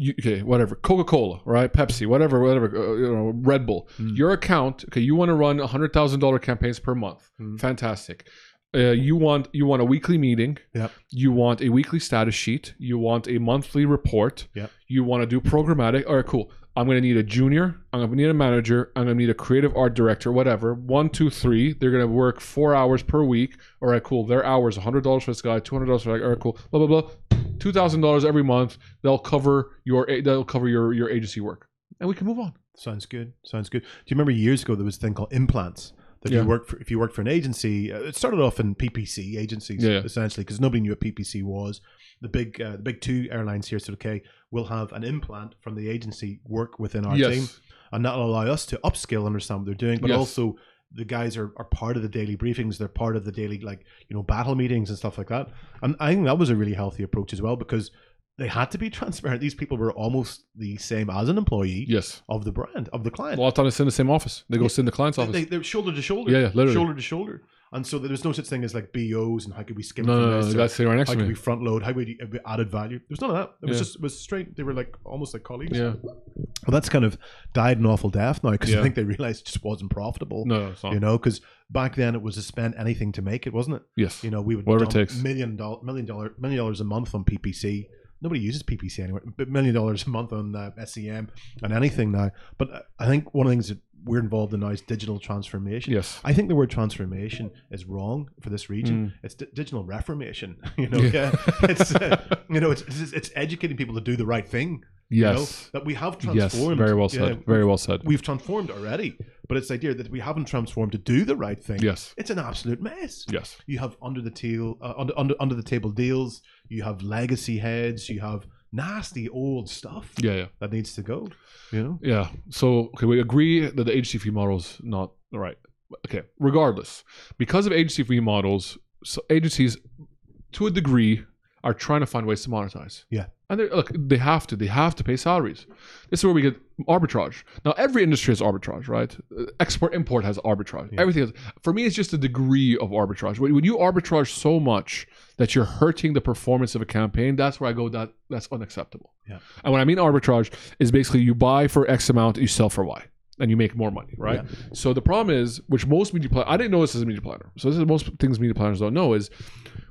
A: You, okay, whatever. Coca Cola, right? Pepsi, whatever, whatever. Uh, you know, Red Bull.
B: Mm.
A: Your account. Okay, you want to run hundred thousand dollar campaigns per month.
B: Mm.
A: Fantastic. Uh, you want you want a weekly meeting.
B: Yep.
A: You want a weekly status sheet. You want a monthly report.
B: Yep.
A: You want to do programmatic. All right, cool. I'm gonna need a junior. I'm gonna need a manager. I'm gonna need a creative art director. Whatever. One, two, three. They're gonna work four hours per week. All right, cool. Their hours, hundred dollars for this guy, two hundred dollars for that. guy. All right, cool. Blah blah blah. Two thousand dollars every month. They'll cover your they'll cover your your agency work, and we can move on.
B: Sounds good. Sounds good. Do you remember years ago there was a thing called implants? That
A: Yeah.
B: you work for, if you work for an agency, uh, it started off in PPC agencies
A: Yeah, yeah.
B: essentially because nobody knew what PPC was. The big, uh, the big two airlines here said, "Okay, we'll have an implant from the agency work within our
A: yes.
B: team, and that'll allow us to upskill, and understand what they're doing, but
A: Yes.
B: also the guys are, are part of the daily briefings. They're part of the daily like you know battle meetings and stuff like that. And I think that was a really healthy approach as well because they had to be transparent. These people were almost the same as an employee
A: Yes.
B: of the brand of the
A: A
B: client.
A: lot of times it's in the same office. They go
B: Yeah.
A: sit in the client's office.
B: they, they, are shoulder to shoulder,
A: yeah, yeah, literally.
B: shoulder to shoulder, and so there's no such thing as like BOs and how could we skip
A: no,
B: from
A: no, no,
B: this or
A: that's sitting right next
B: how
A: to
B: could we
A: me.
B: front load, how could we we added value. There was none of that. It was
A: Yeah.
B: just it was straight. They were like almost like colleagues.
A: Yeah.
B: Well, that's kind of died an awful death now because
A: Yeah.
B: I think they realized it just wasn't profitable.
A: No, no, it's not.
B: You know, because back then it was to spend anything to make it, wasn't it?
A: yes.
B: You know, we would
A: Whatever it
B: dump
A: takes.
B: million dollar million dollar million dollars a month on PPC. Nobody uses PPC anyway, but million dollars a month on uh, SEM and anything now. But uh, I- I think one of the things that we're involved in now is digital transformation.
A: yes.
B: I think the word transformation is wrong for this region. It's di- digital reformation. You know,
A: Mm. Yeah.
B: yeah. it's uh, you know, it's, it's it's educating people to do the right thing. You know,
A: yes.
B: that we have
A: yes.
B: transformed.
A: Very well
B: Yeah,
A: said. Very well said.
B: We've transformed already, but it's the idea that we haven't transformed to do the right thing.
A: yes.
B: It's an absolute mess.
A: Yes.
B: You have under the table, uh, under, under under the table deals. You have legacy heads. You have nasty old stuff
A: Yeah. Yeah.
B: that needs to go. You know.
A: Yeah. So okay, we agree that the agency fee model is not right. Okay. Regardless, because of agency fee models, so agencies, to a degree, are trying to find ways to monetize.
B: Yeah.
A: And they look, they have to. They have to pay salaries. This is where we get arbitrage. Now, every industry has arbitrage, right? Uh, Export import has arbitrage.
B: Yeah.
A: Everything has. For me, it's just a degree of arbitrage. When when you arbitrage so much that you're hurting the performance of a campaign, that's where I go. That that's unacceptable.
B: Yeah.
A: And when I mean arbitrage, is basically you buy for X amount, you sell for Y, and you make more money, right? So the problem is, which most media plan I didn't know this as a media planner. So this is most things media planners don't know is,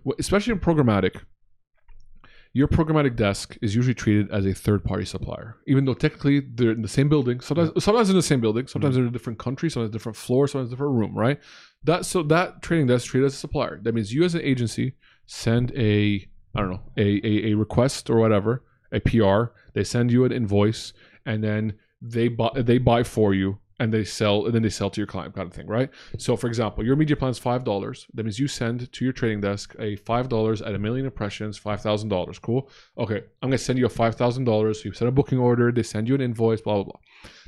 A: wh- especially in programmatic, your programmatic desk is usually treated as a third-party supplier, even though technically they're in the same building. Sometimes, sometimes in the same building. Sometimes they're in a different country. Sometimes different floor. Sometimes different room. Right. That so that trading desk is treated as a supplier. That means you as an agency send a I don't know a a, a request or whatever a PR. They send you an invoice, and then they buy they buy for you, and they sell, and then they sell to your client, kind of thing, right? So, for example, your media plan is five dollars. That means you send to your trading desk a five dollars at a million impressions, five thousand dollars. Cool. Okay, I'm gonna send you a five thousand dollars. So you set a booking order. They send you an invoice. Blah blah blah.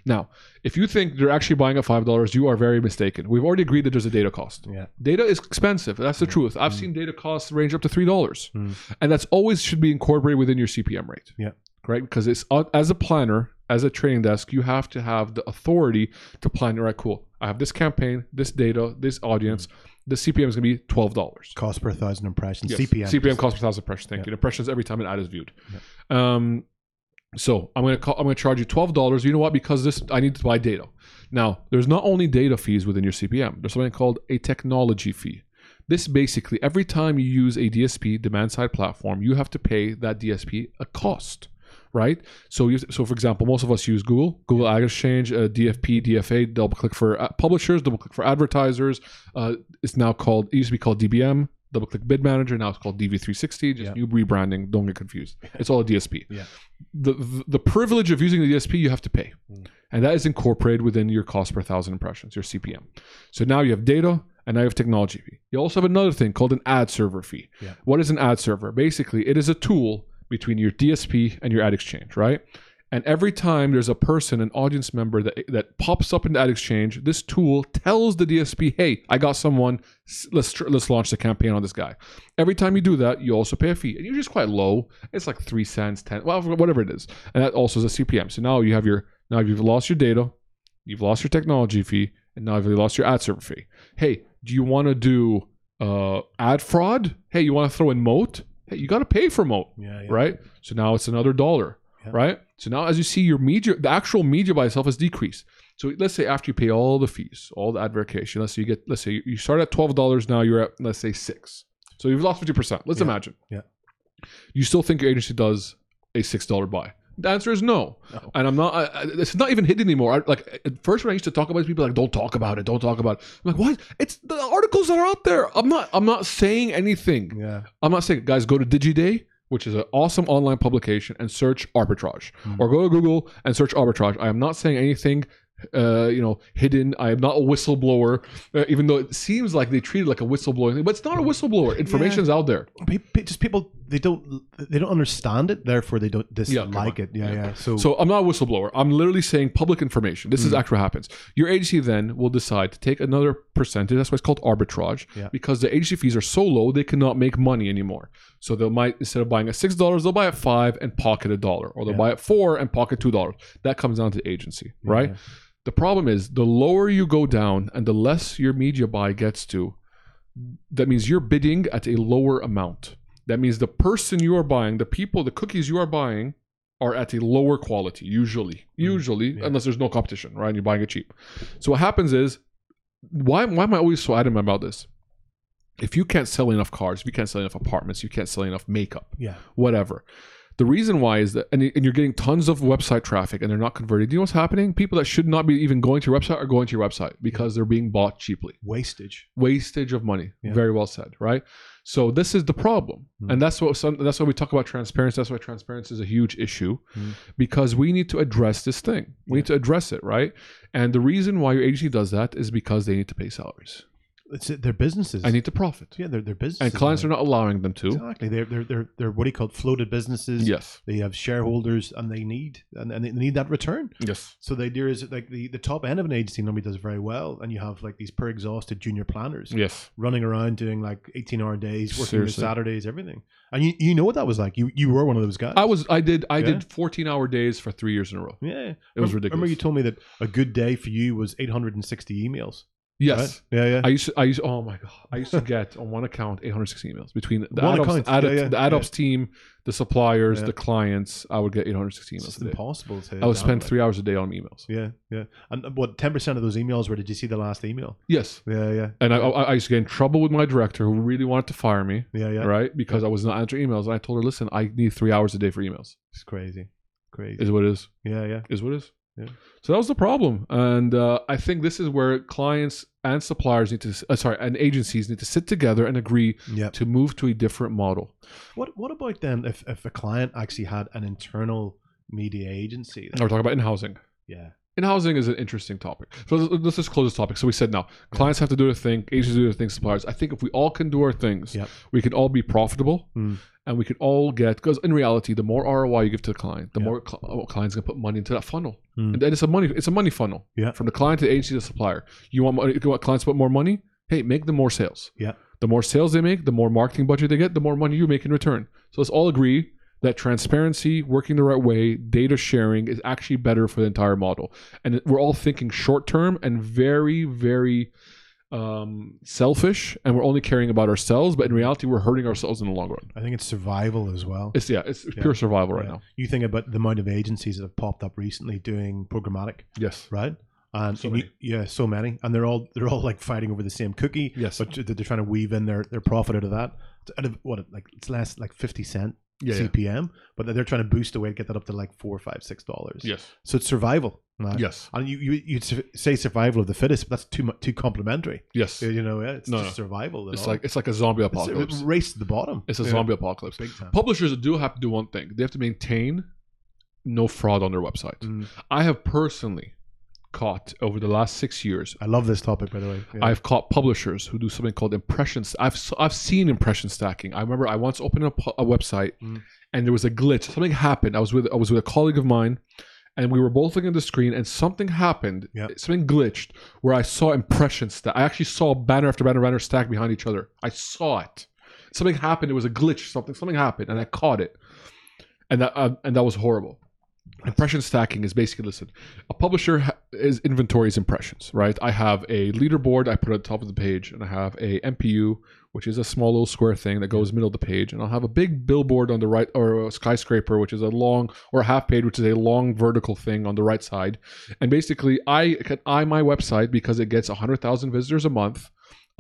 A: Now, if you think they're actually buying at five dollars, you are very mistaken. We've already agreed that there's a data cost.
B: Yeah. Mm.
A: Data is expensive. That's the truth. I've seen data costs range up to three dollars, and that's always should be incorporated within your CPM rate.
B: Yeah.
A: Right, because it's uh, as a planner, as a trading desk, you have to have the authority to plan. All right, cool. I have this campaign, this data, this audience.
B: Mm.
A: The CPM is going to be twelve dollars.
B: Cost per thousand impressions.
A: Yes.
B: CPM.
A: CPM cost per thousand impressions. Thank
B: Yeah.
A: you. The impressions every time an ad is viewed. Um, so I'm gonna call, I'm gonna charge you twelve dollars. You know what? Because this I need to buy data. Now there's not only data fees within your CPM. There's something called a technology fee. This basically every time you use a DSP demand side platform, you have to pay that DSP a cost, right? So you, so for example, most of us use Google, Google Ad Exchange, uh, DFP, DFA. Double click for uh, publishers. Double click for advertisers. Uh, it's now called it used to be called DBM. Double click bid manager. Now it's called DV360. Just
B: Yeah.
A: new rebranding. Don't get confused. It's all a DSP
B: Yeah.
A: the the privilege of using the DSP you have to pay,
B: Mm.
A: and that is incorporated within your cost per thousand impressions, your CPM. So now you have data, and now you have technology fee. You also have another thing called an ad server fee.
B: Yeah.
A: What is an ad server? Basically, it is a tool between your DSP and your ad exchange, right? And every time there's a person, an audience member that that pops up in the ad exchange, this tool tells the DSP, "Hey, I got someone. S- Let's tr- let's launch the campaign on this guy." Every time you do that, you also pay a fee, and usually it's quite low. It's like three cents, ten, well, whatever it is, and that also is a CPM. So now you have your now you've lost your data, you've lost your technology fee, and now you've lost your ad server fee. Hey, do you want to do uh, ad fraud? Hey, you want to throw in moat? Hey, you got to pay for moat
B: Yeah. yeah.
A: right? So now it's another dollar,
B: Yeah.
A: right? So now as you see, your media, the actual media by itself has decreased. So let's say after you pay all the fees, all the advocation, let's say you get, let's say you start at twelve dollars, now you're at let's say six. So you've lost fifty percent. Let's
B: Yeah.
A: imagine.
B: Yeah.
A: You still think your agency does a six dollar buy? The answer is no.
B: No.
A: And I'm not. I, I- it's not even hidden anymore. I, like at first when I used to talk about it, people were like don't talk about it, don't talk about it. I'm like what? It's the articles that are out there. I'm not. I'm not saying anything.
B: Yeah.
A: I'm not saying, guys, go to DigiDay, which is an awesome online publication, and search arbitrage,
B: Mm.
A: or go to Google and search arbitrage. I am not saying anything, uh, you know, hidden. I am not a whistleblower, uh, even though it seems like they treat it like a whistleblower thing, but it's not a whistleblower. Information's out there.
B: Pe- pe- Just people they don't they don't understand it, therefore they don't
A: come
B: dislike
A: on.
B: it. Yeah,
A: Yeah.
B: yeah. So, Mm.
A: So I'm not a whistleblower. I'm literally saying public information. This is actually what happens. Your agency then will decide to take another percentage. That's why it's called arbitrage
B: Yeah.
A: because the agency fees are so low they cannot make money anymore. So they might instead of buying at six dollars, they'll buy at five and pocket a dollar, or they'll
B: Yeah. Mm-hmm.
A: buy at four and pocket two dollars. That comes down to the agency,
B: Yeah,
A: right?
B: yeah.
A: The problem is the lower you go down and the less your media buy gets to, that means you're bidding at a lower amount. That means the person you are buying, the people, the cookies you are buying are at a lower quality, usually. Usually,
B: yeah.
A: unless there's no competition, right? And you're buying it cheap. So what happens is, why why am I always so adamant about this? If you can't sell enough cars, if you can't sell enough apartments, you can't sell enough makeup,
B: yeah.
A: whatever. The reason why is that, and, and you're getting tons of website traffic and they're not converted. Do you know what's happening? People that should not be even going to your website are going to your website because they're being bought cheaply
B: Wastage.
A: wastage of money.
B: Yeah.
A: Very well said, right? So this is the problem,
B: Mm.
A: and that's what some, that's why we talk about transparency. That's why transparency is a huge issue
B: Mm.
A: because we need to address this thing. We need to address it, right? And the reason why your agency does that is because they need to pay salaries.
B: It's their businesses.
A: I need to profit,
B: yeah, they're, they're businesses.
A: and clients are not allowing them to.
B: Exactly. They're, they're, they're, they're what do you call it, floated businesses.
A: Yes,
B: They have shareholders and they need and, and they need that return.
A: yes,
B: So the idea is that, like the, the top end of an agency normally does very well and you have like these per exhausted junior planners
A: yes.
B: running around doing like eighteen hour days, working
A: Seriously.
B: your Saturdays, everything. And you, you know what that was like. You you were one of those guys.
A: I was, I did, I
B: Yeah.
A: did fourteen-hour days for three years in a row.
B: yeah. It
A: was
B: Remember
A: ridiculous.
B: you told me that a good day for you was eight hundred and sixty emails.
A: Yes.
B: right? Yeah, yeah.
A: I used to, I used oh my god I used to get on one account 806 emails between the
B: One
A: AdOps,
B: account,
A: ad,
B: yeah, yeah,
A: the AdOps
B: yeah.
A: team the suppliers
B: Yeah.
A: the clients I would get 806
B: it's
A: emails
B: just
A: a day.
B: impossible to
A: I would spend
B: handle it.
A: three hours a day on emails
B: Yeah, yeah. And uh, what ten percent of those emails were? Did you see the last email?
A: yes
B: Yeah, yeah,
A: and I, I, I used to get in trouble with my director who really wanted to fire me
B: yeah, yeah.
A: right because I was not answering emails and I told her listen I need three hours a day for emails
B: It's crazy, crazy.
A: is what it is
B: yeah, yeah,
A: is what it is.
B: Yeah.
A: So that was the problem, and uh, I think this is where clients and suppliers need to, uh, sorry, and agencies need to sit together and agree
B: yeah.
A: to move to a different model.
B: What What about then if if a client actually had an internal media agency?
A: Now we're talking about in housing.
B: Yeah,
A: in housing is an interesting topic. So let's, let's just close this topic. So we said now clients have to do their thing, agents do their thing, suppliers. I think if we all can do our things,
B: Yep.
A: we can all be profitable,
B: Mm.
A: and we can all get because in reality, the more ROI you give to the client, the
B: Yeah.
A: more cl- clients gonna put money into that funnel,
B: Mm.
A: and then it's a money it's a money funnel.
B: Yeah.
A: from the client to the agency to the supplier. You want money, you want clients to put more money? Hey, make them more sales.
B: Yeah.
A: the more sales they make, the more marketing budget they get, the more money you make in return. So let's all agree that transparency, working the right way, data sharing is actually better for the entire model. And we're all thinking short term and very, very um, selfish, and we're only caring about ourselves. But in reality, we're hurting ourselves in the long run.
B: I think it's survival as well.
A: It's yeah, it's
B: Yeah.
A: pure survival right
B: Yeah.
A: now.
B: You think about the amount of agencies that have popped up recently doing programmatic,
A: Yes,
B: right? And
A: So
B: you need- yeah, so many, and they're all they're all like fighting over the same cookie.
A: Yes.
B: but they're they're trying to weave in their their profit out of that. It's Out of what like it's less like fifty cent
A: yeah, yeah.
B: CPM, but they're trying to boost away to get that up to like four, five, six dollars.
A: yes,
B: So it's survival. right?
A: yes,
B: And you you you'd su- say survival of the fittest, but that's too much too complimentary.
A: yes.
B: You know, it's
A: No,
B: just
A: no.
B: survival. and
A: It's
B: all.
A: like it's like a zombie
B: it's a
A: apocalypse.
B: race to the bottom.
A: It's a
B: Yeah.
A: zombie apocalypse.
B: Big time.
A: Publishers do have to do one thing: they have to maintain no fraud on their website.
B: Mm.
A: I have personally caught over the last six years.
B: I love this topic, by the way. Yeah.
A: I've caught publishers who do something called impressions. I've s- I've seen impression stacking. I remember I once opened up a website
B: Mm.
A: and there was a glitch. Something happened. I was with I was with a colleague of mine, and we were both looking at the screen, and something happened.
B: Yeah.
A: Something glitched where I saw impressions stack. I actually saw banner after banner banner stacked behind each other. I saw it. Something happened. It was a glitch. Something something happened, and I caught it, and that uh, and that was horrible. Impression stacking is basically listen. A publisher ha- is inventories impressions, right? I have a leaderboard I put at the top of the page, and I have a MPU, which is a small little square thing that goes middle of the page, and I'll have a big billboard on the right, or a skyscraper, which is a long or a half page, which is a long vertical thing on the right side, and basically I can eye my website because it gets hundred thousand visitors a month.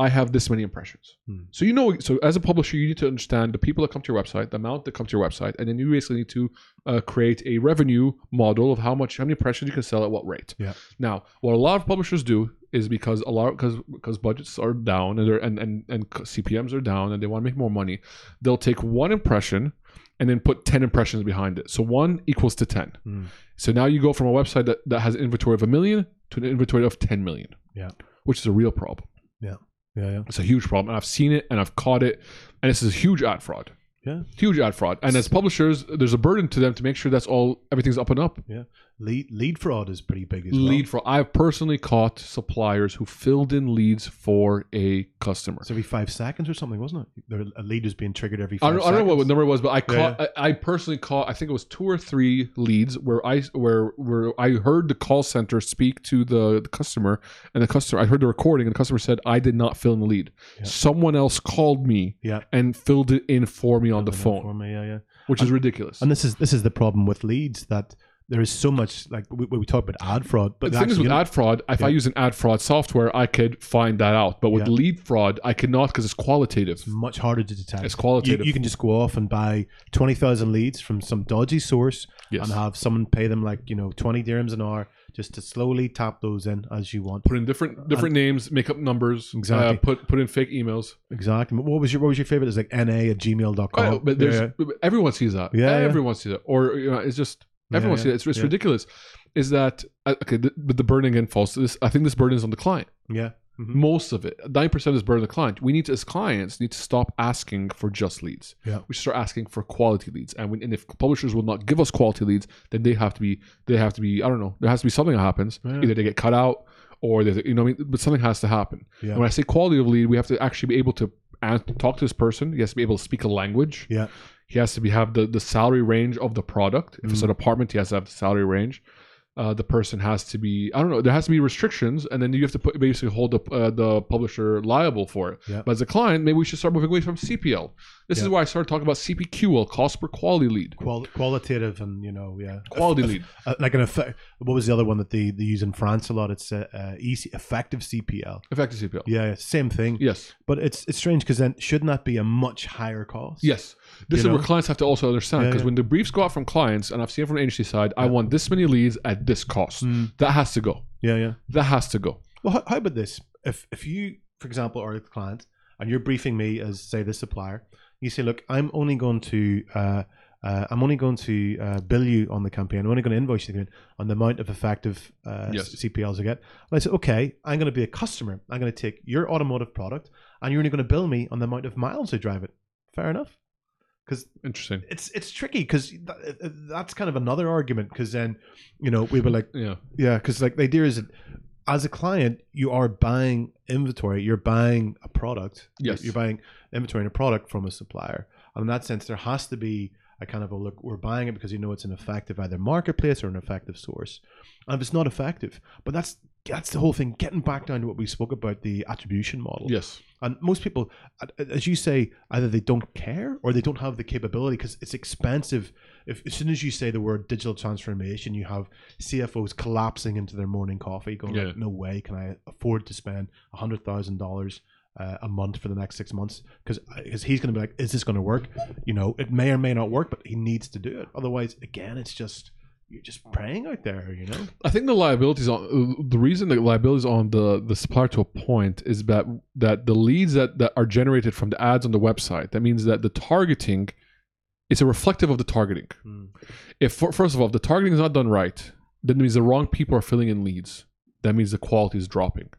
A: I have this many impressions.
B: Hmm.
A: So you know, so as a publisher, you need to understand the people that come to your website, the amount that come to your website, and then you basically need to uh, create a revenue model of how much how many impressions you can sell at what rate.
B: Yeah.
A: Now, what a lot of publishers do is because a lot because because budgets are down and they're, and and and CPMS are down and they want to make more money, they'll take one impression and then put 10 impressions behind it. So one equals to 10.
B: Mm.
A: So now you go from a website that, that has an inventory of a million to an inventory of 10 million.
B: Yeah.
A: Which is a real problem.
B: yeah, yeah.
A: It's a huge problem. And I've seen it and I've caught it. And this is a huge ad fraud.
B: Yeah.
A: Huge ad fraud. And as publishers, there's a burden to them to make sure that's all everything's up and up.
B: Lead lead fraud is pretty big as well.
A: Lead fraud. I've personally caught suppliers who filled in leads for a customer.
B: It's every five seconds or something, wasn't it? There, a lead is being triggered every.
A: I
B: Five
A: don't, I don't know what
B: seconds.
A: number it was, but I
B: Yeah,
A: caught. I, I personally caught. I think it was two or three leads where I where where I heard the call center speak to the, the customer, and the customer. I heard the recording, and the customer said, "I did not fill in the lead.
B: Yeah.
A: Someone else called me
B: Yeah.
A: and filled it in for me on the
B: Yeah,
A: phone,
B: for me, yeah, yeah.
A: which is ridiculous."
B: And this is this is the problem with leads that there is so much like we, we talk about ad fraud, but
A: the thing is
B: actually-
A: with ad fraud, if I
B: Yeah.
A: use an ad fraud software, I could find that out. But with
B: Yeah.
A: lead fraud, I cannot because it's qualitative.
B: much harder to detect.
A: It's qualitative.
B: You, you can just go off and buy twenty thousand leads from some dodgy source
A: Yes.
B: and have someone pay them like you know twenty dirhams an hour just to slowly tap those in as you want.
A: Put in different different names, make up numbers,
B: Exactly.
A: uh, put put in fake emails.
B: Exactly. What was your what was your favorite? It's like na at gmail.com.
A: Oh, but there's
B: yeah,
A: but everyone sees that.
B: Yeah, yeah.
A: everyone sees it, or you know, it's just
B: Yeah,
A: everyone
B: yeah,
A: sees it. It's, it's
B: yeah.
A: ridiculous. Is that uh, okay? th- but the burden again falls. to This I think this burden is on the client.
B: yeah. Mhm.
A: Most of it, nine percent is burden on the client. We need to, as clients, need to stop asking for just leads.
B: Yeah.
A: we should start asking for quality leads. And when, and if publishers will not give us quality leads, then they have to be they have to be I don't know. There has to be something that happens.
B: Yeah.
A: Either they get cut out, or they you know what I mean. But something has to happen.
B: Yeah.
A: And when I say quality of lead, we have to actually be able to an- talk to this person. He has to be able to speak a language.
B: Yeah.
A: He has to be have the, the salary range of the product.
B: Mm.
A: If it's an apartment, he has to have the salary range. Uh, the person has to be I don't know. There has to be restrictions, and then you have to put, basically hold the uh, the publisher liable for it.
B: Yeah.
A: But as a client, maybe we should start moving away from CPL. This is
B: Yeah.
A: why I started talking about CPQL, cost per quality lead.
B: Qual- qualitative and you know yeah
A: Quality
B: Eff-
A: lead.
B: Uh, like an effect. What was the other one that they, they use in France a lot? It's uh, uh, easy, effective CPL.
A: Effective CPL.
B: Yeah, same thing.
A: Yes.
B: But it's it's strange because then shouldn't that be a much higher cost?
A: Yes. This
B: You
A: is
B: know?
A: where clients have to also understand
B: Yeah,
A: because
B: yeah.
A: when the briefs go out from clients, and I've seen it from the agency side, I want this many leads at this cost.
B: Mm.
A: That has to go.
B: Yeah, yeah.
A: That has to go.
B: Well, how, how about this? If if you, for example, are a client and you're briefing me as say the supplier, you say, look, I'm only going to. Uh, uh, I'm only going to uh, bill you on the campaign. I'm only going to invoice you on the amount of effective uh,
A: Yes.
B: CPLs I get. And I said, okay, I'm going to be a customer. I'm going to take your automotive product, and you're only going to bill me on the amount of miles I drive it. Fair enough.
A: Interesting.
B: It's it's tricky because that's kind of another argument. Because then, you know, we were like,
A: Yeah.
B: yeah, because like the idea is, that as a client, you are buying inventory. You're buying a product.
A: Yes.
B: you're buying inventory and a product from a supplier. And in that sense, there has to be I kind of go, look, we're buying it because you know it's an effective either marketplace or an effective source. And if it's not effective, but that's that's the whole thing. Getting back down to what we spoke about the attribution model.
A: Yes.
B: And most people, as you say, either they don't care or they don't have the capability because it's expensive. If, as soon as you say the word digital transformation, you have CFOs collapsing into their morning coffee, going,
A: Yeah.
B: like, "No way can I afford to spend hundred thousand dollars uh, a month for the next six months?" Because he's going to be like, "Is this going to work?" You know, it may or may not work, but he needs to do it. Otherwise, again, it's just you're just praying out there. You know,
A: I think the liabilities on uh, the reason the liabilities on the the supplier to a point is that that the leads that, that are generated from the ads on the website that means that the targeting is a reflective of the targeting.
B: Hmm.
A: If fir- first of all, if the targeting is not done right, then it means the wrong people are filling in leads. That means the quality is dropping,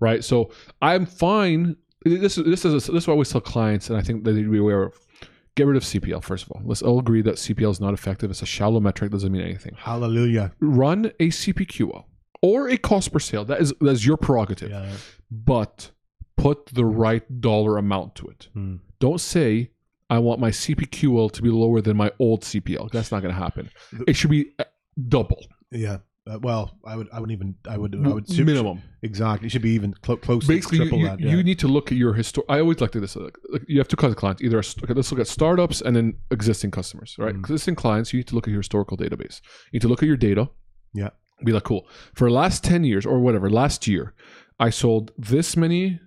A: right? So I'm fine. This this is this is what I always tell clients, and I think they need to be aware of. Get rid of CPL first of all. Let's all agree that CPL is not effective. It's a shallow metric. Doesn't mean anything
B: hallelujah.
A: run a CPQL or a cost per sale. That is that's your prerogative.
B: Yeah.
A: But put the right dollar amount to it.
B: Hmm.
A: Don't say I want my CPQL to be lower than my old CPL. That's not going to happen.
B: The-
A: It should be uh, double
B: Yeah. Uh, well, I would. I would even. I would. I would. super-
A: minimum.
B: Exactly. It should be even clo- close.
A: Basically,
B: to
A: you,
B: triple
A: you,
B: that. Yeah.
A: you need to look at your history. I always like to do this. Like, like, you have two kinds of clients. Either a st- okay, let's look at startups and then existing customers, right?
B: Mm.
A: Existing clients, you need to look at your historical database. You need to look at your data.
B: Yeah.
A: Be like, cool. For the last ten years or whatever, last year, I sold this many.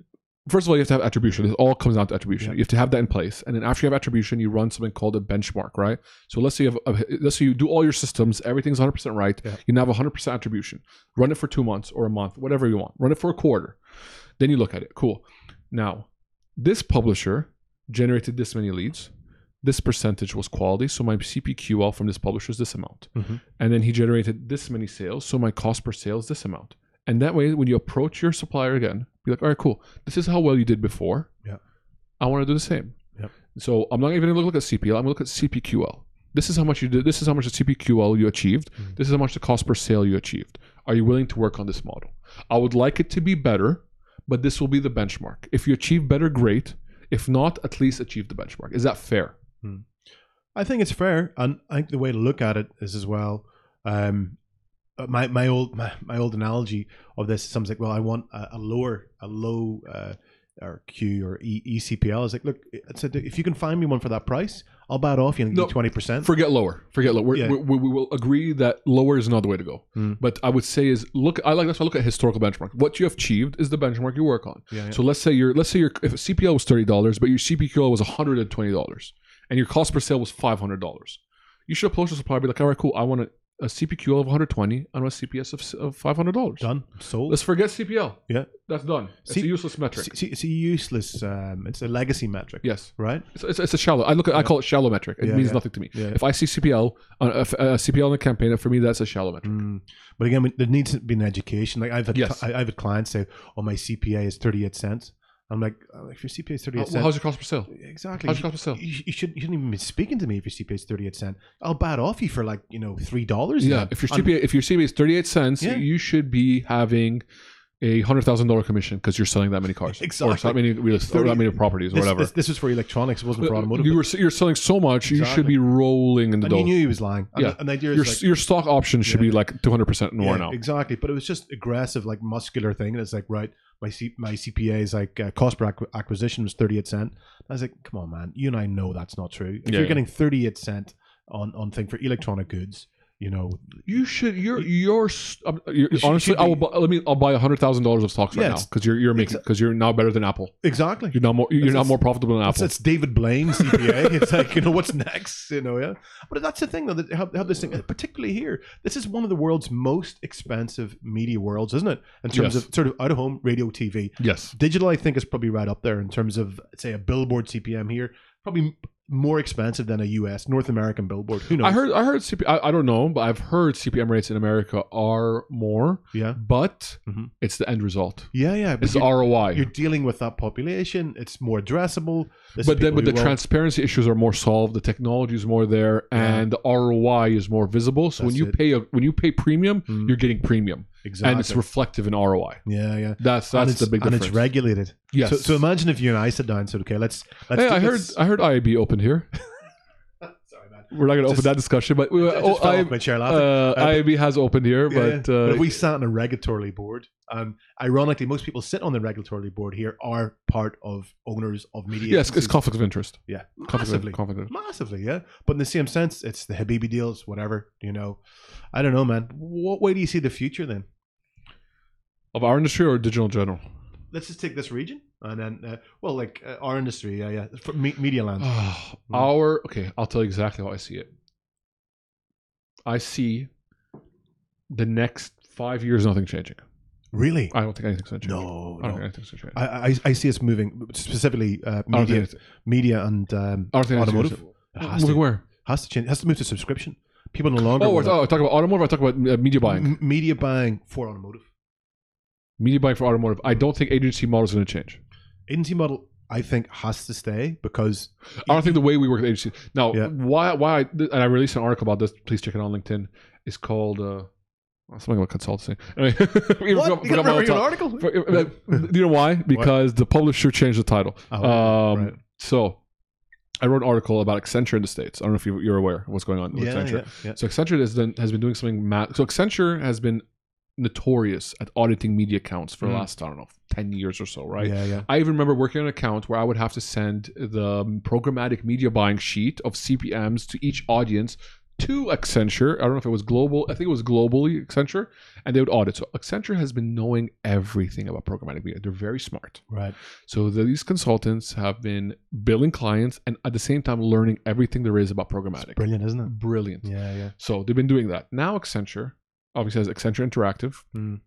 A: First of all, you have to have attribution. It all comes down to attribution.
B: Yeah.
A: You have to have that in place, and then after you have attribution, you run something called a benchmark, right? So let's say you have, a, let's say you do all your systems, everything's 100% right.
B: Yeah.
A: You now have 100% attribution. Run it for two months or a month, whatever you want. Run it for a quarter. Then you look at it. Cool. Now, this publisher generated this many leads. This percentage was quality, so my CPQL from this publisher is this amount.
B: Mhm.
A: And then he generated this many sales, so my cost per sale is this amount. And that way, when you approach your supplier again, be like, all right, cool. This is how well you did before.
B: Yeah.
A: I want to do the same.
B: Yep.
A: So I'm not even going to look at CPL. I'm going to look at CPQL. This is how much you did. This is how much the CPQL you achieved. This is how much the cost per sale you achieved. Are you willing to work on this model? I would like it to be better, but this will be the benchmark. If you achieve better, great. If not, at least achieve the benchmark. Is that fair?
B: I think it's fair, and I think the way to look at it is as well. Um, uh, my my old my, my old analogy of this is something like, well, I want a, a lower a low uh, or Q or e, ECPL. It's like, look, it's a, if you can find me one for that price, I'll buy it off you and
A: No,
B: give you twenty percent.
A: Forget lower. Forget lower. We're-
B: Yeah.
A: We, we, we will agree that lower is not the way to go.
B: Hmm.
A: But I would say is look. I like that's why I look at historical benchmark. What you have achieved is the benchmark you work on.
B: Yeah, yeah.
A: So let's say your let's say your if CPL was thirty dollars, but your CPQL was one hundred and twenty dollars, and your cost per sale was five hundred dollars. You should approach the supplier and be like, all right, cool. I want a, a CPQL of one hundred twenty and a CPS of, s- of five hundred dollars.
B: Done, sold.
A: Let's forget CPL.
B: Yeah.
A: that's done. It's
B: See-
A: a useless metric.
B: It's, it's a useless. Um, it's a legacy metric,
A: yes,
B: right?
A: it's, it's, it's a shallow. I look at I call it shallow metric. It
B: Yeah,
A: means
B: yeah.
A: nothing to me.
B: Yeah.
A: If I see CPL on uh, a, a CPL in a campaign, for me that's a shallow metric.
B: Mm. But again, we- there needs to be an education. Like I've had,
A: Yes.
B: I, I've had clients say, "Oh, my CPA is thirty-eight cents." I'm like, oh, "If your CPA is
A: How-
B: thirty-eight
A: Uh, well,
B: cents,
A: how's your cost per sale?
B: exactly,
A: How's
B: you,
A: your cost per sale?
B: you, you shouldn't, you shouldn't even be speaking to me if your CPA is thirty-eight cent. I'll bat off you for like you know three dollars."
A: Yeah,
B: then.
A: if your
B: And-
A: CPA if your CPA is thirty eight cents,
B: Yeah.
A: you should be having a hundred thousand dollar commission because you're selling that many cars, or
B: Exactly.
A: that many real estate, or
B: 30
A: that many properties, or
B: this,
A: whatever.
B: This, this was for electronics. It wasn't for automotive.
A: you were s- you're selling so much, you should
B: Exactly.
A: be rolling in the
B: and you
A: dough.
B: knew he was lying. And
A: Yeah.
B: the- and the idea is
A: Your
B: like,
A: s- your stock options should
B: Yeah.
A: be like two hundred percent more
B: Yeah,
A: now.
B: Exactly, but it was just aggressive, like muscular thing. And it's like, right, my C- my CPA is like uh, cost per acqu- acquisition was thirty eight cent. I was like, come on, man, you and I know that's not true. If
A: Yeah,
B: you're
A: yeah.
B: getting thirty eight cent on on thing for electronic goods, you know,
A: You should. Your your um, your-
B: You should-
A: honestly,
B: should
A: I will.
B: be-
A: Bu- let me. I'll buy hundred thousand dollars of stocks right
B: Yeah,
A: now
B: it's-
A: because you're you're making because you're now better than Apple.
B: exactly.
A: You're now more. You're
B: It's-
A: now
B: it's-
A: more profitable than
B: That's,
A: Apple.
B: that's David Blaine CPA. it's like you know what's next, you know, yeah. But that's the thing though. That they have, they have this thing, particularly here. This is one of the world's most expensive media worlds, isn't it? In terms
A: Yes.
B: of sort of out of home radio, TV.
A: Yes.
B: Digital, I think, is probably right up there in terms of, say, a billboard CPM here. Probably m- more expensive than a US North American billboard. Who knows?
A: I heard. I heard. CP, I, I don't know, but I've heard CPM rates in America are more,
B: Yeah,
A: but
B: Mhm.
A: it's the end result.
B: yeah, yeah. But
A: It's
B: you're, you're
A: ROI.
B: dealing with that population. It's more addressable. This is
A: But then,
B: people
A: but the
B: who will-
A: transparency issues are more solved. The technology is more there,
B: Yeah.
A: and the ROI is more visible. So when
B: That's
A: you
B: it.
A: pay a, when you pay premium,
B: Mm.
A: you're getting premium,
B: exactly.
A: and it's reflective in ROI.
B: yeah, yeah.
A: That's
B: And
A: that's
B: it's-
A: the big
B: and
A: difference.
B: it's regulated.
A: yes.
B: So, so imagine if you and I sit down and said, "Okay, let's." let's
A: hey,
B: do
A: I heard.
B: this-
A: I heard IAB opened here.
B: Sorry, man.
A: we're not going to open
B: Just-
A: that discussion, but we,
B: I
A: oh,
B: just fell
A: I,
B: off my chair laughing.
A: uh,
B: but-
A: IAB has opened here,
B: Yeah,
A: but,
B: yeah.
A: uh,
B: if we sat on a regulatory board, and ironically, most people sit on the regulatory board here are part of owners of media.
A: yes, it's
B: agencies.
A: conflict of interest.
B: yeah,
A: Conflict
B: massively,
A: Of, conflict of,
B: massively, yeah. But in the same sense, it's the Habibi deals, whatever. You know, I don't know, man. What way do you see the future then?
A: of our industry or digital in general?
B: Let's just take this region, and then uh, well, like uh, our industry, yeah, yeah, for me- media land.
A: Ah, our okay, I'll tell you exactly how I see it. I see the next five years nothing changing.
B: really?
A: I don't think anything's going to change.
B: No,
A: I don't think
B: no.
A: anything's going to change.
B: I, I, I see us moving specifically uh,
A: I don't think
B: media,
A: it's-
B: media, and um,
A: I don't think anything's gonna
B: automotive.
A: change.
B: It has
A: Uh, Moving
B: to,
A: where?
B: has to change. It has to move to subscription. People no longer.
A: Oh, we're,
B: wanna-
A: oh, I talk about automotive. I talk about uh, media buying.
B: M- media buying for automotive. Mm-hmm.
A: Media buying for automotive. I don't think agency model is going to change.
B: Agency model, I think, has to stay because
A: I don't think the way we work at agency. Now,
B: Yeah.
A: why? Why? I, and I released an article about this. Please check it on LinkedIn. It's called uh, something about consultancy. Anyway, we forgot- forgot my own
B: You gotta remember your
A: top-
B: article.
A: For- uh, you know why? Because the publisher changed the title.
B: Oh,
A: um,
B: right.
A: So I wrote an article about Accenture in the States. I don't know if you, you're aware of what's going on with
B: yeah,
A: Accenture.
B: yeah, yeah.
A: So Accenture has been, has been doing something. Ma- so Accenture has been notorious at auditing media accounts for the
B: Mm.
A: last I don't know ten years or so, right?
B: Yeah, yeah.
A: I even remember working on an account where I would have to send the programmatic media buying sheet of CPMs to each audience to Accenture. I don't know if it was global. I think it was globally Accenture, and they would audit. So Accenture has been knowing everything about programmatic media. They're very smart.
B: Right.
A: So these consultants have been billing clients and at the same time learning everything there is about programmatic.
B: Brilliant, isn't it?
A: Brilliant.
B: Yeah, yeah.
A: So they've been doing that. Now Accenture obviously has Accenture Interactive,
B: Mm.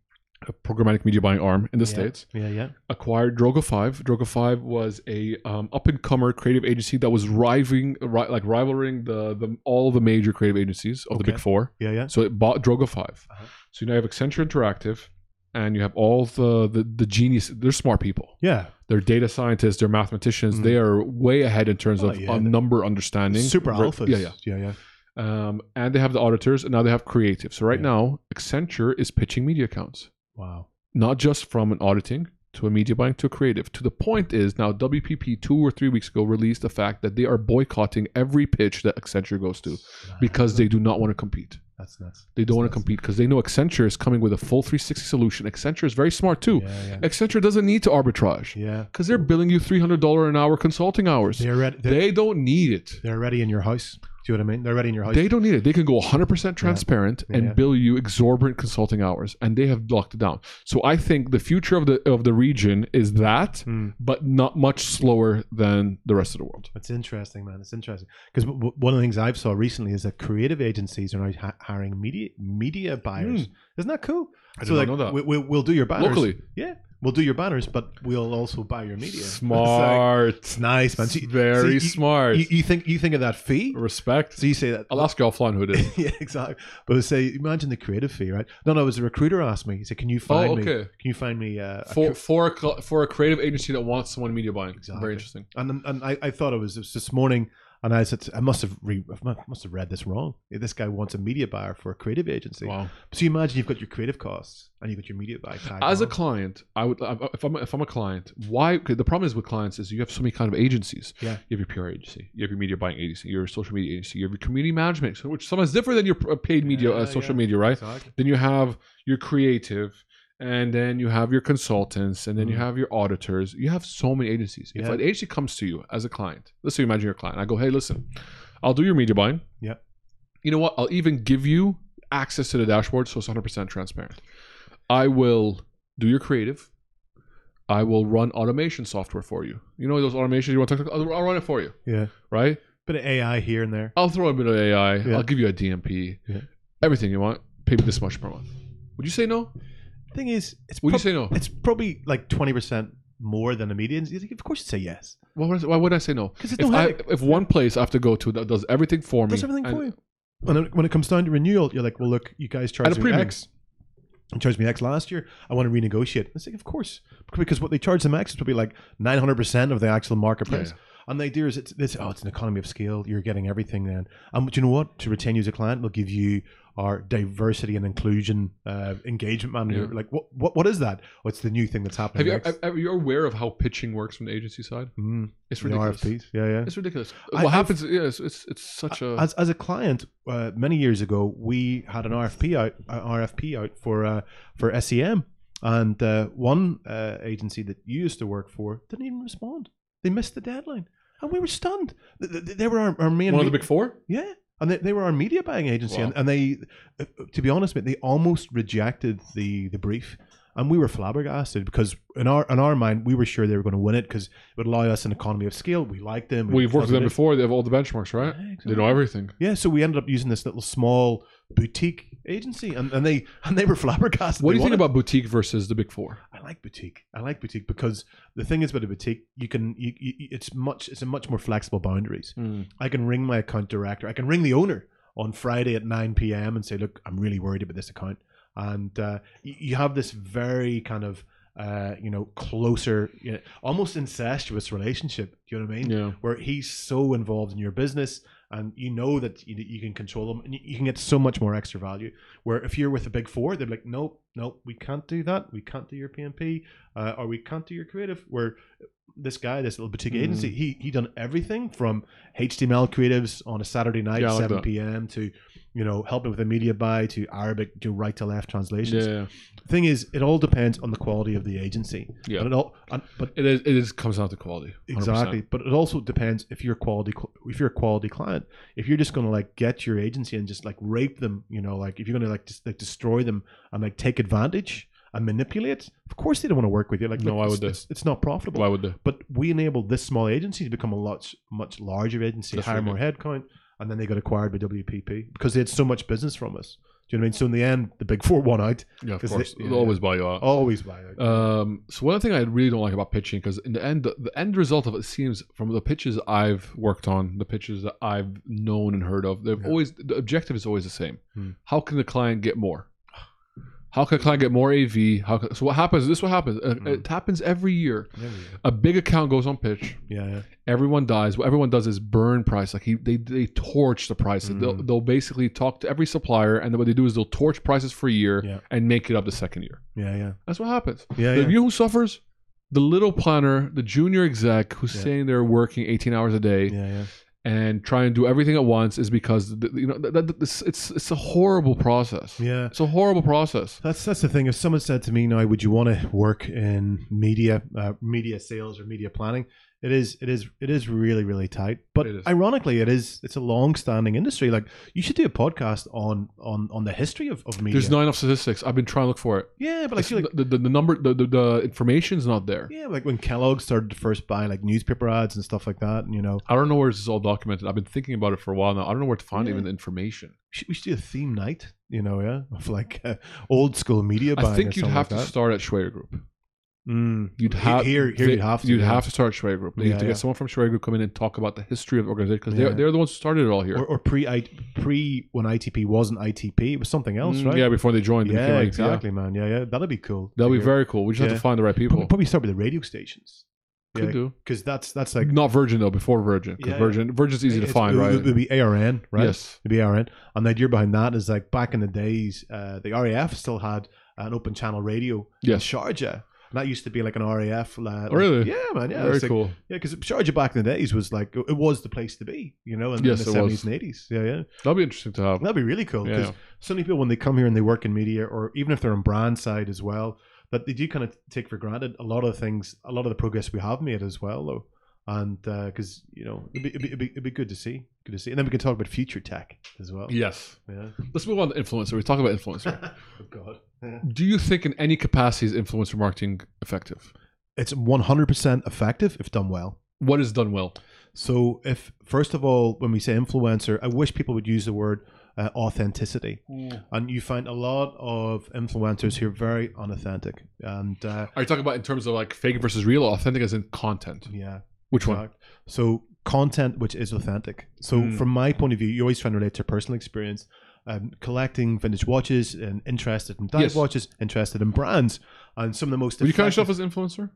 A: a programmatic media buying arm in the
B: Yeah.
A: States
B: Yeah, yeah.
A: acquired Droga Five. Droga Five was a um, up and comer creative agency that was rivaling, ri- like rivaling the, the all the major creative agencies of the
B: Okay.
A: big four.
B: Yeah, yeah.
A: So it bought Droga 5
B: Uh-huh.
A: So now you have Accenture Interactive, and you have all the the, the genius. They're smart people.
B: Yeah.
A: They're data scientists. They're mathematicians.
B: Mm.
A: They are way ahead in terms
B: Oh,
A: of
B: yeah,
A: uh,
B: they-
A: number understanding.
B: Super
A: Ver-
B: alphas.
A: Yeah, yeah.
B: yeah, yeah.
A: Um, and they have the auditors, and now they have creative. So right
B: Yeah.
A: now, Accenture is pitching media accounts
B: Wow.
A: not just from an auditing to a media buying to a creative. To the point is now WPP two or three weeks ago released the fact that they are boycotting every pitch that Accenture goes to because they do not want to compete.
B: that's nuts.
A: They don't want to
B: That's-
A: compete because they know Accenture is coming with a full 360 solution. Accenture is very smart too.
B: Yeah, yeah.
A: Accenture doesn't need to arbitrage
B: yeah.
A: because they're billing you $300 an hour consulting hours.
B: They're ready. They're,
A: they don't need it.
B: they're ready in your house. Do you know what I mean? They're ready in your house.
A: They don't need it. They can go 100% transparent
B: Oh, Yeah,
A: and
B: yeah.
A: bill you exorbitant consulting hours, and they have locked it down. So I think the future of the of the region is that,
B: Mm.
A: but not much slower than the rest of the world.
B: That's interesting, man. That's interesting because w- w- one of the things I've saw recently is that creative agencies are now hi- hiring media media buyers. Isn't that cool?
A: Hmm. I did not know that.
B: We, we, we'll do your banners
A: Locally.
B: Yeah, we'll do your banners, but we'll also buy your media. It's like-
A: Smart,
B: it's nice, man. So you- so
A: very
B: you-
A: smart.
B: You, you think you think of that fee?
A: Respect.
B: So you say that.
A: I'll ask you offline who it is.
B: yeah, exactly. But say, imagine the creative fee, right? No, no. It was a recruiter asked me. He said, "Can you find me?
A: Oh, okay.
B: Can you find me?" Uh, a
A: for for a, cl- for a creative agency that wants someone media buying.
B: Exactly.
A: Very interesting.
B: and and I, I thought it was just this morning, and I said I must have re, I must have read this wrong. This guy wants a media buyer for a creative agency.
A: Wow.
B: So you imagine you've got your creative costs and you've got your media buy. tagged
A: As a
B: on.
A: client, I would I- if I'm if I'm a client, why? 'cause The problem is with clients is you have so many kind of agencies.
B: Yeah.
A: you have your PR agency, you have your media buying agency, your social media agency, you have your community management, so- which sometimes different than your uh, paid media,
B: Yeah,
A: uh, social
B: yeah.
A: media, right?
B: Exactly.
A: Then you have your creative, and then you have your consultants, and then you
B: Mhm.
A: have your auditors. You have so many agencies. If
B: Yeah.
A: an agency comes to you as a client, let's say you imagine you're a client, I go, hey, listen, I'll do your media buying.
B: Yeah.
A: You know what? I'll even give you access to the dashboard, so it's 100% transparent. I will do your creative. I will run automation software for you. You know those automations you want to talk to? I'll I'll run it for you,
B: Yeah,
A: right?
B: bit of AI here and there.
A: I'll throw a bit of AI.
B: Yeah.
A: I'll give you a DMP.
B: Yeah.
A: Everything you want. Pay me this much per month. Would you say no?
B: Thing is, it's
A: Would you
B: prob-
A: say no?
B: it's probably like twenty percent more than a media. agency. Of course, you say yes
A: Why would I, why would I say no?
B: because it's
A: If,
B: no
A: I,
B: headache.
A: if one place I have to go to that does everything for me,
B: Does everything
A: and-
B: for you. When it, when it comes down to renewal, you're like, well, look, you guys
A: At
B: charged
A: a
B: me
A: premium.
B: X. You charged me X last year. I want to renegotiate. It's like, of course, because what they charge them X is probably like 900% of the actual market
A: Yeah,
B: price.
A: yeah.
B: And the idea is it's this oh, it's an economy of scale. You're getting everything then. And do you know what? To retain you as a client, we'll give you our diversity and inclusion uh, engagement manager.
A: Yeah.
B: Like what what what is that? Oh, it's the new thing that's happening.
A: Have you, uh,
B: next.
A: are, are you aware of how pitching works from the agency side?
B: Mm,
A: It's
B: the
A: ridiculous.
B: RFPs. Yeah, yeah.
A: It's ridiculous.
B: I-
A: what
B: I've-
A: happens? Yeah, it's, it's it's such a
B: as, as a client uh, many years ago we had an RFP out an RFP out for uh, for SEM and uh, one uh, agency that you used to work for didn't even respond they missed the deadline and we were stunned Th- th- they, were our, our main
A: one of the
B: me-
A: big four.
B: yeah and they, they were our media buying agency
A: Wow.
B: and, and they uh, to be honest mate, they almost rejected the the brief and we were flabbergasted because in our in our mind we were sure they were going to win it because it would allow us an economy of scale we liked them we
A: We've worked with them
B: covered
A: before. They have all the benchmarks,
B: it.
A: right?
B: Yeah,
A: They know everything.
B: yeah, so we ended up using this little small boutique agency, and, and they and they were flabbergasted.
A: What do
B: They
A: you think
B: wanted-
A: about boutique versus the big four?
B: I like boutique. I like boutique because the thing is about a boutique, you can you, you it's much it's a much more flexible boundaries. I can ring my account director. I can ring the owner on Friday at 9 p.m. and say, look, I'm really worried about this account. And uh, y- you have this very kind of, uh, you know, closer, you know, almost incestuous relationship. Do you know what I mean?
A: Yeah.
B: Where he's so involved in your business and you know that you, you can control him and you, you can get so much more extra value. Where if you're with the big four, they're like, nope, nope, we can't do that. We can't do your PMP uh, or we can't do your creative. Where this guy, this little boutique
A: Mm.
B: agency, he he done everything from HTML creatives on a Saturday night,
A: Yeah, I
B: at
A: like
B: 7
A: that.
B: p.m. to, you know, helping with the media buy to Arabic, do right to left translations.
A: Yeah,
B: Thing is, it all depends on the quality of the agency.
A: Yeah.
B: But it all, and, but
A: it is. It is comes down to quality. 100%.
B: exactly. But it also depends if you're a quality, cl- if you're a quality client, if you're just going to like get your agency and just like rape them, you know, like if you're going to like just like destroy them and like take advantage and manipulate, of course they don't want to work with you. Like
A: No,
B: look,
A: why
B: it's-
A: would they?
B: It's, it's not profitable
A: Why would they?
B: but we enabled this small agency to become a lot much larger agency,
A: That's
B: hire
A: really
B: more headcount, and then they got acquired by WPP because they had so much business from us. Do you know what I mean? So in the end, the big four won out.
A: Yeah, of
B: 'Cause they-
A: course. They,
B: yeah.
A: always buy you out.
B: Always buy out.
A: Um, so one thing I really don't like about pitching, because in the end, the, the end result of it seems from the pitches I've worked on, the pitches that I've known and heard of, they've
B: Yeah.
A: always the objective is always the same.
B: Hmm.
A: How can the client get more? How can a client get more AV? How can, so what happens? This is what happens. Uh,
B: Hmm.
A: It happens every year.
B: There we go.
A: A big account goes on pitch.
B: Yeah, yeah.
A: everyone dies. What everyone does is burn price. Like he, they they torch the price. They'll,
B: Mm.
A: they'll basically talk to every supplier, and then what they do is they'll torch prices for a year
B: Yeah.
A: and make it up the second year.
B: Yeah, yeah.
A: That's what happens.
B: Yeah,
A: The
B: yeah.
A: you know who suffers? The little planner, the junior exec who's
B: Yeah.
A: saying they're working 18 hours a day
B: yeah, yeah.
A: and try and do everything at once is because th- you know th- th- it's, it's it's a horrible process.
B: Yeah.
A: It's a horrible process.
B: That's that's the thing. If someone said to me now, would you want to work in media, uh, media sales or media planning? It is, it is, it is really, really tight. But
A: It is.
B: ironically, it is, it's a long-standing industry. Like you should do a podcast on on on the history of, of media.
A: There's not enough statistics. I've been trying to look for it.
B: yeah, but I
A: It's-
B: feel like
A: the, the, the number, the, the, the information's not there.
B: Yeah, like when Kellogg started to first buy like newspaper ads and stuff like that, and you know,
A: I don't know where this is all documented. I've been thinking about it for a while now. I don't know where to find
B: Yeah.
A: even the information.
B: should we should do a theme night, you know, yeah, of like uh, old school media buying.
A: I think you'd have to start at Schwager Group.
B: Mm.
A: You'd
B: He-
A: have
B: here, here
A: they-
B: you'd have to,
A: you'd
B: yeah.
A: have to start at Schwager Group. You
B: Yeah,
A: have to
B: yeah.
A: get someone from Schwager Group come in and talk about the history of the organization because
B: Yeah.
A: they're, they're the ones who started it all here.
B: or, or pre pre when ITP wasn't ITP, it was something else,
A: Mm,
B: right?
A: Yeah, before they joined. they
B: yeah,
A: became like-
B: exactly, man. Yeah, yeah, that'd be cool.
A: That'll be
B: to hear.
A: very cool. We just have
B: Yeah.
A: to find the right people.
B: Probably, probably start with the radio stations.
A: Could do.
B: because that's that's like
A: Not Virgin though. Before Virgin, because
B: Yeah, yeah.
A: Virgin, Virgin's easy to
B: it's-
A: find,
B: it,
A: right?
B: It would be ARN, right?
A: Yes.
B: to be RN. And the idea behind that is like back in the days, uh, the RAF still had an open channel radio
A: Yes.
B: in Sharjah. And that used to be like an RAF. Uh, like-
A: really?
B: Yeah, man. Yeah,
A: very
B: it's like-
A: cool.
B: Yeah, because Sharjah back in the days was like it was the place to be, you know, in, in
A: Yes,
B: the
A: it
B: seventies
A: was.
B: and eighties. Yeah, yeah.
A: That'll be interesting to have.
B: That'd be really cool because
A: Yeah.
B: so many people when they come here and they work in media or even if they're on brand side as well, that they do kind of take for granted a lot of the things, a lot of the progress we have made as well, though. And because you know it'd be, it'd, be, it'd, be, it'd be good to see, good to see, and then we can talk about future tech as well.
A: Yes.
B: yeah.
A: Let's move on to influencer. We talk about influencer.
B: oh God.
A: Do you think in any capacity is influencer marketing effective?
B: It's 100% effective if done well.
A: What is done well?
B: So, if first of all, when we say influencer, I wish people would use the word uh, authenticity. And you find a lot of influencers who are very unauthentic. And uh,
A: Are you talking about in terms of like fake versus real, or authentic as in content?
B: yeah,
A: Which one?
B: Correct. So content which is authentic. So
A: Mm.
B: from my point of view, you always try and relate to your personal experience. Um, collecting vintage watches and interested in dive
A: Yes.
B: watches, interested in brands, and some of the most.
A: Would you count
B: effective-
A: yourself as an influencer?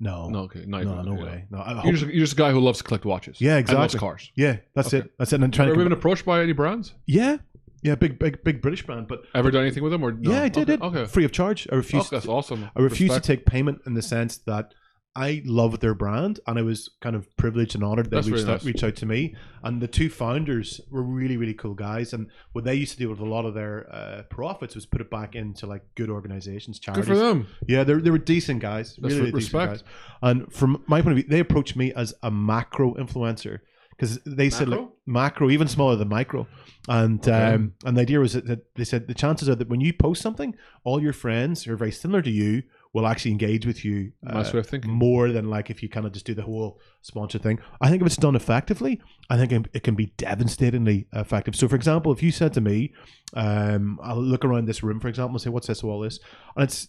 B: No,
A: No, okay, not
B: no,
A: even,
B: no
A: yeah.
B: way. No, I hope-
A: You're just, you're just a guy who loves to collect watches.
B: Yeah,
A: and loves
B: exactly.
A: cars.
B: yeah, that's
A: Okay.
B: it. That's it. And I'm trying
A: Have
B: to.
A: you been approached by any brands?
B: yeah, yeah, big, big, big British brand, but
A: Ever done anything with them? Or no?
B: yeah, I did
A: Okay.
B: it
A: Okay,
B: free of charge. I
A: Oh,
B: refused.
A: that's awesome.
B: I refused
A: Respect.
B: to take payment in the sense that I love their brand and I was kind of privileged and honored they
A: That's
B: reached,
A: really
B: out,
A: nice.
B: reached out to me. And the two founders were really, really cool guys. And what they used to do with a lot of their uh, profits was put it back into like good organizations,
A: Good
B: charities.
A: for them.
B: Yeah, they they were decent guys.
A: That's
B: really,
A: re-
B: really decent
A: respect.
B: guys. And from my point of view, they approached me as a macro influencer because they said like
A: Macro?
B: macro, even smaller than micro. And
A: Okay.
B: um, and the idea was that, that they said the chances are that when you post something, all your friends who are very similar to you will actually engage with you uh,
A: nice way of thinking.
B: more than like if you kind of just do the whole sponsor thing. I think if it's done effectively, I think it- it can be devastatingly effective. So, for example, if you said to me, um, I'll look around this room, for example, and say, What's this, all this? And it's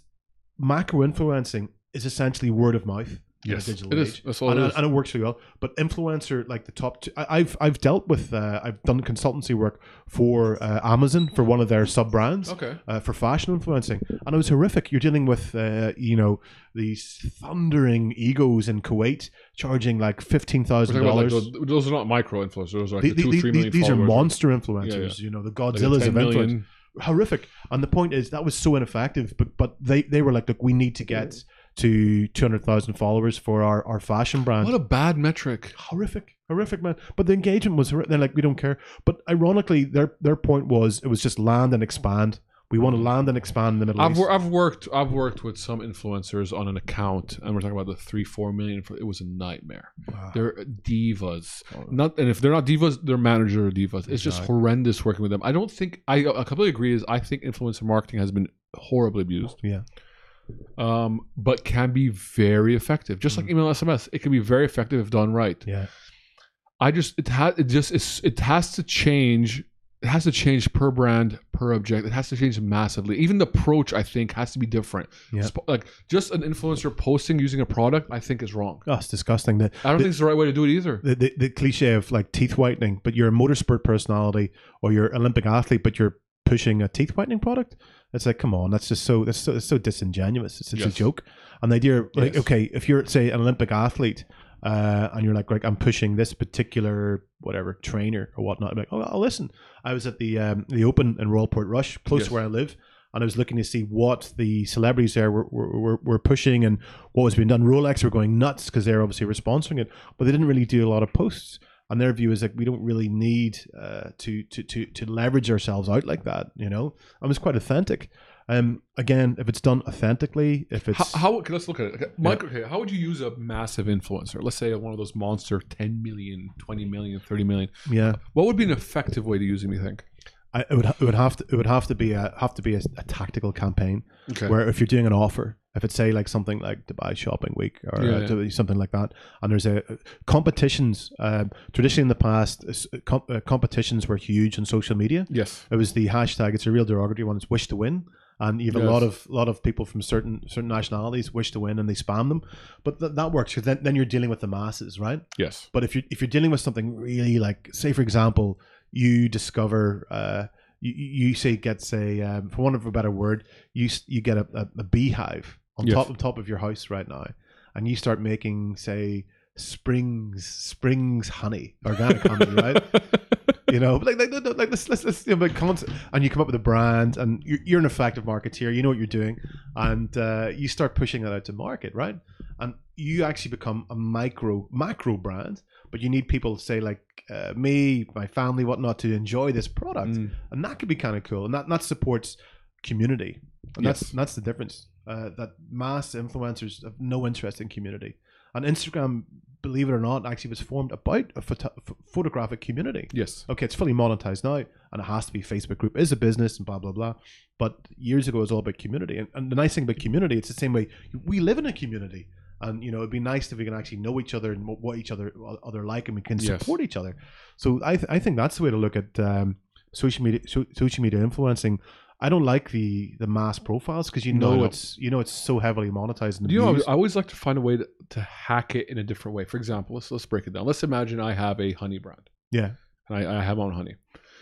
B: macro influencing is essentially word of mouth. in a
A: Yes,
B: digital
A: it is.
B: age.
A: That's all
B: and,
A: it
B: I-
A: is.
B: and it works really well. But influencer, like the top, two, I, I've I've dealt with, uh, I've done consultancy work for uh, Amazon for one of their sub brands
A: Okay.
B: uh, for fashion influencing, and it was horrific. You're dealing with, uh, you know, these thundering egos in Kuwait charging like fifteen
A: We're
B: thousand
A: talking about like
B: dollars.
A: those, those are not micro influencers. Those are like
B: These,
A: the two, three million
B: these are
A: followers.
B: monster influencers,
A: Yeah, yeah.
B: you know, the
A: Like a
B: Godzillas
A: 10
B: of
A: million.
B: influence. Horrific. And the point is, that was so ineffective, but but they, they were like, look, we need to get to 200,000 followers for our, our fashion brand.
A: What a bad metric.
B: horrific, horrific, man. But the engagement was, horri- they're like, we don't care. But ironically, their, their point was, it was just land and expand. We want to land and expand in the Middle
A: I've,
B: East.
A: wor- I've worked I've worked with some influencers on an account, and we're talking about the three four million. influ- It was a nightmare.
B: Wow.
A: They're divas, not and if they're not divas, their manager are divas. It's just
B: Exactly.
A: horrendous working with them. I don't think I, I completely agree. Is I think influencer marketing has been horribly abused,
B: Yeah.
A: um, but can be very effective. Just like email SMS, it can be very effective if done right.
B: Mm. Yeah.
A: I just it has it just it's, it has to change. It has to change per brand, per object. It has to change massively. Even the approach, I think, has to be different.
B: Yeah.
A: Sp- Like just an influencer posting using a product, I think is wrong.
B: Oh, it's disgusting. The,
A: I don't think it's the right way to do it either.
B: the, the, the cliche of like teeth whitening, but you're a motorsport personality or you're an Olympic athlete, but you're pushing a teeth whitening product. It's like, come on, that's just so that's so, that's so disingenuous. It's such
A: Yes.
B: a joke. And the idea, of, like,
A: Yes.
B: okay, if you're say an Olympic athlete, uh, and you're like, like I'm pushing this particular whatever trainer or whatnot. I'm like, oh, I'll listen. I was at the um, the Open in Royalport Rush, close
A: Yes.
B: to where I live, and I was looking to see what the celebrities there were were, were, were pushing and what was being done. Rolex were going nuts because they're obviously were sponsoring it, but they didn't really do a lot of posts. And their view is like we don't really need uh, to, to to to leverage ourselves out like that, you know. And it's quite authentic. Um, again, if it's done authentically, if it's
A: How, how okay, let's look at it. Okay, Mike, okay, how would you use a massive influencer? Let's say one of those monster 10 million, 20 million, 30 million.
B: yeah,
A: What would be an effective way to use him, you think?
B: I, it would it would have to it would have to be a have to be a, a tactical campaign.
A: Okay.
B: where if you're doing an offer if it's say like something like dubai shopping week or
A: Yeah,
B: uh,
A: yeah.
B: Dubai- something like that and there's a uh, competitions um, traditionally in the past s- com- uh, competitions were huge on social media
A: yes.
B: it was the hashtag it's a real derogatory one it's wish to win and you have
A: Yes.
B: a lot of lot of people from certain certain nationalities wish to win and they spam them but th- that works because then, then you're dealing with the masses right
A: Yes.
B: but if you're if you're dealing with something really like, say for example, you discover, uh, you you you say get say um, for want of a better word, you s- you get a, a, a beehive on
A: Yes.
B: top on top of your house right now, and you start making say springs springs honey organic honey right you know like like, like, like let's let's, let's you know, like concept, and you come up with a brand and you're, you're an effective marketeer you know what you're doing and uh, you start pushing that out to market right and you actually become a micro macro brand but you need people say like uh, me my family whatnot to enjoy this product
A: Mm.
B: and that could be kind of cool and that, that supports community and
A: Yes.
B: that's that's the difference uh, that mass influencers have no interest in community and instagram believe it or not actually was formed about a photo- ph- photographic community
A: Yes.
B: okay, it's fully monetized now, and it has to be Facebook group is a business and blah blah blah. But years ago, it was all about community, and, and the nice thing about community, it's the same way we live in a community, and you know it'd be nice if we can actually know each other and what, what each other other like, and we can
A: Yes.
B: support each other. So I th- I think that's the way to look at um, social media so, social media influencing. I don't like the the mass profiles because you
A: No,
B: know
A: no.
B: it's you know it's so heavily monetized. And
A: Do you know,
B: abused.
A: I always like to find a way to, to hack it in a different way. For example, let's let's break it down. Let's imagine I have a honey brand.
B: Yeah.
A: And I, I have my own honey.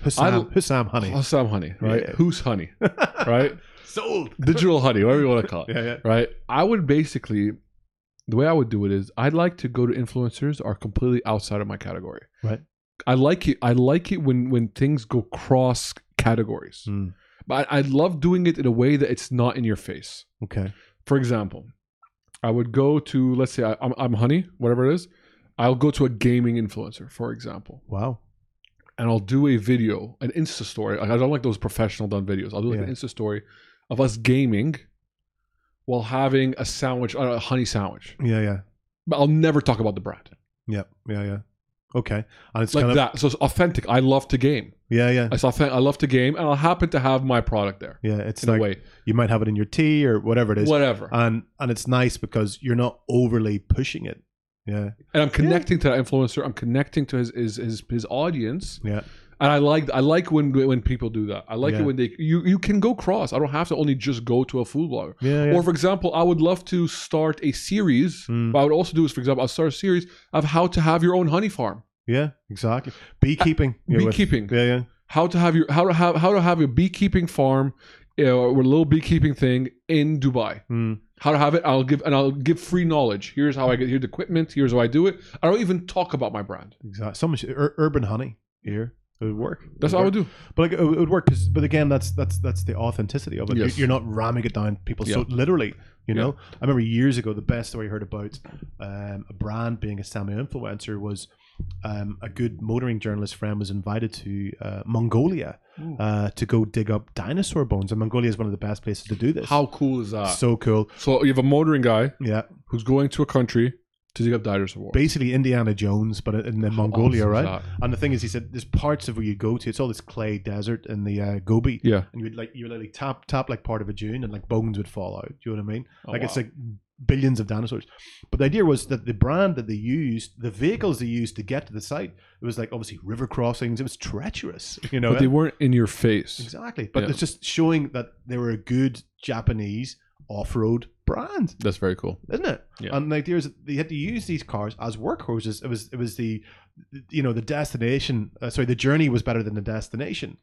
B: Hussam, Hussam honey
A: Oh, some honey, right?
B: Yeah.
A: Who's honey, right?
B: sold.
A: Digital honey, whatever you want to call it,
B: Yeah, yeah.
A: right? I would basically the way I would do it is I'd like to go to influencers are completely outside of my category.
B: Right.
A: I like it. I like it when when things go cross categories.
B: Mm.
A: But I, I love doing it in a way that it's not in your face.
B: Okay.
A: For example, I would go to let's say I, I'm, I'm Honey, whatever it is. I'll go to a gaming influencer, for example,
B: Wow.
A: and I'll do a video, an Insta story. Like, I don't like those professional done videos. I'll do like
B: Yeah.
A: an Insta story of us gaming while having a sandwich, uh, a honey sandwich.
B: Yeah, yeah,
A: But I'll never talk about the brand
B: yeah, yeah, yeah. Okay, and it's
A: like
B: kind of
A: that. So it's authentic. I love to game.
B: yeah, yeah,
A: It's authentic. I love to game, and I'll happen to have my product there
B: yeah. It's
A: in
B: like Uh,
A: a way,
B: you might have it in your tea or whatever it is,
A: whatever.
B: and and it's nice because you're not overly pushing it. Yeah,
A: and I'm connecting to that influencer. I'm connecting to his his his, his audience.
B: yeah,
A: And I like I like when when people do that. I like
B: Yeah.
A: it when they you you can go cross. I don't have to only just go to a food blogger.
B: yeah, yeah.
A: Or for example, I would love to start a series.
B: Mm.
A: What I would also do is, for example, I'll start a series of how to have your own honey farm,
B: yeah, exactly. Beekeeping. you're with-
A: beekeeping,
B: yeah, yeah,
A: how to have your how to have how to have a beekeeping farm, you know, or a little beekeeping thing in Dubai.
B: mm.
A: How to have it? I'll give and I'll give free knowledge. Here's how I get here's the equipment. Here's how I do it. I don't even talk about my brand.
B: exactly. Some sh- ur- urban honey here. It would work.
A: That's
B: it
A: what I
B: would
A: would do.
B: But like, it it would work 'cause- but again, that's that's that's the authenticity of it.
A: Yes.
B: You're, you're not ramming it down people so literally. You know, I remember years ago the best story I heard about um, a brand being a semi-influencer was um, a good motoring journalist friend was invited to uh, Mongolia
A: Ooh.
B: uh, to go dig up dinosaur bones, and Mongolia is one of the best places to do this.
A: How cool is that?
B: so cool!
A: So you have a motoring guy
B: Yeah,
A: who's going to a country to dig up dinosaur bones.
B: basically Indiana Jones, but in the Mongolia,
A: awesome is
B: right? And the thing is, he said there's parts of where you go to. It's all this clay desert in the uh, Gobi.
A: Yeah.
B: and you would like you would like tap tap like part of a dune and like bones would fall out. Do you know what I mean?
A: Oh,
B: like it's
A: wow.
B: like billions of dinosaurs. But the idea was that the brand that they used, the vehicles they used to get to the site, it was like obviously river crossings. It was treacherous, you know.
A: but they weren't in your face.
B: exactly, but
A: Yeah.
B: it's just showing that they were a good Japanese off-road brand
A: That's very cool.
B: isn't it?
A: Yeah.
B: And the idea is that they had to use these cars as workhorses. It was it was the you know the destination. Uh, sorry, the journey was better than the destination,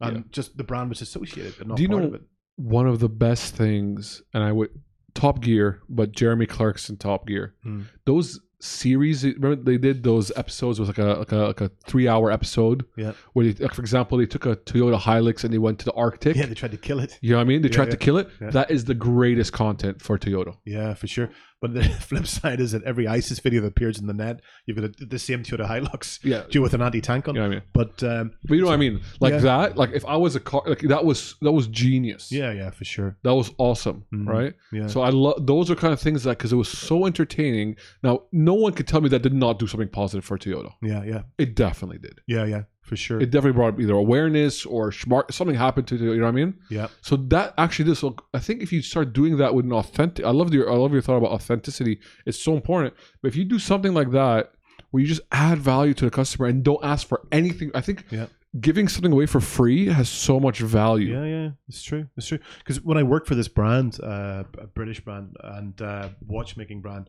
B: and
A: Yeah.
B: just the brand was associated. But not
A: Do you
B: part
A: know-
B: of it.
A: One of the best things, and I would Top Gear, but Jeremy Clarkson Top Gear.
B: Hmm.
A: Those series, remember they did those episodes with like a like a, like a three hour episode.
B: Yeah.
A: Where they, like for example, they took a Toyota Hilux and they went to the Arctic.
B: Yeah, they tried to kill it.
A: You know what I mean? They
B: Yeah,
A: tried
B: yeah.
A: to kill it.
B: Yeah.
A: That is the greatest content for Toyota.
B: Yeah, for sure. But the flip side is that every ISIS video that appears in the net, you've got a, the same Toyota Hilux,
A: Yeah.
B: do with an anti-tank
A: You
B: on.
A: know what I mean?
B: But um,
A: But you know what I mean? Like
B: Yeah.
A: that, like if I was a car like that was that was genius.
B: yeah, yeah, for sure.
A: That was awesome,
B: Mhm.
A: right?
B: Yeah,
A: So I love those are kind of things that because it was so entertaining. Now no one could tell me that did not do something positive for Toyota.
B: yeah, yeah,
A: It definitely did.
B: yeah, yeah, for sure.
A: It definitely brought up either awareness or smart something happened to Toyota, you know what I mean?
B: yeah,
A: So that actually this will- I think if you start doing that with an authentic I love your I love your thought about authenticity. It's so important. But if you do something like that where you just add value to the customer and don't ask for anything, I think
B: Yeah.
A: giving something away for free has so much value.
B: Yeah, yeah, it's true. It's true. Because when I worked for this brand, uh, a British brand and uh, watchmaking brand,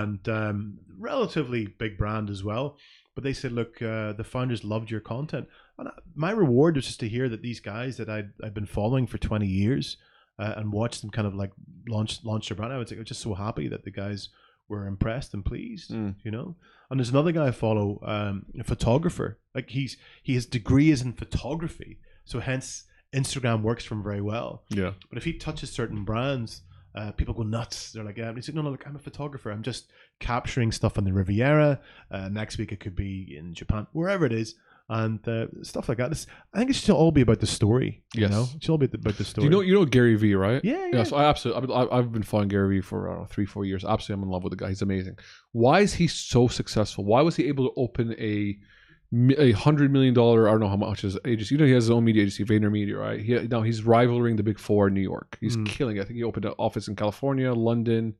B: and um, relatively big brand as well, but they said, look, uh, the founders loved your content, and I, my reward was just to hear that these guys that I'd, I'd been following for twenty years uh, and watched them kind of like launch launch their brand. I was like, I was just so happy that the guys were impressed and pleased,
A: Mm.
B: you know. And there's another guy I follow, um, a photographer. Like he's he his degree is in photography, so hence Instagram works for him very well.
A: Yeah.
B: But if he touches certain brands, uh, people go nuts. They're like, yeah. And he's like, no, no, look, I'm a photographer. I'm just capturing stuff on the Riviera. Uh, next week it could be in Japan, wherever it is, and uh, stuff like that. It's, I think it should all be about the story. You
A: Yes.
B: know? It should all be about the story.
A: Do you know you know Gary Vee, right?
B: yeah, yeah.
A: Yeah, so I absolutely, I've, I've been following Gary Vee for I don't know, three, four years. Absolutely, I'm in love with the guy. He's amazing. Why is he so successful? Why was he able to open a mi- a hundred million dollar? I don't know how much his agency. You know, he has his own media agency, VaynerMedia, right? He, now he's rivaling the big four in New York. He's
B: Mm.
A: killing. it. I think he opened an office in California, London.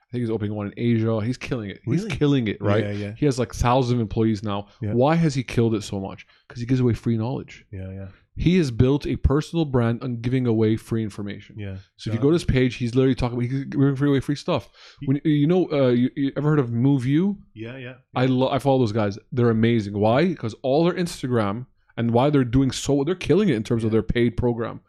A: I think he's opening one in Asia. He's killing it.
B: Really?
A: He's killing it, right?
B: Yeah, yeah,
A: He has like thousand employees now.
B: Yeah.
A: Why has he killed it so much? Because he gives away free knowledge.
B: yeah, yeah,
A: He has built a personal brand on giving away free information.
B: yeah.
A: So if you go to his page, he's literally talking about he's giving free away free stuff. When you know, uh, you, you ever heard of Move You?
B: yeah, yeah,
A: I lo- I follow those guys. They're amazing. Why? Because all their Instagram and why they're doing so they're killing it in terms of
B: Yeah.
A: their paid program.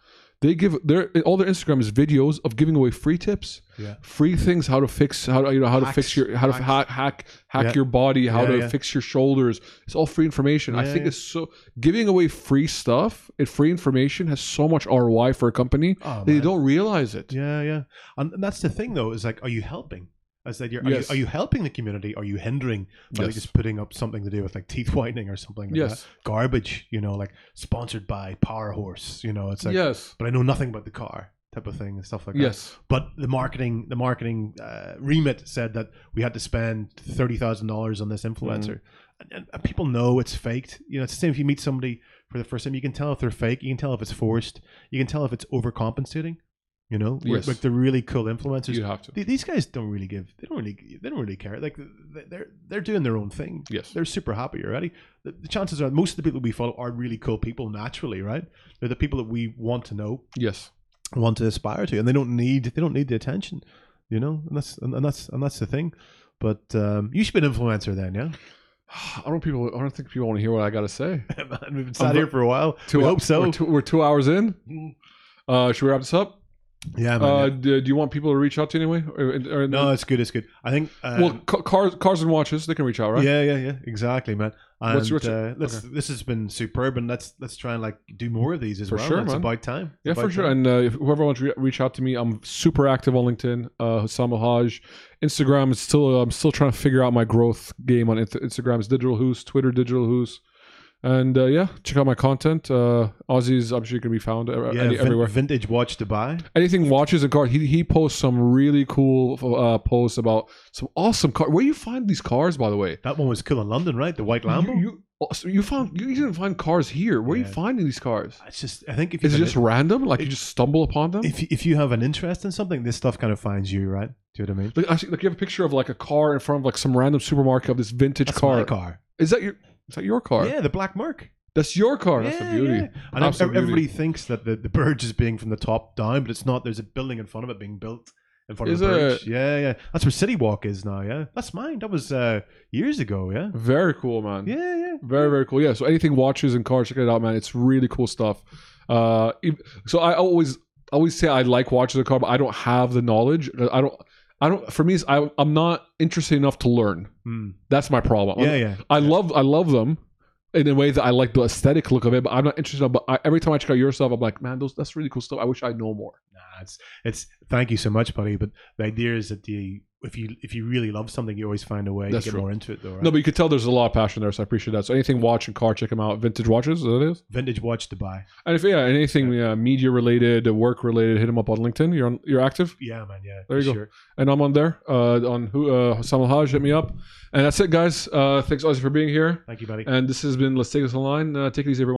A: They give their all their Instagram is videos of giving away free tips,
B: Yeah.
A: free things, how to fix how to, you know how to fix
B: Hacks.
A: your how to
B: Hacks.
A: hack hack, hack
B: Yeah.
A: your body, how
B: Yeah,
A: to
B: yeah.
A: fix your shoulders. It's all free information. I
B: Yeah,
A: think
B: yeah.
A: it's so giving away free stuff, it free information has so much ROI for a company.
B: Oh,
A: they
B: man.
A: don't realize it.
B: Yeah, yeah. And, and that's the thing, though, is like, are you helping? As that, you're, are,
A: Yes.
B: you, are you helping the community? Are you hindering by like,
A: Yes.
B: just putting up something to do with like teeth whitening or something? Like
A: Yes.
B: that? garbage. You know, like sponsored by Power Horse. You know, it's like,
A: yes.
B: but I know nothing about the car type of thing and stuff like that.
A: Yes.
B: But the marketing, the marketing uh, remit said that we had to spend thirty thousand dollars on this influencer, and,
A: Mm-hmm.
B: and, and people know it's faked. You know, it's the same if you meet somebody for the first time, you can tell if they're fake, you can tell if it's forced, you can tell if it's overcompensating. You know, Where-
A: Yes.
B: like the really cool influencers.
A: You have to.
B: Th- These guys don't really give. They don't really. They don't really care. Like th- they're they're doing their own thing.
A: Yes.
B: they're super happy already. The, the chances are most of the people we follow are really cool people naturally, right? They're the people that we want to know
A: Yes.
B: want to aspire to, and they don't need they don't need the attention, you know. And that's and, and that's and that's the thing. But um, you should be an influencer then, yeah.
A: I don't people I don't think people want to hear what I got to say.
B: Man, We've been
A: I'm
B: sat
A: ve-
B: here for a while.
A: Two
B: we
A: hou-
B: hope so.
A: We're two, we're two hours in.
B: Mm.
A: Uh, should we wrap this up?
B: yeah, man.
A: Uh,
B: yeah.
A: do, do you want people to reach out to you anyway? Or, or,
B: No, it's good. It's good. I think. Um,
A: well, ca- cars, cars and watches, they can reach out, right?
B: yeah, yeah, yeah. Exactly, man. And
A: What's- what's-
B: uh, let's, this has been superb, and let's let's try and like do more of these as
A: For
B: well.
A: sure,
B: it's
A: man.
B: about time. It's
A: Yeah, for
B: about
A: sure.
B: time.
A: And uh, if whoever wants to re- reach out to me, I'm super active on LinkedIn. Uh, Hussam Haj. Instagram is still. uh, I'm still trying to figure out my growth game on Inst- Instagram. It's digital who's Twitter digital who's, and uh, yeah, check out my content. Uh, Aussie's obviously can be found uh,
B: yeah,
A: any-
B: vin-
A: everywhere.
B: vintage watch to buy.
A: Anything watches and cars. He he posts some really cool uh, posts about some awesome car. Where you find these cars, by the way?
B: That one was cool in London, right? The white Lambo.
A: You, you, oh, so you found you didn't find cars here. Where are you
B: Yeah.
A: finding these cars?
B: it's just I think if you
A: Is it
B: can-
A: just random? Like you just stumble upon them?
B: if if you have an interest in something, this stuff kind of finds you, right? Do you know what I mean?
A: Like, actually, like you have a picture of like a car in front of like some random supermarket of this vintage
B: That's
A: car.
B: my car.
A: Is that your? Is that your car?
B: Yeah, the black Merc.
A: That's your car.
B: yeah,
A: That's the beauty.
B: yeah. And
A: Absolute
B: ev-
A: beauty.
B: everybody thinks that the, the Burge is being from the top down, but it's not. There's a building in front of it being built in front
A: Is
B: of the Burge. Yeah, yeah. That's where City Walk is now. Yeah, that's mine. That was uh, years ago. Yeah,
A: Very cool, man.
B: yeah, yeah.
A: Very very cool. Yeah. So anything watches and cars, check it out, man. It's really cool stuff. Uh, if- so I always always say I like watches and car, but I don't have the knowledge. Uh, I don't. I don't. For me, it's, I, I'm not interested enough to learn.
B: Hmm.
A: That's my problem. I'm-
B: Yeah, yeah.
A: I love I love them in a way that I like the aesthetic look of it, but I'm not interested. in- But I, every time I check out your stuff, I'm like, man, those that's really cool stuff. I wish I know more.
B: Nah, it's it's. Thank you so much, buddy. But the idea is that you, if you if you really love something, you always find a way
A: That's
B: to get
A: true.
B: more into it, though. Right?
A: No, but you could tell there's a lot of passion there, so I appreciate that. So anything watch and car, check them out. Vintage watches, is that it is.
B: vintage watch to buy.
A: And if yeah, anything uh, media related, work related, hit them up on LinkedIn. You're on, you're active,
B: Yeah, man. Yeah,
A: There you
B: for
A: go.
B: sure.
A: and I'm on there uh, on who uh, Hassam Al Haj. Hit me up, and that's it, guys. Uh, thanks, Ozzy, for being here.
B: Thank you, buddy.
A: And this has been Let's Take This Online. Uh, take it easy, everyone.